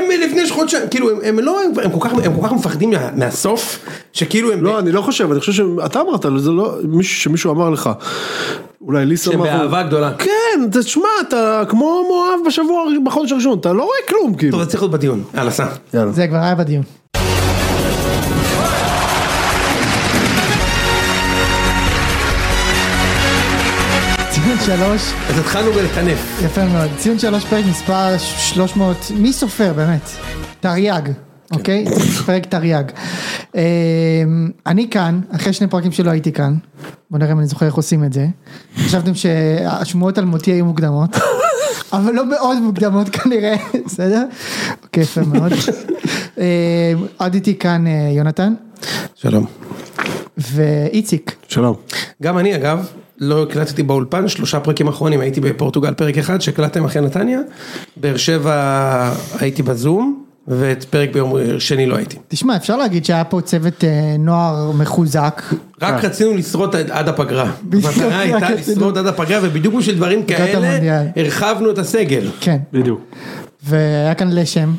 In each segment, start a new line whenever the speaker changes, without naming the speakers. לפני חודשיים, כאילו הם- הם לא, הם כל כך- הם כל כך מפחדים מה- מהסוף, שכאילו הם...
לא, אני לא חושב, אני חושב שאתה אמרת, זה לא, מישהו, שמישהו אמר לך, אולי ליס
לא
אמר,
שבאהבה גדולה.
כן, אתה- תשמע, אתה כמו מואב בשבוע, הראש- בחודש הראשון, אתה לא רואה כלום, כאילו,
טוב, זה צריך להיות בדיון. יאללה, סע.
יאללה,
זה כבר היה בדיון. ציון שלוש,
אז התחלנו בלטנף.
יפה מאוד, ציון שלוש פרק מספר 300, מי סופר באמת? תרי"ג, אוקיי? פרק תרי"ג. אמ, אני כאן, אחרי שני פרקים שלא הייתי כאן, בוא נראה אם אני זוכר איך עושים את זה. חשבתם שהשמועות על מותי היו מוקדמות, אבל לא מאוד מוקדמות כנראה, בסדר? אוקיי, יפה מאוד. אמ, עוד איתי כאן אה, יונתן
שלום.
ואיציק.
שלום.
גם אני אגב, לא הקלטתי באולפן, שלושה פרקים אחרונים, הייתי בפורטוגל פרק אחד שהקלטתם אחרי נתניה, באר שבע הייתי בזום, ואת פרק ביום שני לא הייתי.
תשמע, אפשר להגיד שהיה פה צוות אה, נוער מחוזק.
רק רצינו לשרוד עד- עד הפגרה.
אה. בדיוק,
המטרה
רק
הייתה
רצינו.
לשרוד עד הפגרה, ובדיוק בשביל דברים כאלה,
המונדיאל.
הרחבנו את הסגל.
כן.
בדיוק.
והיה כאן לשם,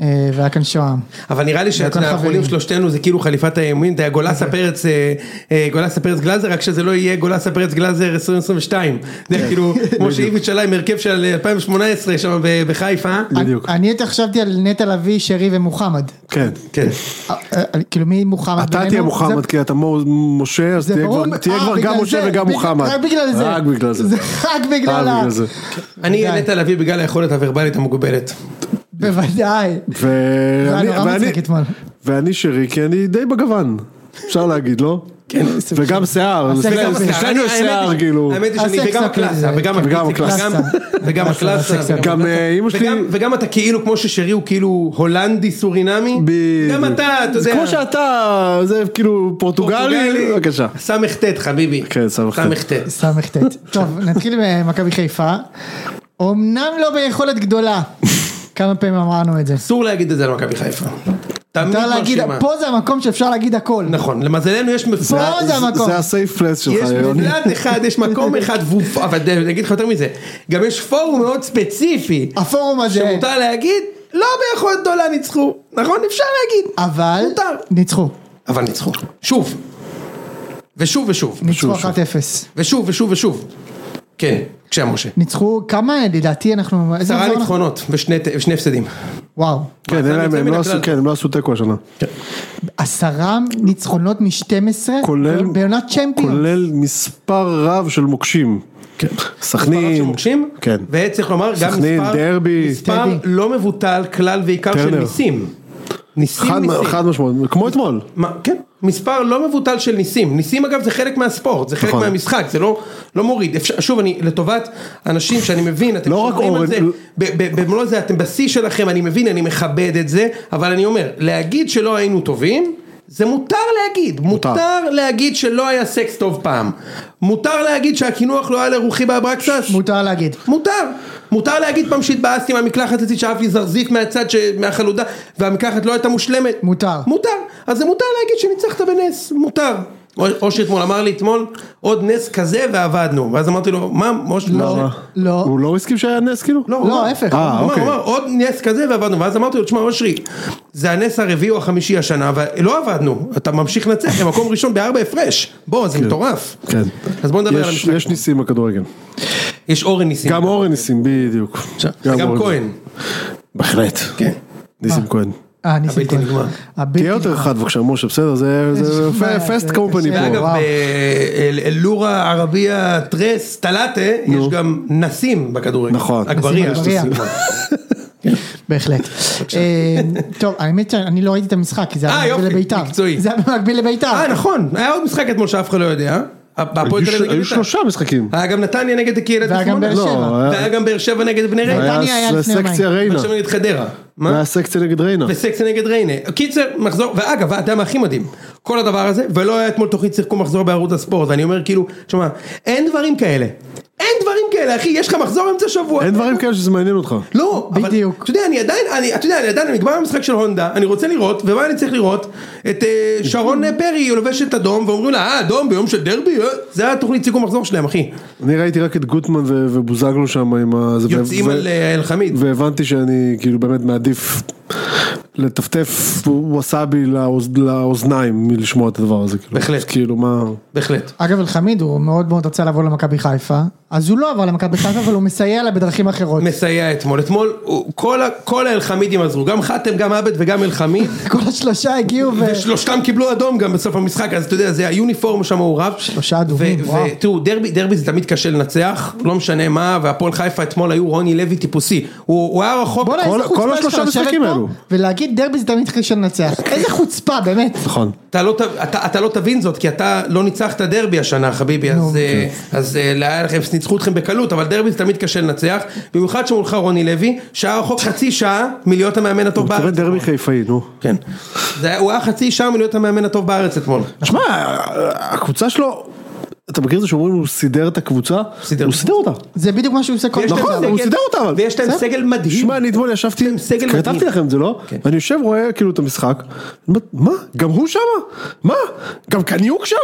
אה, והיה כאן שוהם.
אבל נראה לי שאתה
וכל
יודע, אנחנו
החברים.
עולים שלושתנו זה כאילו חליפת הימין, זה גולסה
אוקיי.
פרץ, אה, אה, גולסה פרץ גלאזר, רק שזה לא יהיה גולסה פרץ גלאזר 2022.
כן.
זה כאילו, כמו שאיביץ' עלה עם הרכב של 2018 שם ב- בחיפה.
בדיוק.
אני יותר חשבתי על נטע לביא, שרי ומוחמד.
כן.
כן.
אה, אה, כאילו מי מוחמד
אתה
בינינו?
תהיה
זה-
מוחמד, כי אתה מו- משה, אז
זה
תהיה
ברור,
כבר- תהיה
אה,
כבר
בגלל
גם משה
זה,
וגם
בג-
מוחמד.
רק בגלל זה.
רק בגלל זה.
רק בגלל
רק
ה...
בגלל זה.
אני
די.
אהיה נטע לביא בגלל היכולת הוורבלית המוגבלת.
בוודאי.
ואני-
זה היה נורא
ואני-
מצחיק אתמול.
ואני שרי, כי אני די בגוון, אפשר להגיד, לא?
כן.
וגם שיער,
הסקס
לשנינו-
אפיל.
לשנינו יש
האמת
שיער,
היא-
כאילו.
האמת היא שאני
הסקס
וגם
אפיל,
הקלאסה,
כן.
וגם
וגם
הפיזיק,
הקלאסה. נכון,
וגם- וגם הקלאסה,
הסקס אפיל.
וגם-
גם אה, אמא שלי...
וגם- וגם אתה כאילו כמו ששרי הוא כאילו הולנדי סורינמי,
בדיוק.
גם אתה, אתה
זה
יודע,
כמו שאתה, זה כאילו פורטוגלי, בבקשה.
סט חביבי,
כן, סט.
סט.
סט. טוב, נתחיל במכבי חיפה. אמנם לא ביכולת גדולה. כמה פעמים אמרנו את זה.
אסור להגיד את זה על מכבי חיפה. תמיד
אפשר להגיד,
מרשימה.
פה זה המקום שאפשר להגיד הכל.
נכון, למזלנו יש מפלט,
פה זה המקום.
זה הסייף פלס שלך,
יש
יוני.
מפלט אחד, יש מקום אחד, והוא- אבל אני אגיד לך יותר מזה, גם יש פורום מאוד ספציפי,
הפורום הזה,
שמותר להגיד, לא ביכולת גדולה ניצחו, נכון? אפשר להגיד,
אבל
מותר.
ניצחו.
אבל ניצחו, שוב, ושוב ושוב,
ניצחו 1-0.
ושוב ושוב ושוב, כן, בבקשה משה,
ניצחו כמה לדעתי אנחנו... איזה
עשרה
מחזור אנחנו-
ניצחונות ושני ושני הפסדים,
וואו.
כן, אין
מאזן
להם,
יוצא
הם
מן
לא
הכלל.
עשו- כן, הם לא עשו תיקו השנה.
עשרה ניצחונות מ-12,
כולל-
בעונת צ'מפיון.
כולל מספר רב של מוקשים. כן.
מספר של
סכנין.
מוקשים,
כן.
וצריך לומר גם
סכנין,
מספר,
דרבי.
מספר
דרבי.
לא מבוטל כלל ועיקר של
טרנר.
ניסים, ניסים
חד-
ניסים,
חד משמעות, כמו אתמול.
מה, כן, מספר לא מבוטל של ניסים, ניסים אגב זה חלק מהספורט, זה חלק
נכון.
מהמשחק, זה לא, לא מוריד, אפשר, שוב אני לטובת אנשים שאני מבין, אתם
לא רק
שומרים על
אורן,
זה,
לא-
ב- ב- במלוא זה אתם בשיא שלכם, אני מבין, אני מכבד את זה, אבל אני אומר, להגיד שלא היינו טובים, זה מותר להגיד, מותר,
מותר.
להגיד שלא היה סקס טוב פעם, מותר להגיד שהקינוח לא היה לרוחי באברקסס,
מותר להגיד.
מותר, מותר להגיד פעם שהתבאסתי מהמקלחת הזאת שאהבתי זרזיף מהצד ש... מהחלודה והמקלחת לא הייתה מושלמת.
מותר.
מותר, אז זה מותר להגיד שניצחת בנס, מותר. או- אושר אתמול אמר לי אתמול עוד נס כזה ועבדנו, ואז אמרתי לו מה, משה,
אה,
לא,
לא.
הוא לא הסכים שהיה נס כאילו?
הוא
לא,
אמר.
ההפך.
הוא
אה,
אמר,
אוקיי.
הוא אמר עוד נס כזה ועבדנו, ואז אמרתי לו תשמע אושרי, זה הנס הרביעי או החמישי השנה, ולא עבדנו, אתה ממשיך לנצח למקום ראשון בארבע הפרש, בוא זה מטורף.
כן.
אז בוא נדבר על
יש-
המשחק. כן.
יש ניסים בכדורגל.
יש אורן ניסים,
גם אורן ניסים, בדיוק.
גם
אורן.
כהן,
בהחלט.
כן,
ניסים כהן.
אה, ניסים
הבלתי
כהן.
נגמר.
הבלתי
תהיה יותר
נגמר.
חד בבקשה, משה, בסדר? זה זה
שום בעיה,
פ- פסט
זה
קומפני
קשה.
פה.
ואגב,
וואו.
בלורה ערביה טרס טלטה, יש גם נסים בכדורגל.
נכון.
אגבריה.
נסים אגבריה. בהחלט. אה, טוב, האמת שאני לא ראיתי את המשחק, כי זה
אה,
היה במקביל
יופי,
לביתר.
מקצועי.
זה היה במקביל לביתר.
אה, נכון, היה עוד משחק אתמול שאף אחד לא יודע. הפועל
היו
תל
ש-
אביב נגד
היו
בית"ר.
שלושה משחקים.
אה,
היה גם נתניה נגד קהילת
והיה גם באר
דימונה.
שבע.
לא,
והיה גם באר שבע נגד בני ריינה.
נתניה היה
היה
לפני
סקציה ריינה.
באר שבע נגד חדרה. מה?
היה סקציה נגד ריינה.
וסקסיה נגד ריינה. קיצר, מחזור, ואגב, אתה יודע מה הכי מדהים, כל הדבר הזה, ולא היה אתמול תוכנית שיחקו מחזור בערוץ הספורט, ואני אומר כאילו, שמע, אין דברים כאלה. אין דברים כאלה, אחי, יש לך מחזור אמצע שבוע.
אין דברים כאלה שזה מעניין אותך.
לא, אבל,
בדיוק.
אתה יודע, אני עדיין, אני, אתה יודע, אני עדיין, נגמר המשחק של הונדה, אני רוצה לראות, ומה אני צריך לראות? את אה, שרון אה, פרי לובשת אדום, ואומרים לה, אה, אדום ביום של דרבי? אה?" זה היה תוכנית סיכום מחזור שלהם, אחי.
אני ראיתי רק את גוטמן ו- ובוזגלו שם עם ה... זה, ו-
יוצאים
ו-
על אה, אלחמיד.
והבנתי שאני כאילו באמת מעדיף לטפטף ווסאבי לאוז, לאוזניים מלשמוע את הדבר הזה. כאילו.
בהחלט.
אז כאילו מה...
בהחלט.
אגב אלחמיד הוא מאוד מאוד רצה לבוא למכבי חיפה, אז הוא לא עבר למכבי חיפה אבל הוא מסייע לה בדרכים אחרות.
מסייע אתמול, אתמול הוא- כל ה- כל האלחמידים עזרו, גם חתם, גם עבד וגם אלחמיד,
כל השלושה הגיעו ו...
ושלושתם קיבלו אדום גם בסוף המשחק, אז אתה יודע, זה היוניפורם שם הוא רב.
שלושה אדומים,
ו-
וואו.
ותראו, דרבי, דרבי זה תמיד קשה לנצח, לא משנה מה, והפועל חיפה אתמול היו רוני לוי טיפוסי, הוא הוא היה רחוק,
בואנה
כל-
איזה
כל
חוצפה
השלושה
שלך לשבת
המשחקים
פה
האלו.
ולהגיד דרבי זה תמיד קשה לנצח. איזה חוצפה באמת.
נכון.
אתה לא, ת- אתה, אתה לא תבין זאת, כי אתה לא ניצחת דרבי השנה, חביבי,
לא,
אז, אה,
כן.
אז אה, לא היה לכם, ניצחו אתכם בקלות, אבל דרבי זה תמיד קשה לנצח, במיוחד שמולך רוני לוי, שהיה רחוק חצי שעה מלהיות המאמן הטוב
תראה
בארץ.
דרבי חיפאי, נו.
כן. זה היה- הוא היה חצי שעה מלהיות המאמן הטוב בארץ אתמול.
שמע, הקבוצה שלו, אתה מכיר את זה שאומרים הוא סידר את הקבוצה?
סידר.
הוא סידר אותה.
זה בדיוק מה שהוא עושה כל
ויש להם
נכון,
סגל-
הוא סידר אותה, אבל.
כן. ויש להם
בסדר.
סגל מדהים.
שמע, אני אתמול ישבתי,
להם סגל מדהים.
כתבתי לכם את זה, לא?
כן.
אני יושב, רואה כאילו את המשחק, אני אומר, מה? גם הוא שמה? מה? גם קניוק שם?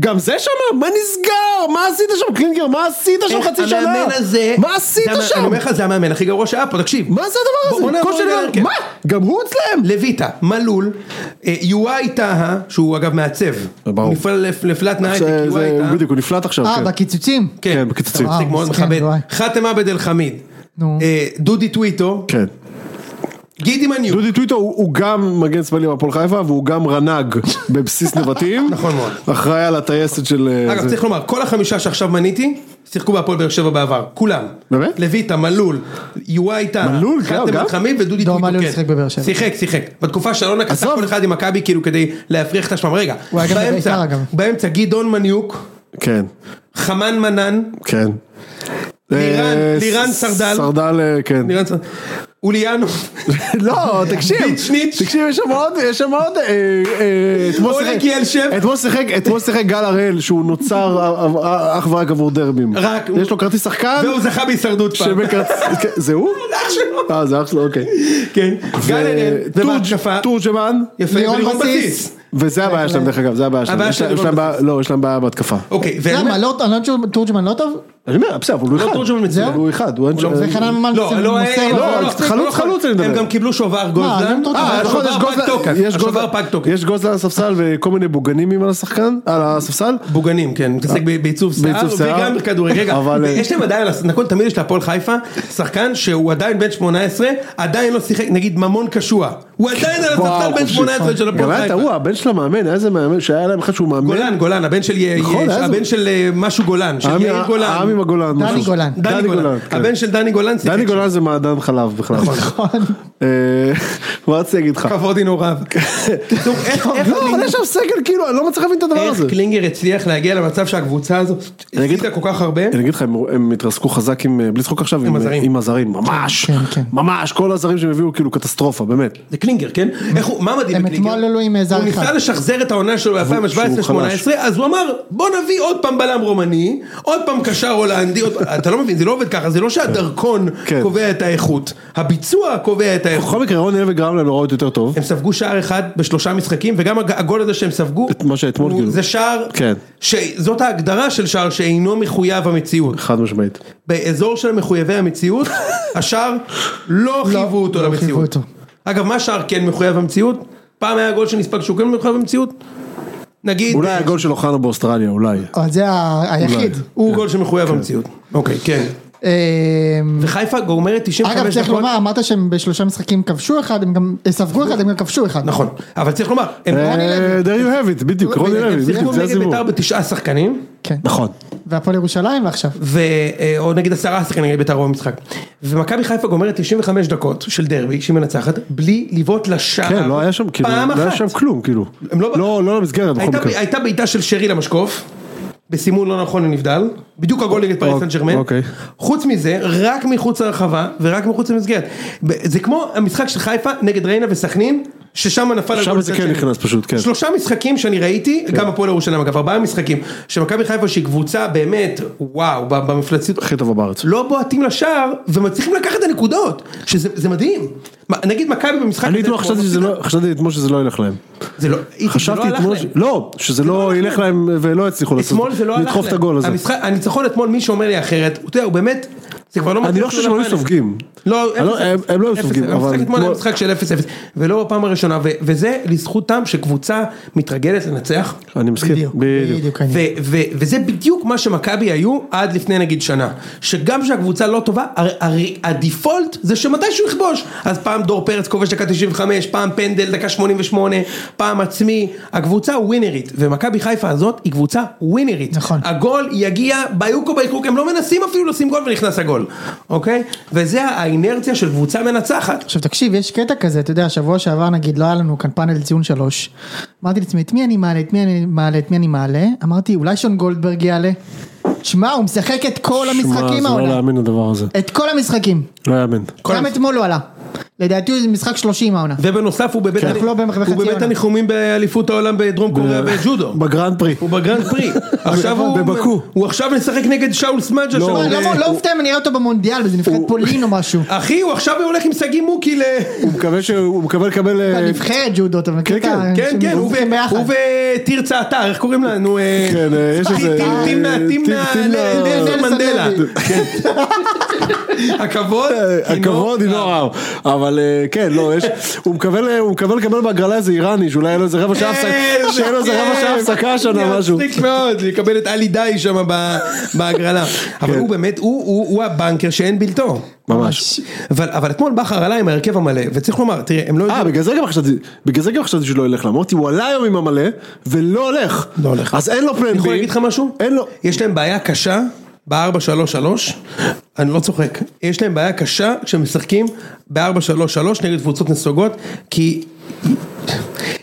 גם זה שמה? מה נסגר? מה עשית שם, קלינגר? מה עשית שם
איך
חצי שנה?
המאמן הזה...
מה עשית
זה המ-
שם?
אני אומר לך, זה המאמן הכי גרוע שהיה פה, תקשיב.
מה זה
בוא-
הדבר
בוא
הזה?
נעבור כן.
כל שני-
להרכב.
מה? גם הוא אצלם?
לויטה, מלול, אה, יוואי טהה, שהוא אגב מעצב.
ברור.
הוא נפעל לפ- לפלט נהייטק,
זה-
יוואי
זה-
טהה.
בדיוק, הוא נפלט עכשיו,
אה,
כן.
בקיצוצים?
כן, בקיצוצים.
נציג
וואו,
מאוד
מסכן,
מכבד.
אה, וואי.
חאתם עבד אל חמיד.
נו.
אה, דודי טוויטו.
כן.
גידי מניוק.
דודי טוויטו הוא הוא גם מגן שמאלי בהפועל חיפה והוא גם רנ"ג בבסיס נבטים.
נכון מאוד.
אחראי על הטייסת של... אה,
אגב,
זה.
צריך לומר, כל החמישה שעכשיו מניתי, שיחקו בהפועל באר שבע בעבר. כולם.
באמת?
לויטה, מלול, יוואי טהה.
מלול, גם,
חאתם
גם?
אל חמיד ודודי
דור
טוויטו.
מלול
כן.
שיחק בבאר שבע.
שיחק, שיחק. בתקופה של אלונה קצת
עזוב.
כל אחד עם מכבי כאילו כדי להפריח את השמם. רגע.
הוא היה גם
באמצע-
בבית"ר, אגב.
באמצע גדעון מניוק,
כן,
חמן מנן,
כן.
לירן-
אה,
לירן
ס-
סרדל.
סרדל, אה, כן.
לירן צ- אוליאנוב,
לא, תקשיב,
ביצ'ניץ'.
תקשיב, יש שם עוד, יש שם עוד, אה, אה, אתמול
אולג
שיחק-
ילשב.
אתמול שיחק, אתמול שיחק גל הראל, שהוא נוצר אה, אה, אך ורק עבור דרבים.
רק-
יש לו כרטיס שחקן,
והוא זכה בהישרדות פעם.
שבכרטיס, כן, זה הוא?
אח שלו.
אה, זה אח שלו, אוקיי.
כן.
ו-
גל אראל, ובהתקפה.
תורג'- תורג'מן,
יפה,
לירון
ולירון
בסיס.
בסיס.
וזה הבעיה שלהם דרך אגב, זה הבעיה שלהם,
הבעיה
יש להם-
שלהם
יש להם
לא
בעיה, לא, יש להם בעיה בהתקפה.
אוקיי, ואני אומר-
למה? לא- אלון שור- תורג'מן לא טוב?
אני אומר, בסדר, אבל הוא אחד,
לא תורג'מן מצוין.
הוא אחד, הוא אין
לא-
זה
שם,
חנן ממן
לא, לא,
מוסר
לא,
לו.
לא,
לא,
לא,
חלוץ,
לא,
חלוץ אני מדבר.
הם גם קיבלו שובר גוזלן.
הם טוטו-
אה,
אה,
השובר
נכון, יש
פג תוקף.
גוזלן, יש
השובר
גוזלן,
פג תוקף.
יש גוזלן על הספסל וכל מיני בוגנים על השחקן, על הספסל,
בוגנים,
אה.
כן, מתעסק ב- בעיצוב שיער
בעיצוב שיער.
וגם בכדורגל. רגע,
אבל, אה,
יש להם עדיין, נכון, תמיד יש להפועל חיפה, שחקן שהוא עדיין בן 18, עדיין לא שיחק, נגיד ממון קשוע. הוא עדיין על הספסל
וואו,
בן
חופשי.
18 של
גם
הפועל
היה את
חיפה.
ההוא, הבן של המאמן, היה איזה מאמן, שהיה להם אחד שהוא מאמן,
גולן, גולן, הבן של י-
אה, נכון,
יש-
היה
הבן
זה-
של אה, משהו גולן, של
העם-
יאיר גולן.
העם עם הגולן,
דני
משהו.
גולן.
דני גולן,
כן.
הבן של דני גולן שיחק.
דני גולן זה מעדן חלב בכלל,
נכון.
אה, מה רציתי להגיד לך,
כבוד אין הוריו. טוב, איך- איך
לא, אבל
קלינגר-
יש שם סגל, כאילו, אני לא מצליח להבין את הדבר
איך
הזה,
קלינגר הצליח להגיע למצב שהקבוצה הזאת
אני אגיד
הפסידה
לך-
כל כך הרבה?
אני אגיד לך, הם- הם התרסקו חזק עם, אה, בלי צחוק עכשיו, עם-
הזרים.
עם הזרים, ממש,
כן, כן.
ממש, כל הזרים שהם הביאו, כאילו, קטסטרופה, באמת,
זה קלינגר, כן? איך הוא, מה מדהים
הם
בקלינגר?
אתמול עלו עם אה, זר
הוא ניסה
אחד.
לשחזר את העונה שלו ב-2017-2018, אז הוא אמר, בוא נביא עוד פעם בלם רומני, עוד פעם קשר הולנדי, עוד... אתה לא מבין, זה לא עובד ככה, זה לא שהדרכון
כן. נכון.
קובע את האיכות, הביצוע קובע את האיכות.
בכל מקרה, רוני לוי גרם להם לראות יותר טוב,
הם ספגו שער אחד בשלושה משחקים, וגם הג- הגול הזה שהם ספגו,
את מה שאתמול
הוא-
כאילו.
זה שער,
כן.
שזאת ההגדרה של שער שאינו מחויב המציאות.
חד משמעית,
באזור של מחויבי המציאות, השער לא חייבו אותו
לא חייבו
למציאות.
אותו.
אגב, מה שער כן מחויב המציאות? פעם היה גול שנספג שהוא כן מחויב המציאות? נגיד,
אולי הגול של אוחנה באוסטרליה, אולי,
אבל זה ה- היחיד.
הוא גול שמחויב המציאות. אוקיי, כן.
אמ,
וחיפה גומרת 95
אגב
דקות.
צריך לומר אמרת שהם בשלושה משחקים כבשו אחד הם גם ספגו אחד הם גם כבשו אחד.
נכון, אבל צריך לומר, הם
אה,
רוני לוי.
there you have it, בדיוק, רוני
בדיוק,
לוי,
הם
בדיוק,
שיחקו
זה
נגד
הסיבוב,
בית"ר בתשעה שחקנים,
כן.
נכון,
והפועל ירושלים ועכשיו.
ו- אה, או נגד עשרה שחקנים נגד בית"ר במשחק. ומכבי חיפה גומרת 95 דקות של דרבי, שהיא מנצחת, בלי לבעוט לשער.
כן, לא היה שם, כאילו,
פעם
לא היה
אחת.
שם כלום, כאילו,
הם לא-
לא, לא למסגרת, בכל
הייתה,
מקרה,
הייתה בעיטה של שרי למשקוף, בסימון לא נכון לנבדל, בדיוק הגול נגד פריס סן
אוקיי,
ג'רמן,
אוקיי.
חוץ מזה, רק מחוץ לרחבה ורק מחוץ למסגרת. ב- זה כמו המשחק של חיפה נגד ריינה וסכנין, ששם נפל
שם
הגול
זה
מצד
כן
שני.
נכנס פשוט, כן.
שלושה משחקים שאני ראיתי, גם הפועל ירושלים אגב, ארבעה משחקים, שמכבי חיפה שהיא קבוצה באמת, וואו, ב- במפלציות,
הכי טובה בארץ,
לא בועטים לשער ומצליחים לקחת את הנקודות, שזה זה מדהים. מה, נגיד מכבי במשחק,
אני
הזה
אתמול
פה
חשבתי שזה
מפסידה.
לא, חשבתי אתמול שזה לא ילך להם.
זה לא, איציק, זה לא
חשבתי
הלך
אתמול,
להם.
ש- לא, שזה לא ילך להם ולא יצליחו לעשות,
אתמול זה לא הלך
לדחוף את הגול הזה.
המשחק, הניצחון אתמול, מי שאומר לי אחרת, אתה יודע, הוא באמת זה כבר לא
אני
מתאים
לא חושב
אפילו
שהם היו
לפאנל.
סופגים.
לא,
אני לא- הם- הם לא היו
אפס-
סופגים,
אפס-
אבל
המשחק אתמול היה
כמו-
משחק של 0-0, ולא בפעם הראשונה, ו- וזה לזכותם שקבוצה מתרגלת לנצח,
אני מסכים,
בדיוק,
בדיוק.
בדיוק. העניין.
ו- ו- וזה בדיוק מה שמכבי היו עד לפני נגיד שנה. שגם כשהקבוצה לא טובה, הר- הרי הדיפולט זה שמתישהו יכבוש. אז פעם דור פרץ כובש דקה 95, פעם פנדל דקה 88, פעם עצמי. הקבוצה ווינרית, ומכבי חיפה הזאת היא קבוצה ווינרית.
נכון.
הגול יגיע ביוקו ביקוק, הם לא מנסים אפילו לשים גול ונכנס הגול, אוקיי? וזה האינרציה של קבוצה מנצחת.
עכשיו תקשיב, יש קטע כזה, אתה יודע, שבוע שעבר נגיד לא היה לנו כאן פאנל ציון שלוש. אמרתי לעצמי, את מי אני מעלה, את מי אני מעלה, את מי אני מעלה? אמרתי, אולי שון גולדברג יעלה? שמע, הוא משחק את כל
שמע, זה
המשחקים
לא
העונה.
להאמין לדבר הזה.
את כל המשחקים.
לא יאמן.
כל
גם
המשחק.
אתמול הוא עלה. לדעתי זה משחק 30 העונה.
ובנוסף הוא בבית,
כן.
הנ-
אנחנו לא בח- בחצי
הוא בבית
עונה.
הניחומים באליפות העולם בדרום קוריאה בג'ודו.
בגרנד פרי.
הוא בגרנד פרי, עכשיו הוא,
בבאקו.
הוא עכשיו משחק נגד שאול סמג'ה,
לא,
שם.
שמע,
הוא-
לא לא אופתע אם אני אראה אותו במונדיאל, וזה נבחרת פולין או משהו.
אחי הוא עכשיו הולך עם שגיא מוקי ל...
כן,
הוא מקווה שהוא מקבל לקבל... אה,
בנבחרת ג'ודו, אתה מכיר את
כן,
ה...
כן
שהם
כן, הוא ו-
משחקים ביחד.
הוא ותרצה אתר, איך קוראים לנו? אה,
כן, אה, יש
אחי,
איזה-
טים- טים מה-
אה,
טים
טים-
מה-
טים
ל-
מה-
נלסון
נלסון
מנדלה.
לוי.
כן. הכבוד,
אה, הכבוד היא
רב.
נורא, אבל אה, כן, לא, יש, הוא מקבל, אה, הוא מקבל לקבל בהגרלה איזה איראני, שאולי יהיה לו איזה רבע שעה הפסקה, שיהיה לו איזה רבע שעה הפסקה
אה, זה
שנה משהו.
מצחיק מאוד, לקבל את עלי דאי שם ב- בהגרלה.
כן.
אבל הוא באמת, הוא- הוא הוא הבנקר שאין בלתו.
ממש.
אבל אבל אתמול בכר עלה עם ההרכב המלא, וצריך לומר, תראה, הם לא...
אה, בגלל זה גם חשבתי, בגלל זה גם חשבתי שלא ילך לה, אמרתי הוא עלה היום עם המלא, ולא הולך.
לא הולך.
אז אין לו פלן
אני יכול
בי.
להגיד לך משהו?
אין לו.
יש להם בעיה קשה ב-4-3-3, אני לא צוחק, יש להם בעיה קשה כשמשחקים ב-4-3-3 נגד קבוצות נסוגות, כי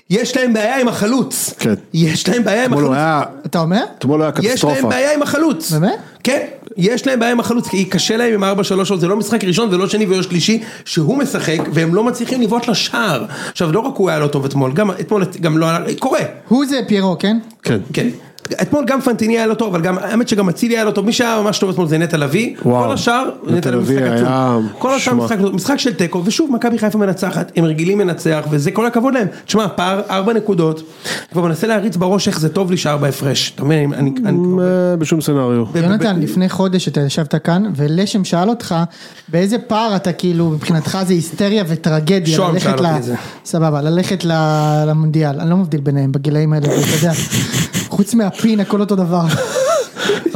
יש להם בעיה עם החלוץ.
כן.
יש להם בעיה עם
אתמול הוא
החלוץ.
היה,
אתה אומר?
אתמול לא היה
יש להם
קטסטרופה.
בעיה עם החלוץ.
באמת?
כן, יש להם בעיה עם החלוץ, כי קשה להם עם 4-3-3, זה לא משחק ראשון ולא שני ולא שלישי, שהוא משחק והם לא מצליחים לבעוט לשער. עכשיו, לא רק הוא היה לא טוב אתמול, גם אתמול, גם לא, היה- קורה,
הוא זה פיירו, כן?
כן.
כן. אתמול גם פנטיני היה לא טוב, אבל גם, האמת שגם אצילי היה לא טוב, מי שהיה ממש טוב אתמול זה נטע לביא,
וואו.
כל השאר,
נטע לביא
משחק עצום.
היה-
כל השאר
שמע.
משחק, משחק של תיקו, ושוב מכבי חיפה מנצחת, הם רגילים לנצח, וזה כל הכבוד להם, תשמע, פער ארבע נקודות, כבר מנסה להריץ בראש איך זה טוב להישאר בהפרש, אתה מבין, אני, אני, אני כבר...
אה, בשום סצנריו.
יונתן, לפני חודש אתה ישבת כאן, ולשם שאל אותך, באיזה פער אתה כאילו, מבחינתך זה היסטריה וטרגדיה,
שוהם
ללכת
שאל אותי
ל-
את זה.
סבבה, ללכת ל- למונדיאל, אני לא מבדיל ביניהם בגילאים האלה, אתה יודע, חוץ מהפין הכל אותו דבר,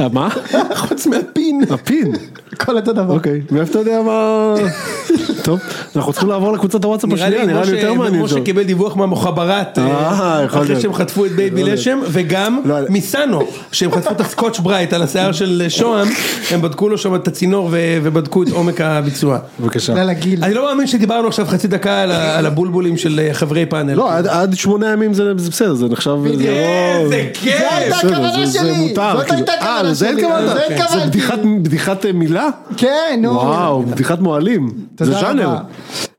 אה, מה?
חוץ מהפין.
הפין.
הכל אותו דבר.
אוקיי, מאיפה אתה יודע מה... טוב, אנחנו צריכים לעבור לקבוצת הוואטסאפ
נראה לי
השנייה, נראה לי יותר מעניין.
משה
זאת.
קיבל דיווח מהמוחברת,
אה, יכול
אחרי
להיות.
שהם חטפו את בייבי
יכול להיות.
לשם, וגם
לא יודע.
מסאנו, שהם חטפו את הסקוטש ברייט על השיער של שוהם, הם בדקו לו שם את הצינור ו- ובדקו את עומק הביצוע.
בבקשה.
בגלל הגיל.
אני לא מאמין שדיברנו עכשיו חצי דקה על ה- על הבולבולים של אה, חברי פאנל.
לא, עד- עד שמונה ימים זה זה בסדר, זה נחשב... זה לא-
איזה
זאת
כיף!
הייתה
בסדר, זה-
הכוונה
זה
שלי,
מותר,
זאת
כאילו.
הייתה
אה,
הכוונה
לזה
שלי,
התכוונת?
לזה
כן.
התכוונתי.
זה בדיחת- בדיחת אה, מילה?
כן, נו.
וואו, בדיחת מוהלים. זה
תודה
ז'אנר.
רבה.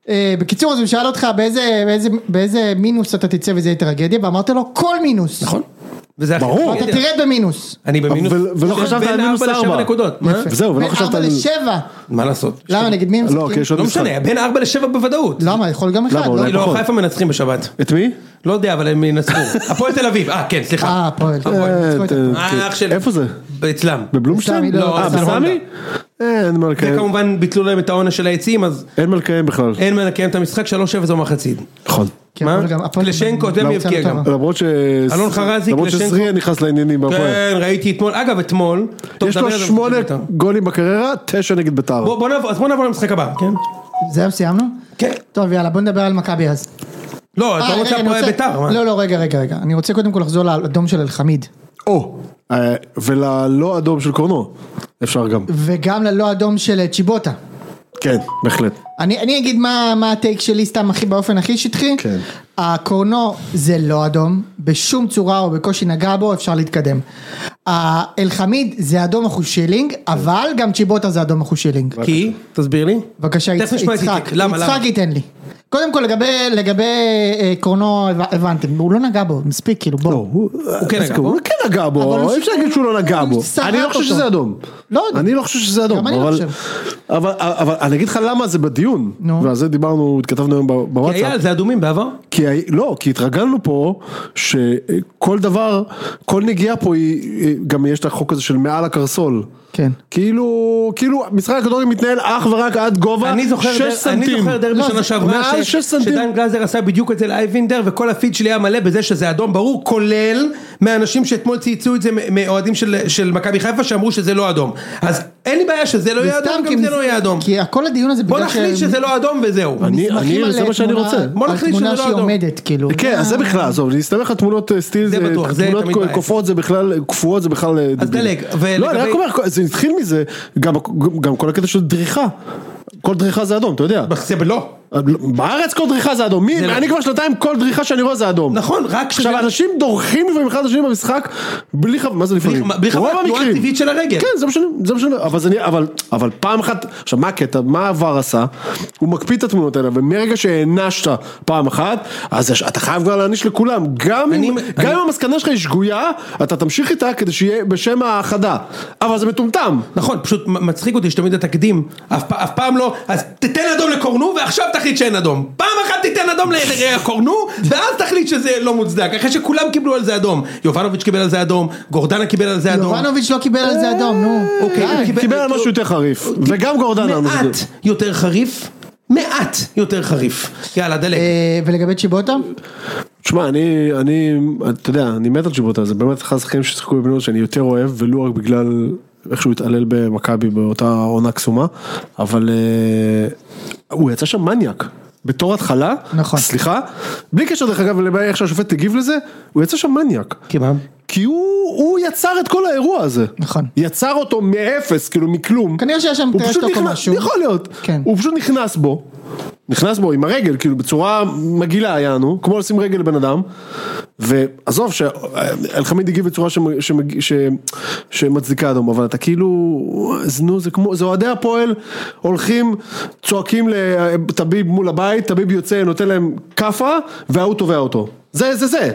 אה, בקיצור, אז הוא שאל אותך באיזה- באיזה- באיזה מינוס אתה תצא וזה יהיה טרגדיה, ואמרת לו כל מינוס.
נכון. וזה הכי-
ברור.
אתה תראה במינוס.
אני במינוס.
אבל- ולא
בין
חשבת על
ארבע
מינוס
לשבע
ארבע.
נקודות. מה?
יפה. זהו, ולא
בין
חשבת
ארבע
על-
לשבע.
מה לעשות?
למה, נגד מי הם
לא, נכון. כי יש עוד
לא
משחק.
משנה, בין ארבע לשבע בוודאות.
למה, יכול גם אחד.
למה, אולי
לא?
לא,
פחות.
חיפה מנצחים בשבת.
את מי?
לא יודע, אבל הם ינצחו. הפועל תל אביב, אה, כן, סליחה.
אה, הפועל.
אה,
ניצחו את
אה,
הפועל.
כן.
אה, אח שלי.
איפה זה?
אצלם.
בבלומשטיין?
בסמי, לא,
אה,
בסמי.
בסמי? אה, אין מה לקיים.
וכמובן ביטלו להם את העונש של היציעים, אז
אין מה לקיים בכלל.
אין מה לקיים את המשחק, 3-0 זו מחצית.
נכון.
כי
מה?
הפועל גם- הפועל גם-
קלשנקו, אתה
לא,
מי
הוצאה
הבקיע
לא
גם.
טובה.
למרות ש...
אלון חרזי,
למרות
קלשנקו.
שזריה נכנס לעניינים בהפועל.
כן, ראיתי אתמול, אגב אתמול, טוב,
יש לו
נדבר על זה
שמונה
בסוף בית"ר.
גולים בקריירה, תשע נגד ביתר.
בוא בוא נעבור, אז בוא נעבור למשחק הבא, כן?
זהו, סיימנו?
כן.
טוב, יאללה, בוא נדבר על מכבי אז.
לא, אתה
אה,
רוצה
רגע, אני
הפועל
רוצה-
בית"ר, מה?
לא, לא, רגע, רגע, רגע. אני רוצה קודם כל לחזור לאדום של אלחמיד.
או, אה, וללא אדום של קורנו. אפשר גם.
וגם ללא אדום של אה, צ'יבוטה.
כן, בהחלט.
אני, אני אגיד מה, מה הטייק שלי סתם הכי באופן הכי שטחי.
כן.
הקורנו זה לא אדום, בשום צורה או בקושי נגע בו אפשר להתקדם. האלחמיד זה אדום אחוז שילינג,
כן.
אבל גם צ'יבוטה זה אדום אחוז שילינג.
כי? תסביר לי.
לא, בבקשה
תכף
יצ-
נשמע את
יצחק,
איציק, למה, למה?
יצחק ייתן לי. קודם כל לגבי, לגבי אה, קורנו הבנ- הבנתם, הוא לא נגע בו, מספיק כאילו
לא,
בוא.
הוא
הוא כן נגע בו.
הוא כן נגע
אבל
בו,
הוא
אי אפשר
שחק-
להגיד שהוא לא נגע
הוא
בו.
סרק
אני לא חושב
אותו.
שזה אדום.
לא יודע.
אני לא חושב שזה אדום.
גם אני לא
אבל-
חושב.
אבל אבל אני אגיד לך למה זה בדיוק. דיון,
נו.
ועל זה דיברנו, התכתבנו היום ב-
כי היה
בוואטסאפ,
על זה אדומים בעבר?
כי הי- לא, כי התרגלנו פה שכל דבר, כל נגיעה פה היא, גם יש את החוק הזה של מעל הקרסול.
כן.
כאילו, כאילו משחק הכדורגל מתנהל אך ורק עד גובה
אני
6
זוכר דר- אני
סנטים.
זוכר דרבי
לא,
שנה
זה-
שעברה
מעל
ש-
שש סנטים.
שדן גלזר עשה בדיוק את זה לאייבינדר וכל הפיד שלי היה מלא בזה שזה אדום ברור כולל מהאנשים שאתמול צייצו את זה מ- מאוהדים של- של מכבי חיפה שאמרו שזה לא אדום אז אין לי בעיה שזה לא יהיה
וסתם
אדום
כי
גם זה
מס-
לא יהיה אדום
כי כל הדיון הזה
בוא
בגלל
נחליט
שהם
שזה לא אדום וזהו
אני-
נסמכים
אני- זה
על
מה שאני
תמונה-
רוצה.
על
בוא נחליט שזה
תמונה
לא
שהיא
אדום.
עומדת כאילו.
כן, אז זה בכלל, עזוב, להסתמך על תמונות אה, סטיל,
זה בטוח, זה
תמונות
תמיד
קו-
בעיה.
קופאות זה בכלל, קפואות זה בכלל... אה, דבילי.
דלג, ולגבי-
לא, אני רק אומר, זה התחיל מזה, גם- גם כל הקטע של דריכה. כל דריכה זה אדום, אתה יודע.
זה לא
בארץ כל דריכה זה אדום, מי,
זה לא-
אני כבר שנתיים כל דריכה שאני רואה זה אדום.
נכון רק שזה
עכשיו אנשים דורכים לפעמים אחד לשני במשחק בלי חב... מה זה לפעמים?
בלי חב-
רוב
תנועה
המקרים.
טבעית של הרגל.
כן, זה משנה, זה משנה, אבל זה נראה, אבל, אבל פעם אחת, עכשיו מה הקטע, מה עבר עשה? הוא מקפיא את התמונות האלה, ומרגע שהענשת פעם אחת, אז יש- אתה חייב כבר להעניש לכולם, גם,
אני-
אם, גם
אני-
אם המסקנה שלך היא שגויה, אתה תמשיך איתה כדי שיהיה בשם האחדה, אבל זה מטומטם.
נכון, פשוט מ- מצחיק אותי שתמיד התקדים, אף, פ- אף פעם לא, אז תיתן אדום לקורנו ועכשיו תחליט שאין אדום. פעם אחת תיתן אדום לקורנו ואז תחליט שזה לא מוצדק, אחרי שכולם קיבלו על זה אדום. יובנוביץ' קיבל על זה אדום, גורדנה קיבל על זה אדום.
יובנוביץ' לא קיבל על זה אדום, נו.
אוקיי,
די.
הוא קיבל-
קיבל על משהו יותר חריף, וגם גורדנה. על משהו
מעט
יותר-
יותר חריף, מעט יותר חריף. יאללה, דלג.
אה, ולגבי צ'יבוטה?
תשמע, אני, אני, אתה יודע, אני מת על צ'יבוטה, זה באמת אחד השחקנים ששיחקו בבני יהודה שאני יותר אוהב, ולו רק בגלל איך שהוא התעלל במכבי באותה עונה קסומה, אבל אה, הוא יצא שם מניאק. בתור התחלה,
נכון.
סליחה, בלי קשר דרך אגב לבעיה איך שהשופט הגיב לזה, הוא יצא שם מניאק.
כי מה?
כי הוא, הוא יצר את כל האירוע הזה.
נכון.
יצר אותו מאפס, כאילו מכלום.
כנראה שהיה שם
הוא
טרשטוק
פשוט
או
נכנס-
משהו.
יכול להיות.
כן.
הוא פשוט נכנס בו, נכנס בו עם הרגל, כאילו בצורה מגעילה היה לנו, כמו לשים רגל לבן אדם, ועזוב שאלחמיד הגיב בצורה שמג- שמג- ש- שמצדיקה אדום, אבל אתה כאילו, אז נו, זה כמו, זה אוהדי הפועל הולכים, צועקים לטביב מול הבית, טביב יוצא, נותן להם כאפה, וההוא תובע אותו. זה זה זה,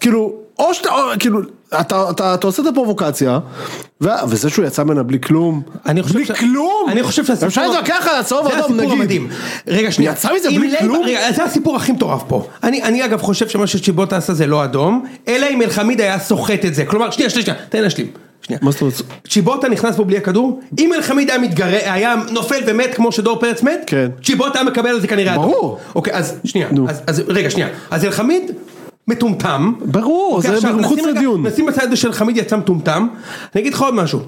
כאילו, או שאתה, או, כאילו, אתה, אתה, אתה עושה את הפרובוקציה, ו... וזה שהוא יצא ממנה בלי כלום,
אני חושב
בלי
ש-
כלום!
אני חושב שהסיפור...
אפשר להתווכח על הצהוב
זה
האדום,
הסיפור
נגיד.
המדהים. רגע, שנייה.
יצא מזה
אם
בלי
לייב-
כלום?
רגע, זה הסיפור הכי מטורף פה. אני, אני אגב חושב שמה שצ'יבוטה עשה זה לא אדום, אלא אם אלחמיד היה סוחט את זה. כלומר, שנייה, שנייה, שנייה, תן לי להשלים. שנייה.
מה זאת אומרת?
צ'יבוטה נכנס פה בלי הכדור, אם אלחמיד היה מתגרה, היה נופל ומת כמו שדור פרץ מת,
כן.
צ'יבוטה היה מקבל על זה כנראה אדום.
ברור.
אוקיי, אז שנייה,
נו.
אז, אז רגע, שנייה. אז אלחמיד מטומטם.
ברור,
אוקיי,
זה
עכשיו,
מחוץ
נשים רגע-
לדיון.
נשים בצד של חמיד יצא מטומטם, אני אגיד לך עוד משהו.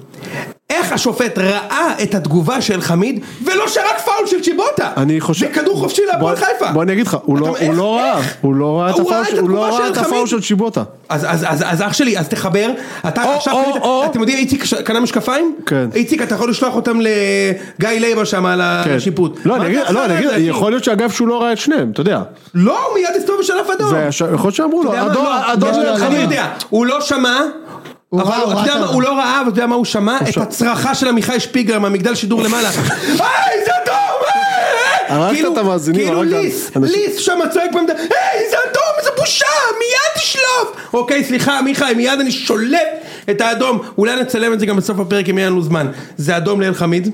איך השופט ראה את התגובה של חמיד ולא שרק פאול של צ'יבוטה?
אני חושב...
זה כדור חופשי להפועל
בוא-
חיפה.
בוא אני אגיד לך, הוא
אתה
לא-
אומר,
הוא לא
איך-
ראה,
איך?
הוא לא ראה את הפאול
ראה
של- הוא לא
התגובה
ראה את הפאול של צ'יבוטה.
אז, אז, אז, אז אח שלי, אז תחבר, אתה
או,
עכשיו,
או,
תגיד,
או.
אתם יודעים, איציק ש- קנה משקפיים?
כן.
איציק, אתה יכול לשלוח אותם לגיא לייבר שם על
כן.
השיפוט.
לא,
מה
אני אגיד,
אתה
לא,
אחראי
אני אגיד,
על זה, אחי?
יכול להיות שאגב שהוא לא ראה את שניהם, אתה יודע.
לא, הוא מיד הסתובב ושלף אדום.
ויכול להיות שאמרו לו,
אתה יודע מה?
"אדום-
לא,
אדום
לא,
של
לא, אני
אלחמיד.
יודע, הוא לא שמע.
הוא
אבל
ראה,
הוא-
הוא
אתה יודע
ראה
מה,
את
הוא לא ראה, אבל אתה יודע מה הוא שמע? את
שמע.
הצרחה של עמיחי שפיגלר מהמגדל שידור למעלה. היי, זה אדום! אה, אה."
הרגת
כאילו-
את המאזינים,
כאילו
הרגת
ליס,
אנשים.
ליס שם צועק במדל, היי, זה אדום, זה בושה, מיד תשלוף! אוקיי, סליחה, עמיחי, מיד אני שולף את האדום. אולי נצלם את זה גם בסוף הפרק אם יהיה לנו זמן. זה אדום לאלחמיד.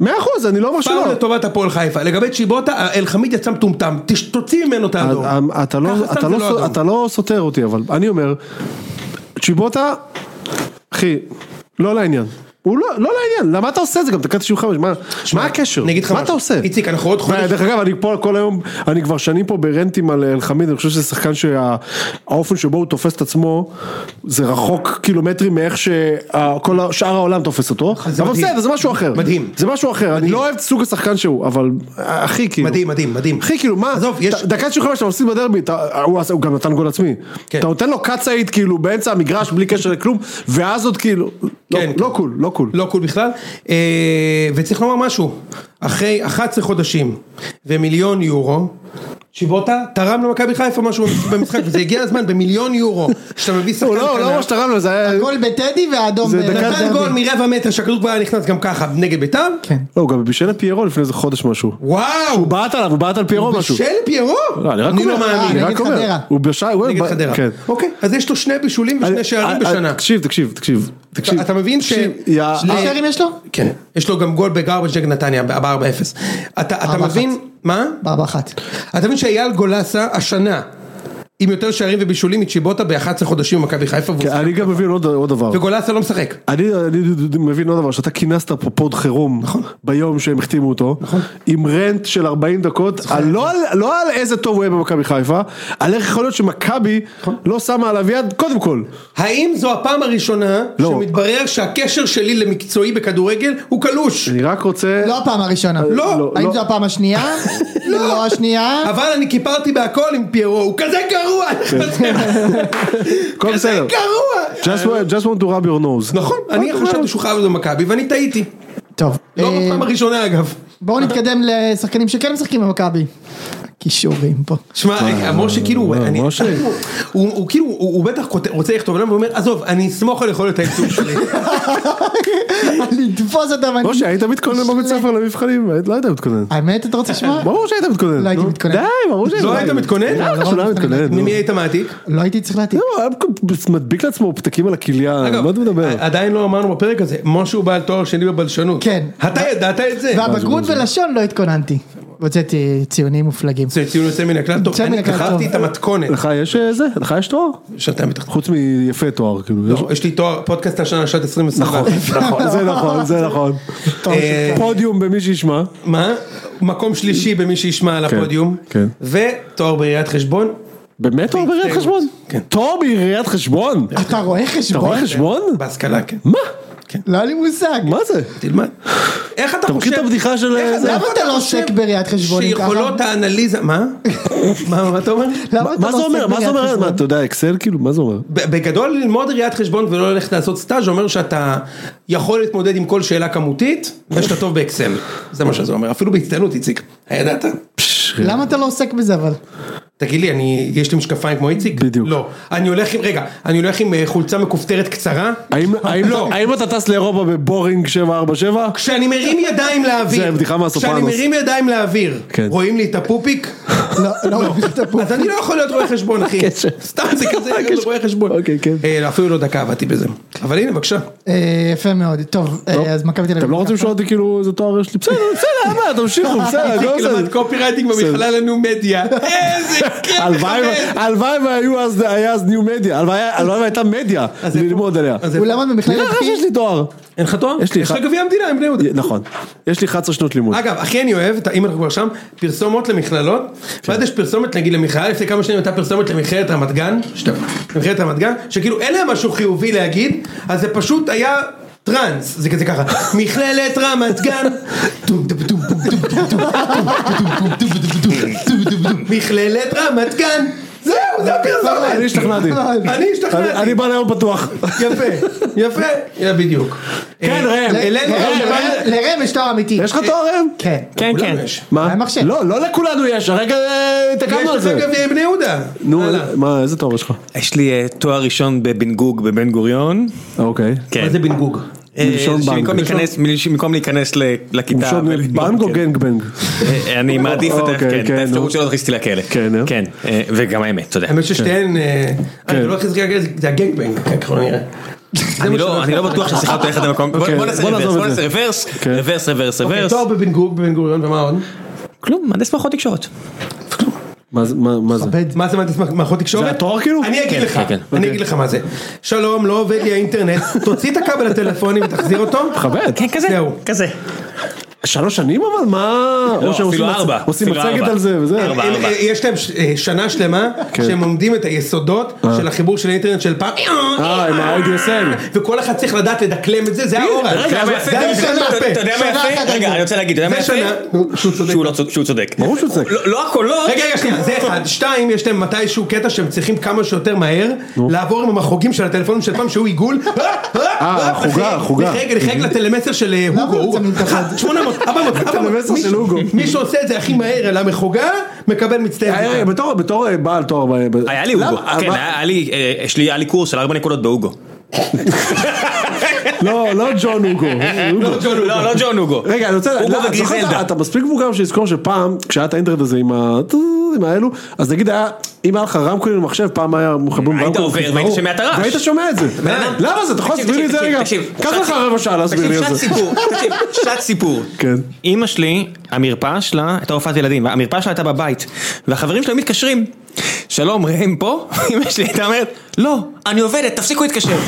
מאה אחוז, אני לא אומר
פאול
שלא.
לטובת הפועל חיפה. לגבי צ'יבוטה, אלחמיד יצא מטומטם. תש- תוציא ממנו את האדום.
אה, אתה לא-
ככה סתם
אתה
זה לא
לא סו-
אדום.
אתה לא סותר אותי, אבל אני אומר, צ'יבוטה, אחי, לא לעניין. הוא לא, לא לעניין, למה אתה עושה את זה גם דקה 95, מה, מה הקשר?
אני אגיד לך
מה
משהו.
אתה עושה?
איציק, אנחנו עוד חודש-
דרך אגב, אני פה כל היום, אני כבר שנים פה ברנטים על אלחמיד, אני חושב שזה שחקן שהאופן שבו הוא תופס את עצמו, זה רחוק קילומטרים מאיך שכל שאר העולם תופס אותו,
זה
אבל
מדהים.
בסדר, זה משהו אחר.
מדהים.
זה משהו אחר, אני לא אוהב את סוג השחקן שהוא, אבל אחי, כאילו.
מדהים, מדהים, מדהים.
אחי כאילו מה,
עזוב, יש-
ד- דקה 95 אתה מפסיד בדרבי, אתה- הוא עשה- הוא גם נתן גול עצמי,
כן.
אתה נותן לו קצאית כאילו באמצע המגרש בלי קשר לכלום, ואז עוד כאילו, לא-
כן,
לא
כן.
קול, לא קול,
לא קול בכלל. אה, וצריך לומר משהו, אחרי 11 חודשים ומיליון יורו, שיבוטה תרם למכבי חיפה משהו במשחק, וזה הגיע הזמן במיליון יורו, שאתה מביא שחקן
הוא לא, הוא לא
כנף.
ממש תרם לו, זה היה...
גול בטדי אה, והאדום
זה
ב-
דקה-
בדרבי.
נתן גול מרבע מטר שהכדור כבר היה נכנס גם ככה נגד ביתר?
כן.
לא, הוא גם בישל את פיירו לפני איזה חודש משהו.
וואו!
הוא בעט עליו, הוא בעט על פיירו משהו.
של פיירו?
לא, אני רק
אני לא
אומר,
מאמין.
אני רק
נגד
אומר.
חדרה.
הוא בשל... הוא-
נגד
ב-
חדרה.
כן.
אוקיי, אז יש לו שני בישולים
אני-
ושני שערים
אה, אה,
בשנה.
תקשיב, תקשיב, תקשיב. תקשיב.
אתה מבין ש...
תקשיב, יא-
שני שערים אה, יש לו?
כן, יש לו גם גול בגרבג' נגד נתניה ב-4-0. אתה
ארבע
מבין?
אחת.
מה?
בארבע אחת.
אתה מבין שאייל גולסה השנה עם יותר שערים ובישולים מצ'יבוטה ב-11 חודשים במכבי חיפה והוא
כן,
משחק.
אני גם מבין עוד עוד דבר.
וגולסה לא משחק.
אני אני מבין עוד דבר, שאתה כינסת פה פוד חירום
נכון.
ביום שהם החתימו אותו, עם רנט של 40 דקות, על- לא על- לא על איזה טוב הוא יהיה במכבי חיפה, על איך יכול להיות שמכבי
נכון.
לא שמה עליו יד, קודם כל.
האם זו הפעם הראשונה
לא.
שמתברר שהקשר שלי למקצועי בכדורגל הוא קלוש?
אני רק רוצה...
לא הפעם הראשונה.
לא,
האם
לא.
זו הפעם השנייה? לא השנייה.
אבל אני כיפרתי בהכל עם פיירו, הוא כזה גרוע!
הכל
כזה
לא, בסדר.
גרוע!
Just want- just want to rub your nose.
נכון, אני חשבתי שהוא חייב להיות במכבי ואני טעיתי.
טוב.
לא
אה,
בפעם הראשונה אגב.
בואו נתקדם לשחקנים שכן משחקים במכבי. כישורים פה.
שמע, משה כאילו,
אה,
אני-
משה.
הוא- הוא הוא כאילו, הוא הוא בטח כות- רוצה לכתוב עליו ואומר, עזוב, אני אסמוך על יכולת הייצוג שלי.
אה,
לתפוס אותם. אני-
משה, היית מתכונן בבית ספר למבחנים? לא היית מתכונן.
האמת אתה רוצה לשמוע?
ברור שהיית מתכונן.
לא הייתי
נו.
מתכונן.
די, ברור שהיית.
לא היית מתכונן?
לא,
לא,
לא היית מתכונן. נו.
ממי היית מעתיק?
לא הייתי צריך להטיל.
לא, הוא מדביק לעצמו פתקים על הכליה, על
אגב,
מה אתה מדבר?
עדיין לא אמרנו בפרק הזה, משה הוא בעל תואר שני בבלשנות.
כן.
אתה ידעת את זה?
והבגרות ולשון לא התכוננתי. והוצאתי ציונים מופלגים.
זה ציון יוצא מן הכלל טוב,
יוצא מן
אני
הכלל
כתבתי את
טוב.
המתכונת.
לך יש אה, זה? לך יש תואר?
שנתיים בתחתון.
חוץ מיפה תואר, כאילו. יש-
לא, יש לי תואר פודקאסט השנה שנת אה, 2021.
נכון, זה נכון, זה נכון.
כן.
אה,
פודיום במי שישמע.
מה? מקום שלישי במי שישמע על
כן,
הפודיום.
כן.
ותואר בראיית חשבון.
באמת תואר בראיית
בהצטיינות.
חשבון?
כן.
תואר בראיית חשבון?
אתה רואה
אתה
חשבון?
רואה חשבון?
בהשכלה, כן.
מה?
לא היה לי מושג.
מה זה?
תלמד. איך אתה חושב...
אתה מכיר את הבדיחה של...
איך-
אה, זה?
למה אתה לא
חושב
עוסק בראיית חשבון אם ככה?
שיכולות האנליזה... מה? מה מה אתה אומר?
למה
מה-
אתה
מה
לא
זה אומר?
עוסק
מה זה
בראיית
אומר? מה,
חשבון?
אתה יודע, אקסל כאילו? מה זה אומר?
ב- בגדול ללמוד ראיית חשבון ולא ללכת לעשות סטאז' אומר שאתה יכול להתמודד עם כל שאלה כמותית ושאתה טוב באקסל. זה מה שזה אומר. אפילו בהצטיינות, איציק. הידעת?
פש,
למה אתה לא עוסק בזה אבל?
תגיד לי, אני, יש לי משקפיים כמו איציק?
בדיוק.
לא. אני הולך עם, רגע, אני הולך עם אה, חולצה מכופתרת קצרה?
האם- האם
לא.
האם אתה טס לאירופה בבורינג 747?
כשאני מרים ידיים לאוויר,
זה הבדיחה מהסופרנוס.
כשאני מרים ידיים לאוויר,
כן.
רואים לי את הפופיק?
לא, לא רואה את הפוך.
אז אני לא יכול להיות רואה חשבון, אחי.
הקשר.
סתם זה כזה, להיות רואה חשבון.
אוקיי, כן.
אה, לא, אפילו לא דקה עבדתי בזה. אבל הנה, בבקשה.
אה, יפה מאוד. טוב, אה, אז מכבי תל אביב.
אתם לא רוצים לשאול אותי כאילו איזה תואר יש לי? בסדר, בסדר, מה, תמשיכו, בסדר, הכל
איציק
לא בסדר.
למד קופי רייטינג במכללה לנו מדיה. איזה כיף.
הלוואי
חמד.
הלוואי והיו אז, היה אז ניו מדיה, הלוואי הלוואי והייתה מדיה
זה פה.
ללמוד עליה.
אז זה-
הוא למד במכללת
נראה לך
חי?
שיש לי תואר.
אין לך תואר?
יש לי
יש
אחד.
לך גביע המדינה עם בני יהודה.
נכון, יש לי 11 שנות לימוד.
אגב, הכי אני אוהב, את ה- אם אנחנו כבר שם, פרסומות למכללות,
כן.
ואז יש פרסומת נגיד למכללה, לפני כמה שנים הייתה פרסומת למכללת רמת גן, שתיים, למכללת רמת גן, שכאילו אין להם משהו חיובי להגיד, אז זה פשוט היה טראנס, זה כזה ככה, מכללת רמת גן, טום, טום, טום, טום, טום, טום, טום, מכללת רמת גן, זהו, זה
אני
הפרסומת,
השתכנעתי.
אוקיי, אני השתכנעתי.
אני- אני בא ליום פתוח.
יפה, יפה, יא, בדיוק.
כן,
אה,
ראם.
העלינו-
לראם- לראם- לראם יש תואר אמיתי.
יש לך תואר הם?
כן.
לכולם יש.
מה?
היה מחשב.
לא, לא לכולנו יש, הרגע אה, התעכבנו על
יש
זה.
לך גביע בני יהודה.
נו,
הלאה.
מה, איזה תואר יש לך?
יש לי אה, תואר ראשון בבן גוג בבן גוריון.
אה, אוקיי.
כן.
מה זה בן גוג?
אה,
מלשון בנג.
שבמקום להיכנס- במקום להיכנס ל- לכיתה,
משום
ול-
בנג או
כן.
גנגבנג?
אה, אני מעדיף את
אוקיי,
ה- כן, את
כן, נו.
האפשרות שלא תכניסתי לכלא,
כן, אה?
כן, אה, וגם האמת, אתה יודע,
האמת ששתיהן, אה,
כן.
אה, זה לא הכי זקן, זה הגנגבנג, כן, ככל הנראה. זה
אני
מה
לא
שלא-
אני לא בטוח שהשיחה הולכת למקום, בוא
אוקיי,
בוא נעשה
בוא
רוורס,
נעזוב
בוא
את זה.
נעשה רוורס,
כן.
רוורס, רוורס,
אוקיי,
רוורס,
תואר בבן גוג, בבן גוריון, ומה עוד?
כלום, מהנדס מערכות תקשורת,
מה זה- מה- מה זה?
בד.
מה זה מעט מערכות תקשורת?
זה התואר כאילו?
אני אגיד
כן,
לך,
כן, כן.
אני אגיד לך מה זה. שלום, לא עובד לי האינטרנט, תוציא את הכבל הטלפוני ותחזיר אותו.
מכבד.
כן כזה,
זהו.
כזה,
שלוש שנים אבל מה? או שהם
אפילו
עושים מצ-
ארבע,
עושים
אפילו
מצגת
ארבע.
על זה וזה.
ארבע.
הם- אה, יש להם ש- אה, שנה שלמה
כן.
שהם לומדים את היסודות של החיבור של האינטרנט של פעם.
אה, עם ה-IDSL.
וכל אחד צריך לדעת לדקלם את זה, זה האורן.
רגע, אבל יפה,
זה
אתה-
הראשון
אתה-
מהפה.
אתה יודע מה
שנה אחת
יפה, רגע,
אחרי.
אני רוצה להגיד, אתה יודע מה
זה שנה.
יפה,
נו, שהוא צודק.
שהוא לא צודק, שהוא צודק,
ברור שהוא צודק.
לא- לא הקולות,
רגע, רגע, שנייה, זה אחד. שתיים, יש להם מתישהו קטע שהם צריכים כמה שיותר מהר לעבור עם המחרוגים של הטלפונים של פעם שהוא עיגול.
אה, החוגה, החוגה.
לחייג לחייג לטלמסר של אה,
למה
הוגו,
הוא
הוגו.
צמאים את החד?
800 400, 400.
המסר
מי ש-
של הוגו.
מי שעושה את זה הכי מהר אל המחוגה, מקבל מצטיין.
היה- היה- בתור- בתור אה, בעל תואר, ב- ב-
היה לי הוגו,
למה?
כן,
אבל-
היה לי, אה, יש לי, היה לי קורס של ארבע נקודות בהוגו.
לא, לא ג'ון הוגו, הוגו.
לא, לא ג'ון הוגו.
רגע, אני רוצה,
הוגו
לא, אתה זוכר,
וגריזלדה.
אתה- אתה מספיק מבוגר בשביל לזכור שפעם, כשהיה את האינטרנט הזה עם ה- עם האלו, אז נגיד היה, אם היה לך רמקולים למחשב, פעם היה מחברים
היית
רמקולים,
עובר והיית
ברור.
שומע את הרעש.
והיית שומע את זה.
אדם-
למה זה? אתה יכול
אה? תקשיב,
להסביר לי את זה
תקשיב,
רגע?
תקשיב,
קח
שעת
לך
סיפור.
רבע שעה להסביר לי
תקשיב,
את
שעת
זה.
סיפור, תקשיב, שעת סיפור.
כן.
אימא שלי, המרפאה שלה, הייתה רופאת ילדים, המרפאה שלה הייתה בבית, והחברים שלה היו מתקשרים. שלום, ראם פה? אמא שלי הייתה אומרת, לא, אני עובדת, תפסיקו להתקשר.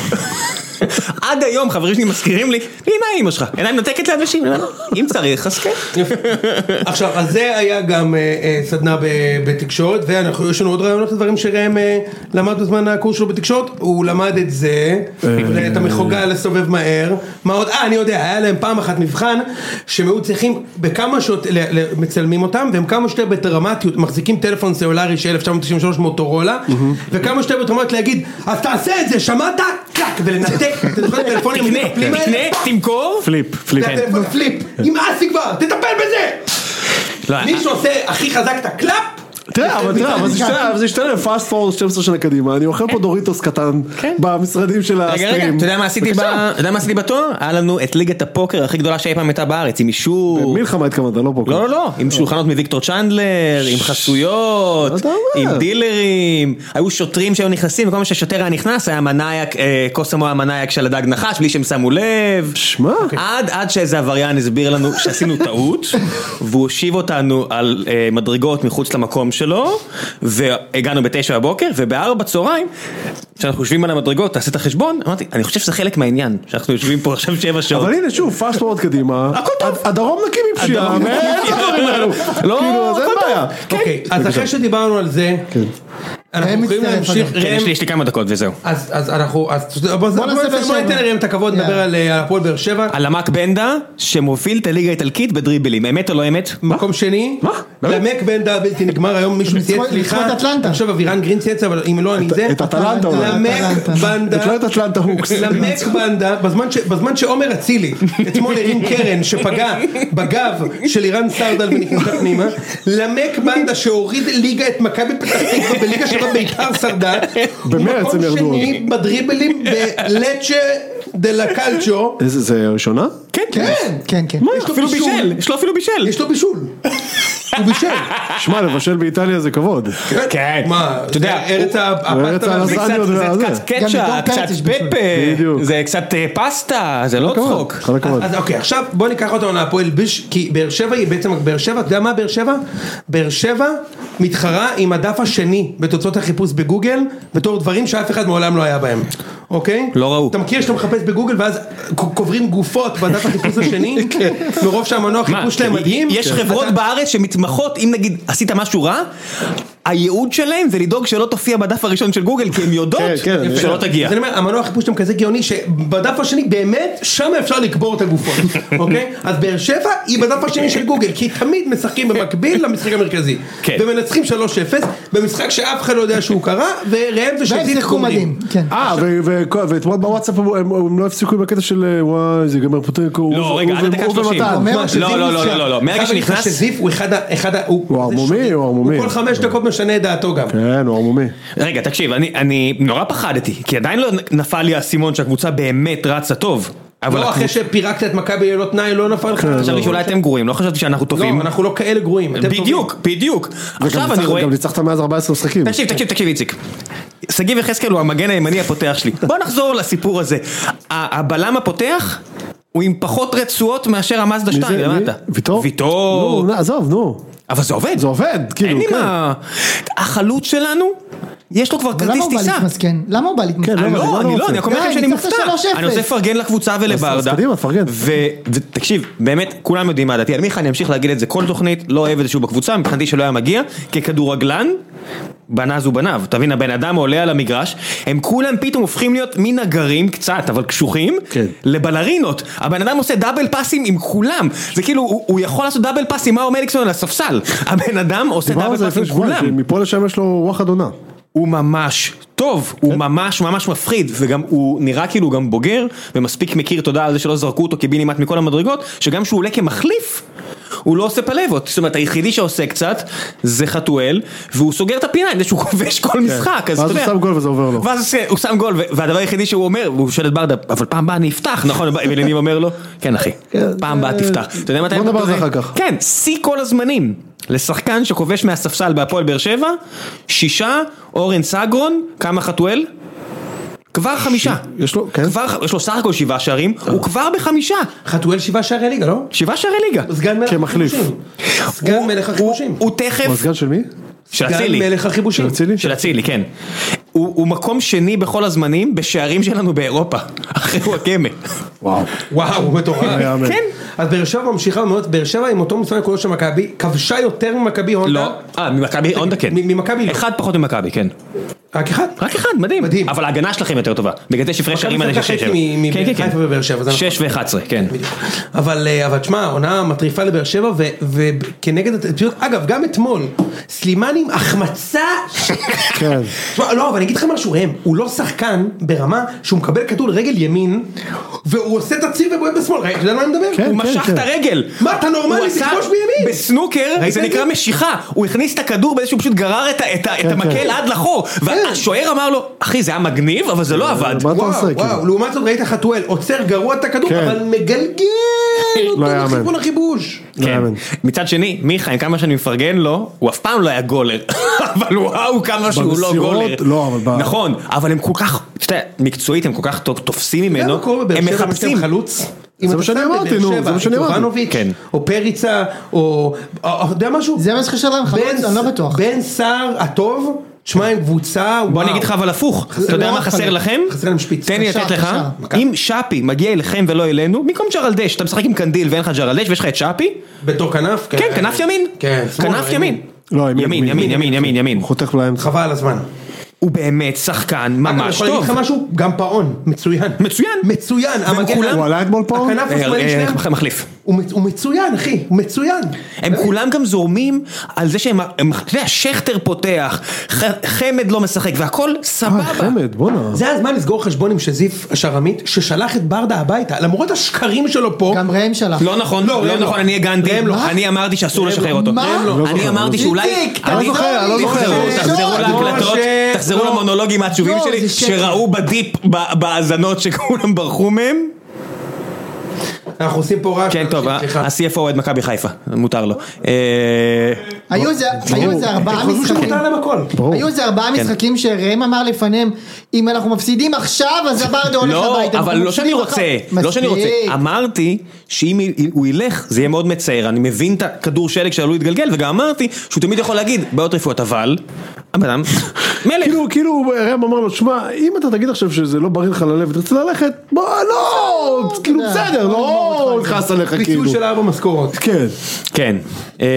עד היום חברים שלי מזכירים לי, מי מה אימא שלך? עיניים נותקת לאנשים, אני אומר, אם צריך, אז כן.
עכשיו, אז זה היה גם אה, אה, סדנה ב- בתקשורת, ואנחנו, יש לנו עוד רעיונות לדברים שראם אה, למד בזמן הקורס שלו בתקשורת, הוא למד את זה,
אה,
את המחוגה לסובב מהר, מה עוד, אה, אני יודע, היה להם פעם אחת מבחן, שהם היו צריכים, בכמה שעות, ל- ל- מצלמים אותם, והם כמה שיותר בדרמטיות, מחזיקים טלפון סלולרי של 1993 מוטורולה, וכמה שיותר בדרמטיות להגיד, אז תעשה את זה, שמעת? קלק, ולנתק, אתה זוכר את הטלפונים
תקנה,
המטפלים האלה?
תקנה, כן. תמכור.
פליפ, פליפ.
זה הטלפון פליפ, נמאס לי כבר, תטפל בזה!
לא,
מי שעושה הכי חזק את הקלאפ,
תראה, אבל תראה, אבל זה ישתנה- אבל זה ישתנה פאסט פורס 12 שנה קדימה, אני אוכל
כן.
פה דוריטוס קטן במשרדים של
רגע רגע,
הסטרים.
אתה יודע מה עשיתי ב-
בבקשה.
אתה יודע מה עשיתי בתואר? היה לנו את ליגת הפוקר הכי גדולה שאי פעם הייתה בארץ, עם אישור.
מלחמה התכוונת, לא פה.
לא לא לא, עם שולחנות מוויקטור צ'נדלר, עם חסויות,
אתה אומר.
עם דילרים, היו שוטרים שהיו נכנסים, וכל פעם שהשוטר היה נכנס היה מנאייק, אה, קוסמו המנאייק של הדג נחש, בלי שהם שמו לב. אוקיי.
שמע.
עד עד שאיזה עבריין הסביר לנו שעשינו טעות, והוא הושיב אותנו על אה, מדרגות מחוץ למקום שלו, והגענו בתשע בבוקר, ובארבע בצהריים, כשאנחנו יושבים על המדרגות, תעשה את החשבון, אמרתי, אני חושב שזה חלק מהעניין, שאנחנו יושבים פה עכשיו שבע שעות.
אבל הנה שוב, פאסט פורט קדימה,
הכל טוב.
הד- הדרום נקי מפשיעה,
הדרום נקי.
ואין את הדברים האלו,
לא,
כאילו, אז אין
הכל טוב. כן.
בעיה.
אוקיי,
כן.
אז אחרי שדיברנו על זה, אנחנו
ראם
יכולים
מצטרף,
להמשיך,
כן,
ראם,
יש לי- יש לי כמה דקות וזהו.
אז אז אנחנו, אז בוא בוא
נעשה באר
נעשה- בוא
שבע.
ניתן לראם את הכבוד, נדבר
יאללה.
על אה, על הפועל באר שבע,
על עמק בנדה שמוביל את הליגה האיטלקית בדריבלים, אמת או לא אמת?
מקום שני, למק בנדה הבלתי נגמר היום מישהו צייץ,
לכבוד-
סליחה,
לכבוד אטלנטה.
עכשיו אבירן גרין צייץ, אבל אם לא אני זה,
את אטלנטה אולי.
למק
אטלנטה.
בנדה,
את לא את אטלנטה הוקס.
למק בנדה, בזמן ש- בזמן שעומר אצילי אתמול הרים קרן שפגע בגב של אירן סרדל ונכנסה פנימה, למק בנדה שהוריד ליגה את מכבי פתח תקווה בליגה שבה בית"ר שרדה, הוא
במרץ הם ירדו.
מקום שני בדריבלים בלצ'ה דה לה קלצ'ו,
איזה, זה ראשונה?
כן,
כן,
כן, כן.
יש לו
אפילו
בישול.
בישל, יש לו אפילו בישל.
יש לו בישול, הוא בישל,
שמע, לבשל באיטליה זה כבוד.
כן.
מה,
אתה יודע,
זה ארץ ה-
ארץ
הפסטה
זה
הלזניה.
והביצה?
קצת-
יודע,
זה
זה.
קצת
גם בתור
קצ'אפ, קצת
פרץ יש בישול.
פפר,
בדיוק.
זה קצת אה, פסטה, זה לא צחוק.
כל הכבוד.
אז אוקיי, עכשיו בוא ניקח אותנו להפועל ביש, כי באר שבע היא בעצם, באר שבע, אתה יודע מה באר שבע? באר שבע מתחרה עם הדף השני בתוצאות החיפוש בגוגל, בתור דברים שאף אחד מעולם לא היה בהם, אוקיי?
לא ראו.
אתה מכיר שאתה מחפש בגוגל ואז ק- קוברים גופות בדף החיפוש השני? מרוב שהמנוע
מה,
חיפוש שלהם מדהים? כן.
יש
אתה-
חברות בארץ שמתמחות, אם נגיד עשית משהו רע, הייעוד שלהם זה לדאוג שלא תופיע בדף הראשון של גוגל, כי הן יודעות
כן, כן, אני
שלא
יודע.
תגיע.
אז אני לא- אומר, המנוע החיפוש שלהם כזה גאוני שבדף השני באמת, שם אפשר לקבור את הגופות, אוקיי? אז באר שבע היא בדף השני של גוגל, כי תמיד משחקים במקביל למשחק המרכזי.
כן.
ומנצחים 3-0 במשחק שאף אחד לא יודע שהוא קרה, וראם
והם
ושזית
שיחקו מדהים, כן.
אה, ו- ו- ואתמול בוואטסאפ הם- הם הם לא הפסיקו עם הקטע של אה, וואי, זה ייגמר פוטנקו.
לא, רגע, עד הדקה שלושים.
אומר
לא,
שזיו
לא, לא,
נפצע.
לא, לא, לא, מהרגע שנכנס,
שזיף הוא אחד ה... אחד ה-
הוא
זה
ערמומי,
שזיף.
הוא ערמומי.
כל חמש דקות משנה את דעתו גם.
כן, הוא ערמומי.
רגע, תקשיב, אני, אני נורא פחדתי, כי עדיין לא נפל לי האסימון שהקבוצה באמת רצה טוב. אבל
לא
הקבוצ-
אחרי שפירקת את מכבי ללא תנאי, לא נפל לך.
כן,
חשבתי שאולי
אוקיי.
אתם גרועים, לא חשבתי שאנחנו
לא,
טובים.
אנחנו לא כאלה גרועים. אתם טובים.
בדיוק, בדיוק.
וגם
עכשיו אני
ניצחת-
רואה...
גם ניצחת מאז 14 משחקים.
תקשיב, תקשיב, תקשיב, איציק. שגיב יחזקאל הוא המגן הימני הפותח שלי. בוא נחזור לסיפור הזה. ה- הבלם הפותח הוא עם פחות רצועות מאשר המאזדה
מי זה?
2 למטה.
מי? ויטור?
ויטור.
נו, עזוב, נו.
אבל זה עובד.
זה עובד,
אין
כאילו,
לי
כן.
מה... החלוץ שלנו, יש לו כבר
אבל למה
כרטיס
הוא בא
טיסה.
להתמסכן? למה הוא בא להתמסכן?
כן,
אני
אבל
לא,
אני לא
אני לא,
רוצה.
אני רק אומר לכם
די,
שאני
ניצחת
מופתע.
3-0.
אני רוצה לפרגן לקבוצה
אז
ולברדה.
קדימה, תפרגן.
ו- ותקשיב, באמת, כולם יודעים מה דעתי על מיכה, אני אמשיך להגיד את זה כל תוכנית, לא אוהב את זה שהוא בקבוצה, מבחינתי שלא היה מגיע, ככדורגלן, בנה זו בניו. תבין, הבן אדם עולה על המגרש, הם כולם פתאום הופכים להיות מנגרים קצת, אבל קשוחים,
כן.
לבלרינות. הבן אדם עושה דאבל פאסים עם כולם. זה כאילו, הוא הוא יכול לעשות דאבל פאס עם מאור מליקסון על הספסל. הבן אדם עושה
דיברנו על זה
דאבל פאס עם
לפני שבועיים,
כולם.
שמפה לשם יש לו וואחד עונה.
הוא ממש טוב, הוא
כן.
ממש ממש מפחיד, וגם הוא נראה כאילו הוא גם בוגר, ומספיק מכיר תודה על זה שלא זרקו אותו קיבינימט מכל המדרגות, שגם כשהוא עולה כמחליף, הוא לא עושה פלבות, זאת אומרת היחידי שעושה קצת, זה חתואל, והוא סוגר את הפינה עם זה שהוא כובש כל משחק, אז
כן. ואז
אתה
הוא
יודע.
שם גול וזה עובר לו.
ואז הוא- הוא שם גול, ו- והדבר היחידי שהוא אומר, הוא שואל את ברדה, אבל פעם באה אני אפתח, נכון? ולניב אומר לו, כן אחי, פעם באה תפתח. אתה יודע מתי
אה, בוא
הם
נדבר על זה
טובים?
אחר כך.
כן, שיא כל הזמנים. לשחקן שכובש מהספסל בהפועל באר שבע, שישה, אורן סגרון, כמה חתואל? כבר חמישה.
יש לו, כן. אה.
כבר, ח- יש לו סך הכל שבעה שערים, הוא כבר בחמישה.
חתואל שבעה שערי ליגה, לא?
שבעה שערי ליגה.
סגן מלך
כמחליף.
החיבושים. סגן מלך החיבושים.
הוא תכף,
הוא הסגן של מי?
של
סגן
אצילי.
מלך החיבושים.
אצילי?
של אצילי, כן. הוא, הוא מקום שני בכל הזמנים בשערים שלנו באירופה, אחרי וואקמה.
וואו.
וואו, הוא מטורף.
יאמן.
כן.
אז באר שבע ממשיכה מאוד, באר שבע עם אותו מספר נקודות של מכבי, כבשה יותר ממכבי הונדה.
לא, אה, ממכבי, הונדה כן.
מ- ממכבי לא.
אחד פחות ממכבי, כן.
רק אחד?
רק אחד, מדהים.
מדהים.
אבל ההגנה שלכם יותר טובה. בגלל זה יש הפרש שערים
מכבי
האלה של שש
משחקת
שבע.
מ-
כן, כן,
מחיפה ובאר שבע, זה
כן.
נכון.
שש ואחת עשרה, כן.
אבל אה, אבל תשמע, עונה מטריפה לבאר שבע, וכנגד, אגב, גם אתמול, סלימן עם החמצה, ש-
כן.
תשמע, לא, אבל אני אגיד לך משהו, ראם, הוא לא שחקן ברמה שהוא מקבל כדור רגל ימין, והוא עושה תציר ובועט בשמאל, ראי- אתה יודע על מה אני מדבר?
כן,
הוא משך
כן.
את הרגל.
מה, אתה נורמלי?
הוא עשה-
תכבוש בימין.
בסנוקר
ראית
זה
את
נקרא
זה?
משיכה. הוא הכניס את הכדור באיזה שהוא פשוט גרר את ה- את ה- את המקל
כן.
עד לחור. והשוער אמר לו, אחי זה היה מגניב, אבל
אה,
זה לא עבד.
מה אתה
וואו,
עושה? כאילו?
וואו, לעומת זאת ראית חתואל, עוצר גרוע את הכדור,
כן.
אבל מגלגל
לא
אותו
יאמן.
לכיוון החיבוש.
כן.
מאמן.
מצד שני, מיכה, עם כמה שאני מפרגן לו, הוא אף פעם לא היה גולר. אבל וואו, כמה שהוא לא
במסירות,
גולר.
לא, אבל ב-
נכון, אבל הם כל כך, אתה יודע, מקצועית הם כל כך טוב- תופסים
אתה יודע
ממנו,
מה קורה בבאר
לא- הם
שבע, אם יש להם
מחפשים.
חלוץ? אם
מה
אתה
שאני
שם
אמרתי,
בבאר
נו,
שבע
זה מה
את
שאני אמרתי.
יובנוביץ',
כן.
או פריצה, או... או- או- אתה יודע משהו?
זה מה שחסר להם חלוץ? אני לא בטוח.
בן סער הטוב, תשמע עם קבוצה, וואו.
בוא אני אגיד לך אבל הפוך,
חסר
אתה יודע
להם
מה
רק
חסר
חלוץ.
לכם?
חסר להם שפיץ.
תן לי
קשר,
לתת לך,
קשר.
אם שפי מגיע אליכם ולא אלינו, במקום ג'רלדש, אתה משחק עם קנדיל ואין לך ג'רלדש ויש לך את שפי,
בתור כנף?
כן, כנף ימין,
כן, שמאל,
כנף
ימין.
ימין,
לא, ימין,
ימין,
ימין.
ימין, ימין, ימין, ימין,
הוא חותך לאמצע.
חבל על הזמן.
הוא באמת שחקן
אגב, אני
ממש
יכול להגיד
טוב,
לך משהו? גם פאון, מצוין.
מצוין.
מצוין. המגן-
כולם-
הוא עלה אתמול פה?
הכנף
אה,
השמאלי
אה,
שלהם,
מחליף.
הוא מצ- הוא מצוין אחי, הוא מצוין.
הם
אה.
כולם גם זורמים על זה שהם, הם- אתה יודע, שכטר פותח, ח- חמד לא משחק והכל
אה,
סבבה.
חמד, בואנה.
זה הזמן לסגור חשבון עם שזיף השרמית, ששלח את ברדה הביתה, למרות השקרים שלו פה.
גם ראם שלח.
לא נכון,
לא,
לא
ראם לא.
נכון, אני הגנתי,
ראם לא.
אני אמרתי שאסור
ראם לא.
לשחרר אותו.
מה?
לא.
אני אמרתי שאולי...
איציק,
אני-
אתה לא
זוכר, אני לא זוכר.
תחזרו-
ראם,
תחזרו
לא.
להקלטות,
משה,
תחזרו
לא.
למונולוגים העצובים
לא,
שלי,
זה שקר.
שראו בדיפ ב- בהאזנות שכולם ברחו מהם.
אנחנו עושים פה רעש. אה,
כן, טוב, ה-
סליחה.
ה-CFO אוהד מכבי חיפה, מותר לו. אה,
היו איזה- היו איזה ארבעה
חשבו
משחקים.
שמותר להם הכל.
ברור.
היו איזה ארבעה משחקים שראם אמר לפניהם, אם אנחנו מפסידים עכשיו, אז הברדה הולך
לא,
הביתה.
אבל
אנחנו
לא שאני
מפסידים
רוצה,
מחר.
לא שאני רוצה.
מספיק.
אמרתי שאם י- הוא ילך זה יהיה מאוד מצער, אני מבין את הכדור שלג שעלול להתגלגל, וגם אמרתי שהוא תמיד יכול להגיד בעיות רפואיות, אבל... הבן אדם, מלך.
כאילו, כאילו, ראם אמר לו, שמע, אם אתה תגיד עכשיו שזה לא בריא לך ללב ותרצה ללכת, בוא, לא, כאילו,
יודע,
בסדר,
בוא נגמור
לא
אותך
נכנס עליך, כאילו.
פיצול של ארבע משכורות.
כן.
כן. אה,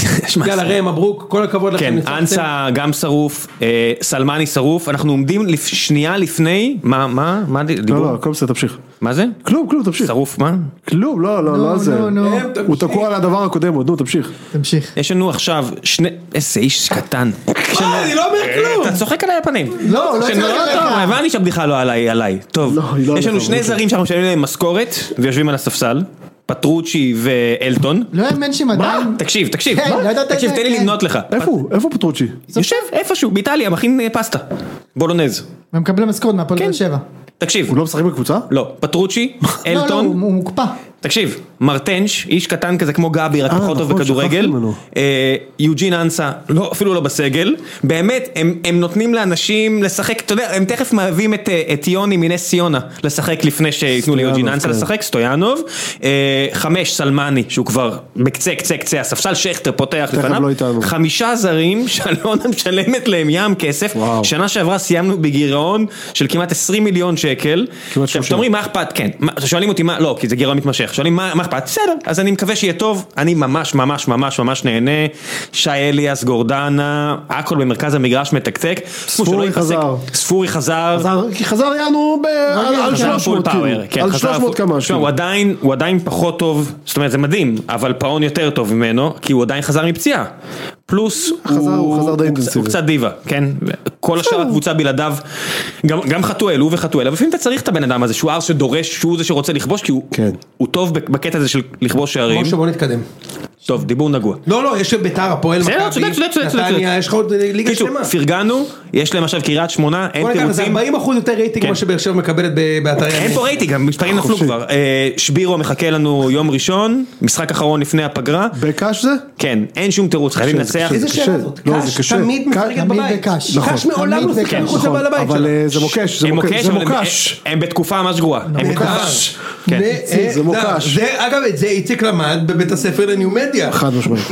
שמע,
יאללה ראם מברוק, כל הכבוד לכם.
כן,
ניצחתם.
אנסה גם שרוף, אה, סלמני שרוף, אנחנו עומדים לפ- שנייה לפני, מה, מה, מה ד-
לא,
דיבור?
לא, הכל בסדר, תמשיך.
מה זה?
כלום, כלום, תמשיך.
שרוף, מה?
כלום, לא, לא, לא
נו,
זה.
נו, נו.
ראם,
הוא
תמשיך.
תקוע על הדבר הקודם עוד, נו, תמשיך.
תמשיך.
יש לנו עכשיו שני... איזה איש קטן. אה,
מה, אני לא אומר כלום.
אתה צוחק עליי הפנים.
אה, לא, לא
שנורא
צוחק
טוב,
עליך.
הבנתי שהבדיחה לא עליי, עליי. טוב,
לא, היא לא
יש לנו
עליך,
שני
אבל-
זרים שאנחנו משלמים להם משכורת, ויושבים על הספסל, פטרוצ'י ואלטון.
לא יאמן שהם עדיין...
תקשיב, תקשיב,
כן, לא ידעת את
תקשיב,
זה,
תן לי
כן.
למנות לך.
איפה הוא? איפה פטרוצ'י?
יושב איפשהו, באיטליה, מכין אה, פסטה. בולונז.
הם מקבלים משכורת
כן.
מהפועל באר שבע.
תקשיב,
הוא לא משחק בקבוצה?
לא, פטרוצ'י,
לא, לא,
אלטון,
הוא הוא מוקפא.
תקשיב, מרטנש, איש קטן כזה כמו גבי, רק
אה,
פחות טוב
נכון,
בכדורגל,
שכחתי ממנו.
אה, יוג'ין אנסה, לא, אפילו לא בסגל, באמת, הם, הם נותנים לאנשים לשחק, אתה יודע, הם תכף מהווים את, אה, את יוני מנס ציונה לשחק לפני שייתנו
סטויאנוב,
ליוג'ין אנסה
כן.
לשחק, סטויאנוב, אה, חמש, סלמני, שהוא כבר בקצה קצה קצה הספסל, שכטר פותח
תכף
לפניו,
לא איתנו.
חמישה זרים שאלונה משלמת להם ים כסף,
וואו.
שנה שעברה סיימנו בגירעון של כמעט 20 מיליון שקל,
כמעט 30.
עכשיו, אתם אומרים מה אכפת, כן, מה- שואלים אותי מה, לא, כי זה גירעון מתמשך, שואלים מה מה אכפת, בסדר, אז אני מקווה שיהיה טוב, אני ממש ממש ממש ממש נהנה, שי אליאס, גורדנה, הכל במרכז המגרש מתקתק, תשמעו, שלא
ספורי
יתפסק.
חזר.
ספורי חזר,
חזר- כי חזר יענו ב- על
חזר
על
פול
חזר פול
300
פאוור,
כאילו,
כן,
על
חזר
300
פול-
כמה
תשמע,
כאילו.
הוא עדיין, הוא עדיין פחות טוב, זאת אומרת זה מדהים, אבל פאון יותר טוב ממנו, כי הוא עדיין חזר מפציעה. פלוס
חזר- הוא חזר די
הוא
אינטנסיבי.
קצת דיבה, כן? כל השאר הקבוצה בלעדיו, גם, גם חתואל, הוא וחתואל, אבל לפעמים אתה צריך את הבן אדם הזה, שהוא ארס שדורש, שהוא זה שרוצה לכבוש, כי הוא,
כן.
הוא טוב בק- בקטע הזה של לכבוש שערים.
משה בוא נתקדם.
טוב, דיבור נגוע.
לא לא יש ביתר הפועל
בסדר, צודק, צודק, צודק, צודק.
נתניה יש לך עוד אה, ליגה
קיצור,
שלמה.
פרגנו, יש להם עכשיו קריית שמונה, אין
בוא ניקח איזה
תירוצים.
40% יותר רייטינג
כן.
ממה שבאר שבע מקבלת ב- באתרי
אין
ימין.
פה רייטינג, המספרים נפלו
חופשי.
כבר. אה, שבירו מחכה לנו יום ראשון, משחק אחרון לפני הפגרה.
בקאש זה?
כן, אין שום תירוץ, חייבים
זה
לנצח.
איזה
קשה.
שאלה זאת?
לא, זה
קאש
קשה.
תמיד
קאש-
משחקת
תמיד
בבית.
בקאש.
קאש
נכון,
מעולם
תמיד
לא משחקת
בקאש.
מחוץ לבעל הבית
אבל
שלה.
אה, זה מוקש, זה
הם
מוקש,
מוקש,
זה
אבל הם-
מוקש.
הם בתקופה ממש גרועה. הם
נהדר.
מוקש. כן.
נהדר.
זה מוקש.
אה, זה- אגב את זה איציק למד בבית הספר לניומדיה.
חד משמעית.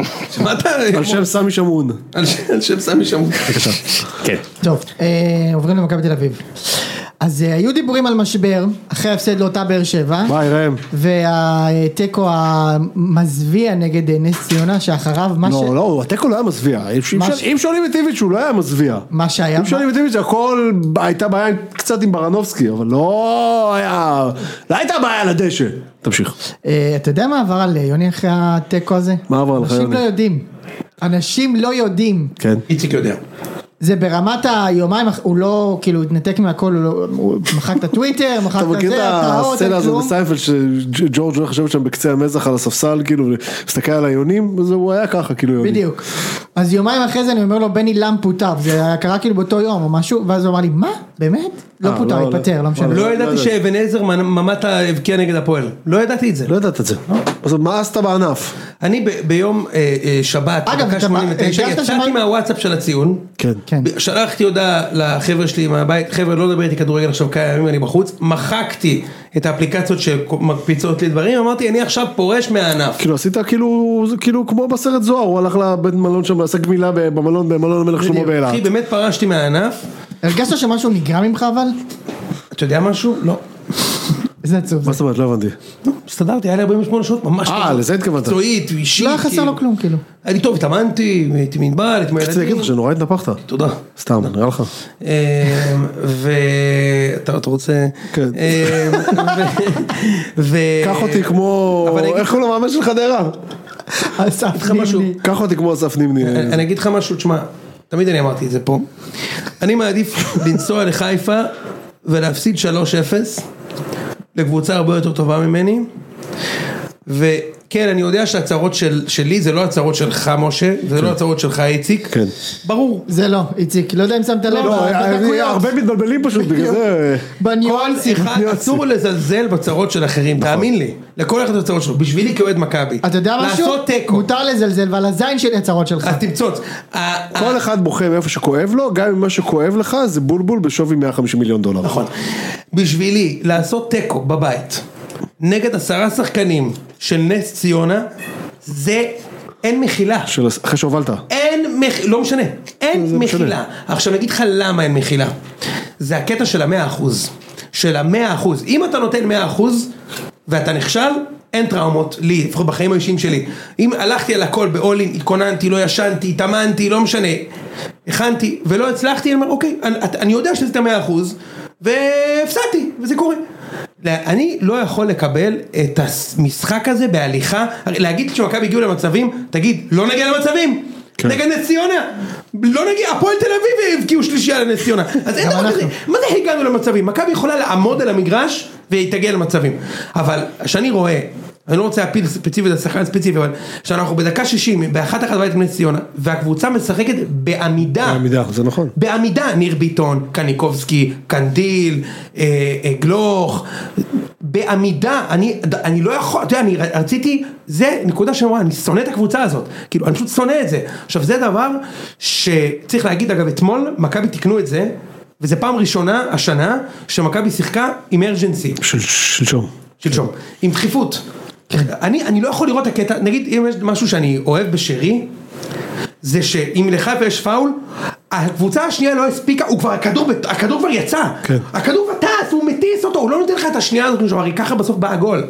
מה אתה...
על שם סמי שמון.
על שם- על שם סמי שמון.
כן.
טוב, אה, עוברים למכבי תל אביב. אז אה, היו דיבורים על משבר, אחרי ההפסד לאותה באר שבע.
ביי ראם.
והתיקו המזוויע נגד אה, נס ציונה שאחריו מה, ש...
לא, לא, התיקו לא היה מזוויע. אם ש-
מה
אם
ש-
אם שואלים את איביץ' הוא לא היה מזוויע.
מה שהיה,
אם שואלים את איביץ' הכל הייתה בעיה קצת עם ברנובסקי, אבל לא היה... לא הייתה בעיה על הדשא. תמשיך.
אה, אתה יודע מה עבר על אה, יוני אחרי התיקו הזה?
מה עבר לך,
אנשים
יוני?
לא יודעים, אנשים לא יודעים,
כן.
איציק יודע.
זה ברמת היומיים, אח- הוא לא, כאילו, התנתק מהכל, הוא, לא, הוא מחק את הטוויטר, מחק
אתה
את
מכיר את
זה, התראות,
הסצנה הזאת
כלום.
בסיינפלד שג'ורג' הולך לשבת שם בקצה המזח על הספסל כאילו מסתכל על היונים אז הוא היה ככה כאילו יוני.
בדיוק. אז יומיים אחרי זה אני אומר לו, בני לאם פוטר, זה היה- קרה כאילו באותו יום או משהו, ואז הוא אמר לי, מה? באמת? לא
אה,
פוטר,
לא,
התפטר,
לא.
לא משנה.
לא ידעתי
יודע.
שאבן עזר ממטה הבקיע נגד הפועל. לא ידעתי את זה.
לא ידעת את זה. אז מה עשת בענף?
אני ב- ביום אה, אה, שבת,
אגב,
בדקה
אתה-
89,
הרגשת
יצאתי
שמה-
מהוואטסאפ של הציון.
כן.
כן.
ב- שלחתי הודעה לחבר'ה שלי מהבית, חבר'ה לא לדבר איתי כדורגל עכשיו כמה ימים אני בחוץ, מחקתי את האפליקציות שמקפיצות לי דברים, אמרתי אני עכשיו פורש מהענף.
כאילו עשית כאילו זה כאילו כמו בסרט זוהר הוא הלך לבית מלון שם לעסק מילה ב- במלון במלון המלך שלמה באילת.
אחי באמת פרשתי מהענף,
הרגשת שמשהו נגרע ממך אבל?
אתה יודע משהו? לא.
זה עצוב. זה.
מה זאת אומרת לא הבנתי.
לא, הסתדרתי, היה לי 48 שעות ממש
אה,
טובות.
לזה התכוונת.
מקצועית, אישית.
לא היה חסר
כאילו.
לו כלום, כאילו.
אני טוב, התאמנתי, הייתי עם ענבל, הייתי עם
רציתי להגיד לך
הילדים.
שנורא התנפחת.
תודה.
סתם נראה לך.
ואתה אתה רוצה...
כן.
אה, ו- ו-
קח אותי כמו
אה, אבל אני אגיד
איך קוראים למאמן של חדרה? אה,
אסף
לך משהו.
נימני.
קח אותי כמו אסף נימני.
אני אני אגיד לך משהו, תשמע, תמיד אני אמרתי את זה פה. אני מעדיף לנסוע לחיפה ולהפסיד 3-0 לקבוצה הרבה יותר טובה ממני. וכן, אני יודע שהצהרות של, שלי זה לא הצהרות שלך, משה, זה לא הצהרות שלך, איציק.
כן.
ברור.
זה לא, איציק, לא יודע אם שמת לב,
לא,
בדקויות,
הרבה מתבלבלים פשוט בגלל זה.
כל
בניואנסים.
אחד אסור לזלזל בצרות של אחרים, תאמין לי. לכל אחד הצרות שלו, בשבילי כאוהד מכבי.
אתה יודע משהו?
לעשות תיקו.
מותר לזלזל ועל הזין שלי הצרות שלך.
אז תמצוץ.
כל אחד בוכה מאיפה שכואב לו, גם אם מה שכואב לך זה בולבול בשווי 150 מיליון דולר.
נכון. בשבילי לעשות תיקו בבית נגד עשרה שחקנים של נס ציונה זה אין מחילה.
של- אחרי שהובלת.
אה. אין מחילה, לא משנה, אין
זה משנה.
מחילה. עכשיו אני אגיד לך למה אין מחילה. זה הקטע של המאה אחוז. של המאה אחוז. אם אתה נותן מאה אחוז ואתה נכשל, אין טראומות, לי, לפחות בחיים האישיים שלי. אם הלכתי על הכל באולין, התכוננתי, לא ישנתי, התאמנתי, לא משנה. הכנתי ולא הצלחתי, אני אומר אוקיי, אני, את- אני יודע שזה את המאה אחוז, והפסדתי, וזה קורה. לה- אני לא יכול לקבל את המשחק הזה בהליכה, הרי להגיד שמכבי הגיעו למצבים, תגיד, לא נגיע למצבים!
כן.
נגד נס ציונה, לא נגיע, הפועל תל אביב הבקיעו שלישייה לנס ציונה, אז אין
גם
דבר כזה,
אנחנו.
מה זה הגענו למצבים? מכבי יכולה לעמוד על המגרש והיא תגיע למצבים, אבל כשאני רואה, אני לא רוצה להפיל ספציפית על שחקן ספציפי, אבל כשאנחנו בדקה 60, באחת אחת בית עם נס ציונה, והקבוצה משחקת בעמידה,
עמידה, זה נכון.
בעמידה, ניר ביטון, קניקובסקי, קנדיל, אה, אה, גלוך, בעמידה, אני, אני לא יכול, אתה יודע, אני רציתי, זה נקודה שאמרה, אני שונא את הקבוצה הזאת, כאילו, אני פשוט שונא את זה. עכשיו, זה דבר שצריך להגיד, אגב, אתמול, מכבי תיקנו את זה, וזה פעם ראשונה השנה שמכבי שיחקה עם ארג'נסי.
של- שלשום.
שלשום, עם דחיפות.
כן.
אני, אני לא יכול לראות את הקטע, נגיד אם יש משהו שאני אוהב בשרי, זה שאם לחיפה יש פאול, הקבוצה השנייה לא הספיקה, הוא כבר, הכדור, בת- הכדור כבר יצא,
כן.
הכדור כבר טס, הוא מטיס אותו, הוא לא נותן לך את השנייה הזאת, הוא הרי ככה בסוף בא הגול.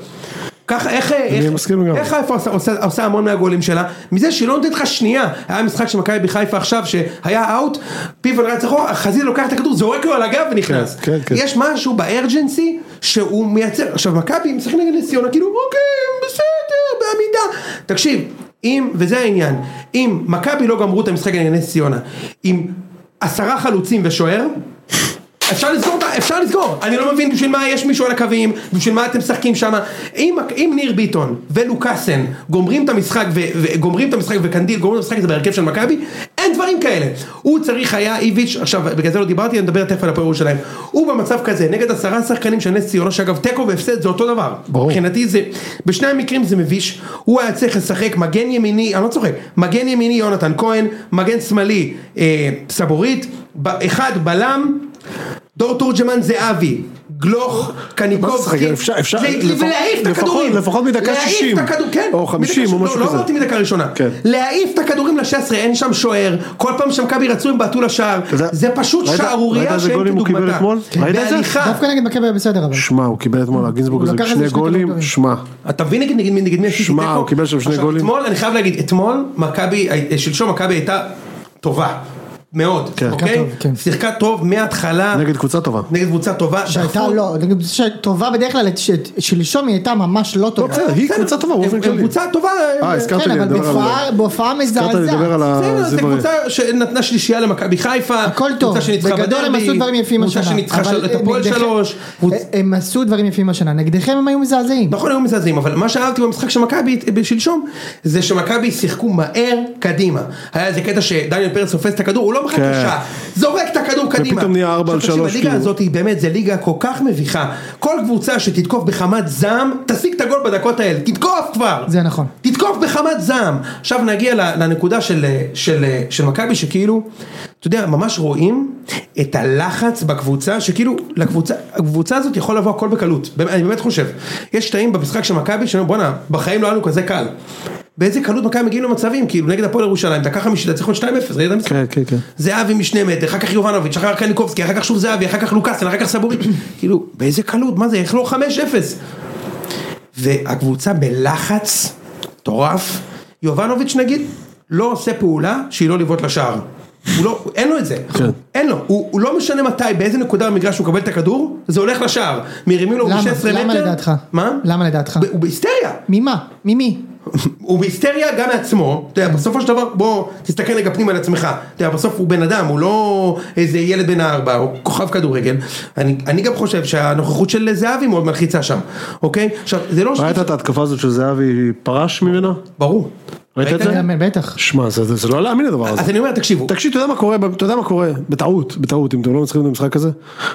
ככה, איך, איך,
מסכים לגמרי.
איך חיפה עושה, עושה, עושה המון מהגולים שלה, מזה שהיא לא נותנת לך שנייה, היה משחק של מכבי בחיפה עכשיו, שהיה אאוט, פיבל רץ אחורה, חזיזה לוקח את הכדור, זורק לו על הגב ונכנס.
כן, כן.
יש משהו בארג'נסי שהוא מייצר, עכשיו מכבי משחקים נגד נס ציונה, כאילו אוקיי, בסדר, בעמידה. תקשיב, אם, וזה העניין, אם מכבי לא גמרו את המשחק נגד נס ציונה, עם עשרה חלוצים ושוער, אפשר לסגור, את ה- אפשר לסגור, אני לא מבין בשביל מה יש מישהו על הקווים, בשביל מה אתם משחקים שם, אם, אם ניר ביטון ולוקאסן גומרים את המשחק ו, וגומרים את המשחק וקנדיל גומרים את המשחק הזה בהרכב של מכבי, אין דברים כאלה, הוא צריך היה איביץ', עכשיו בגלל זה לא דיברתי, אני מדבר תכף על הפועל ירושלים, הוא במצב כזה נגד עשרה שחקנים של נס ציונה, שאגב תיקו והפסד זה אותו דבר,
ברור.
מבחינתי זה, בשני המקרים זה מביש, הוא היה צריך לשחק מגן ימיני, אני לא צוחק, מגן ימיני יונתן כהן, מגן שמאלי אה, סבורית, ב, אחד בלם, דור תורג'מן זהבי, גלוך, קניקובסקי,
משחק? אפשר- אפשר-
להעיף
לפחות-
להעיף את
לפחות-
הכדורים,
לפחות מדקה
להעיף
60,
את הכדור- כן,
או
מדקה
50 או
60,
משהו
לא,
כזה.
לא אמרתי מדקה ראשונה,
כן.
להעיף את הכדורים ל-16, אין שם שוער, כל פעם שמכבי רצו הם בעטו לשער,
אתה יודע-
זה פשוט
ראית- ראית
שערורייה
איזה
שאין
גולים הוא קיבל
כדוגמתה, כן.
אתמול? ראית את זה?
בהליכה,
דווקא נגד מכבי היה בסדר אבל.
שמע, הוא קיבל אתמול הגינזבורג
הוא
הזה
לקח איזה
שני
שני
גולים,
כדורים.
שמע.
אתה מבין נגד, נגד, מי- נגד מי עשיתי
שמע, הוא קיבל שם שני
עכשיו,
גולים.
אתמול, אני חייב להגיד, אתמול, מכבי, אה, שלשום מכבי הייתה טובה. מאוד,
כן.
אוקיי?
שיחקה טוב, כן.
שיחקה טוב מההתחלה.
נגד קבוצה טובה.
נגד קבוצה טובה.
שהייתה
דחפו-
לא, נגיד, שטובה בדרך כלל, ש- שלשום היא הייתה ממש לא טובה.
בסדר, היא
בסדר,
קבוצה טובה באופן
הם- הם
כללי.
קבוצה טובה. הם-
אה, הזכרת
כן,
לי
אבל
לדבר על
בהופעה- בהופעה
הזכרת לי לדבר
מזעזעת.
על
בסדר, זו
הזיברים.
קבוצה שנתנה שלישייה למכבי חיפה,
הכל טוב,
קבוצה שניצחה
בגדול הם
בדרבי,
עשו דברים יפים השנה.
קבוצה שניצחה
אבל אה,
של- את הפועל
נגדכם- אה,
שלוש, קבוצ-
הם עשו דברים יפים השנה, נגדכם הם היו מזעזעים.
נכון היו מזעזעים, אבל מה שאהבתי במשחק של מכבי שלשום, זה שמכבי שיחקו מהר קדימה. היה איזה קטע שדניאל פרץ תופס את הכדור, הוא לא מחכה
כן.
שעה, זורק את הכדור קדימה.
ופתאום נהיה ארבע על
עכשיו, תקשיב,
שלוש,
הליגה
כאילו.
הזאת היא באמת, זה ליגה כל כך מביכה. כל קבוצה שתתקוף בחמת זעם, תשיג את הגול בדקות האלה, תתקוף כבר.
זה נכון.
תתקוף בחמת זעם. עכשיו נגיע ל- לנקודה של, של, של מכבי שכאילו, אתה יודע, ממש רואים את הלחץ בקבוצה, שכאילו, לקבוצה, הקבוצה הזאת יכול לבוא הכל בקלות, באמת, אני באמת חושב. יש קטעים במשחק של מכבי שאומרים, בואנה, בחיים לא היה לנו כזה קל. באיזה קלות מכבי מגיעים למצבים, כאילו נגד הפועל ירושלים, דקה חמישית, אתה צריך עוד 2-0, ראית את המשחק?
כן, כן, כן.
זהבי משני מטר, אחר כך יובנוביץ', אחר כך קניקובסקי, אחר כך שוב זהבי, אחר כך לוקאסן, אחר כך סבורית, כאילו, באיזה קלות, מה זה, איך לא 5-0? והקבוצה בלחץ מטורף, יובנוביץ' נגיד, לא עושה פעולה שהיא לא לבעוט לשער. הוא לא, אין לו את זה,
כן.
אין לו, הוא, הוא לא משנה מתי, באיזה נקודה במגרש הוא מקבל את הכדור, זה הולך לשער, מרימים לו
למה?
מ-16 מטר,
למה לדעתך?
מה?
למה לדעתך?
הוא בהיסטריה,
ממה? ממי?
הוא בהיסטריה גם מעצמו, אתה יודע, בסופו של דבר, בוא, תסתכל רגע פנימה על עצמך, אתה יודע, בסוף הוא בן אדם, הוא לא איזה ילד בן הארבע, הוא כוכב כדורגל, אני, אני גם חושב שהנוכחות של זהבי מאוד מלחיצה שם, אוקיי? עכשיו, זה לא... ש-
ראית את ההתקפה הזאת של זהבי פרש ממנה?
ברור.
ראית את
ראית?
זה?
גם- אה, בטח.
שמע, זה- זה זה לא להאמין לדבר הזה.
אז אני אומר, תקשיבו,
תקשיב, אתה יודע מה קורה, אתה יודע מה קורה, בטעות, בטעות, אם אתם לא מצליחים במשחק הזה,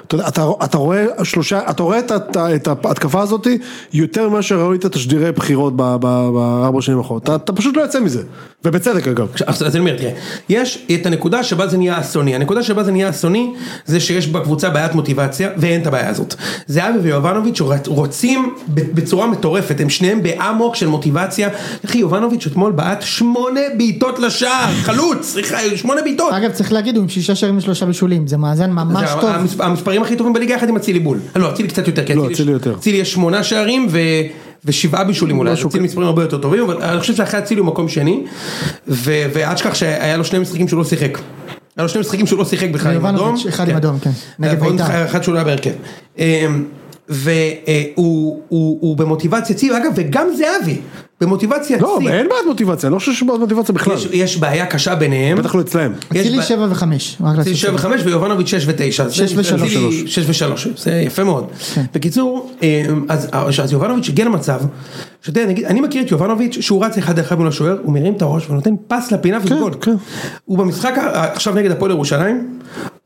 אתה, יודע, אתה, אתה רואה שלושה, אתה רואה את, את, את ההתקפה הזאת יותר ממה שראית תשדירי בחירות ב- ב- בארבע שנים האחרונות, אתה, אתה פשוט לא יוצא מזה, ובצדק אגב.
עכשיו, אז אני אומר, תראה, יש את הנקודה שבה זה נהיה אסוני, הנקודה שבה זה נהיה אסוני זה שיש בקבוצה בעיית מוטיבציה ואין את הבעיה הזאת. זהבי ויובנוביץ' רוצ- רוצים בצורה מטורפת, הם שניהם באמוק של מוטיבציה. אחי, יובנוביץ' אתמול בעט שמונה בעיטות לשער, חלוץ, סליחה, שמונה בעיטות.
אגב, צריך להגיד, הוא עם שישה שערים ושלושה בישולים, זה מאזן ממש
זה
טוב.
המס- המספרים הכי טובים בליגה יחד עם אצילי בול. לא, אצילי קצת יותר, כי
לא, אצילי יותר.
אצילי יש שמונה שערים ו... ושבעה בישולים אולי, אז
משהו
אצילי מספרים הרבה יותר טובים, אבל אני חושב שאחרי אצילי הוא מקום שני, ו- ואל תשכח שהיה לו שני משחקים שהוא לא שיחק. היה לו שני משחקים שהוא לא שיחק בכלל עם אדום. אה,
ויובנוביץ', אחד עם אדום, כן. נגד
ועוד
בית"ר.
משחק אחד שהוא לא היה בהרכב. אמ, והוא הוא- הוא במוטיבציה צי, אגב, וגם זהבי, במוטיבציה צי.
לא, אין בעיית מוטיבציה, אני לא חושב שיש בעיית מוטיבציה בכלל,
יש- יש בעיה קשה ביניהם.
בטח לא אצלם.
יש
אצילי
ב-
שבע וחמש. רק
אצילי
לעשות
שבע
סדר.
וחמש ויובנוביץ' שש ותשע.
שש
זה-
ושלוש.
אצילי שש ושלוש, זה יפה מאוד.
כן.
בקיצור, אה, אז אז יובנוביץ' הגיע למצב, שאתה יודע, נגיד, אני מכיר את יובנוביץ' שהוא רץ אחד אחד מול השוער, הוא מרים את הראש ונותן פס לפינה וזה
כן,
גול.
כן.
הוא במשחק ה- עכשיו נגד הפועל ירושלים,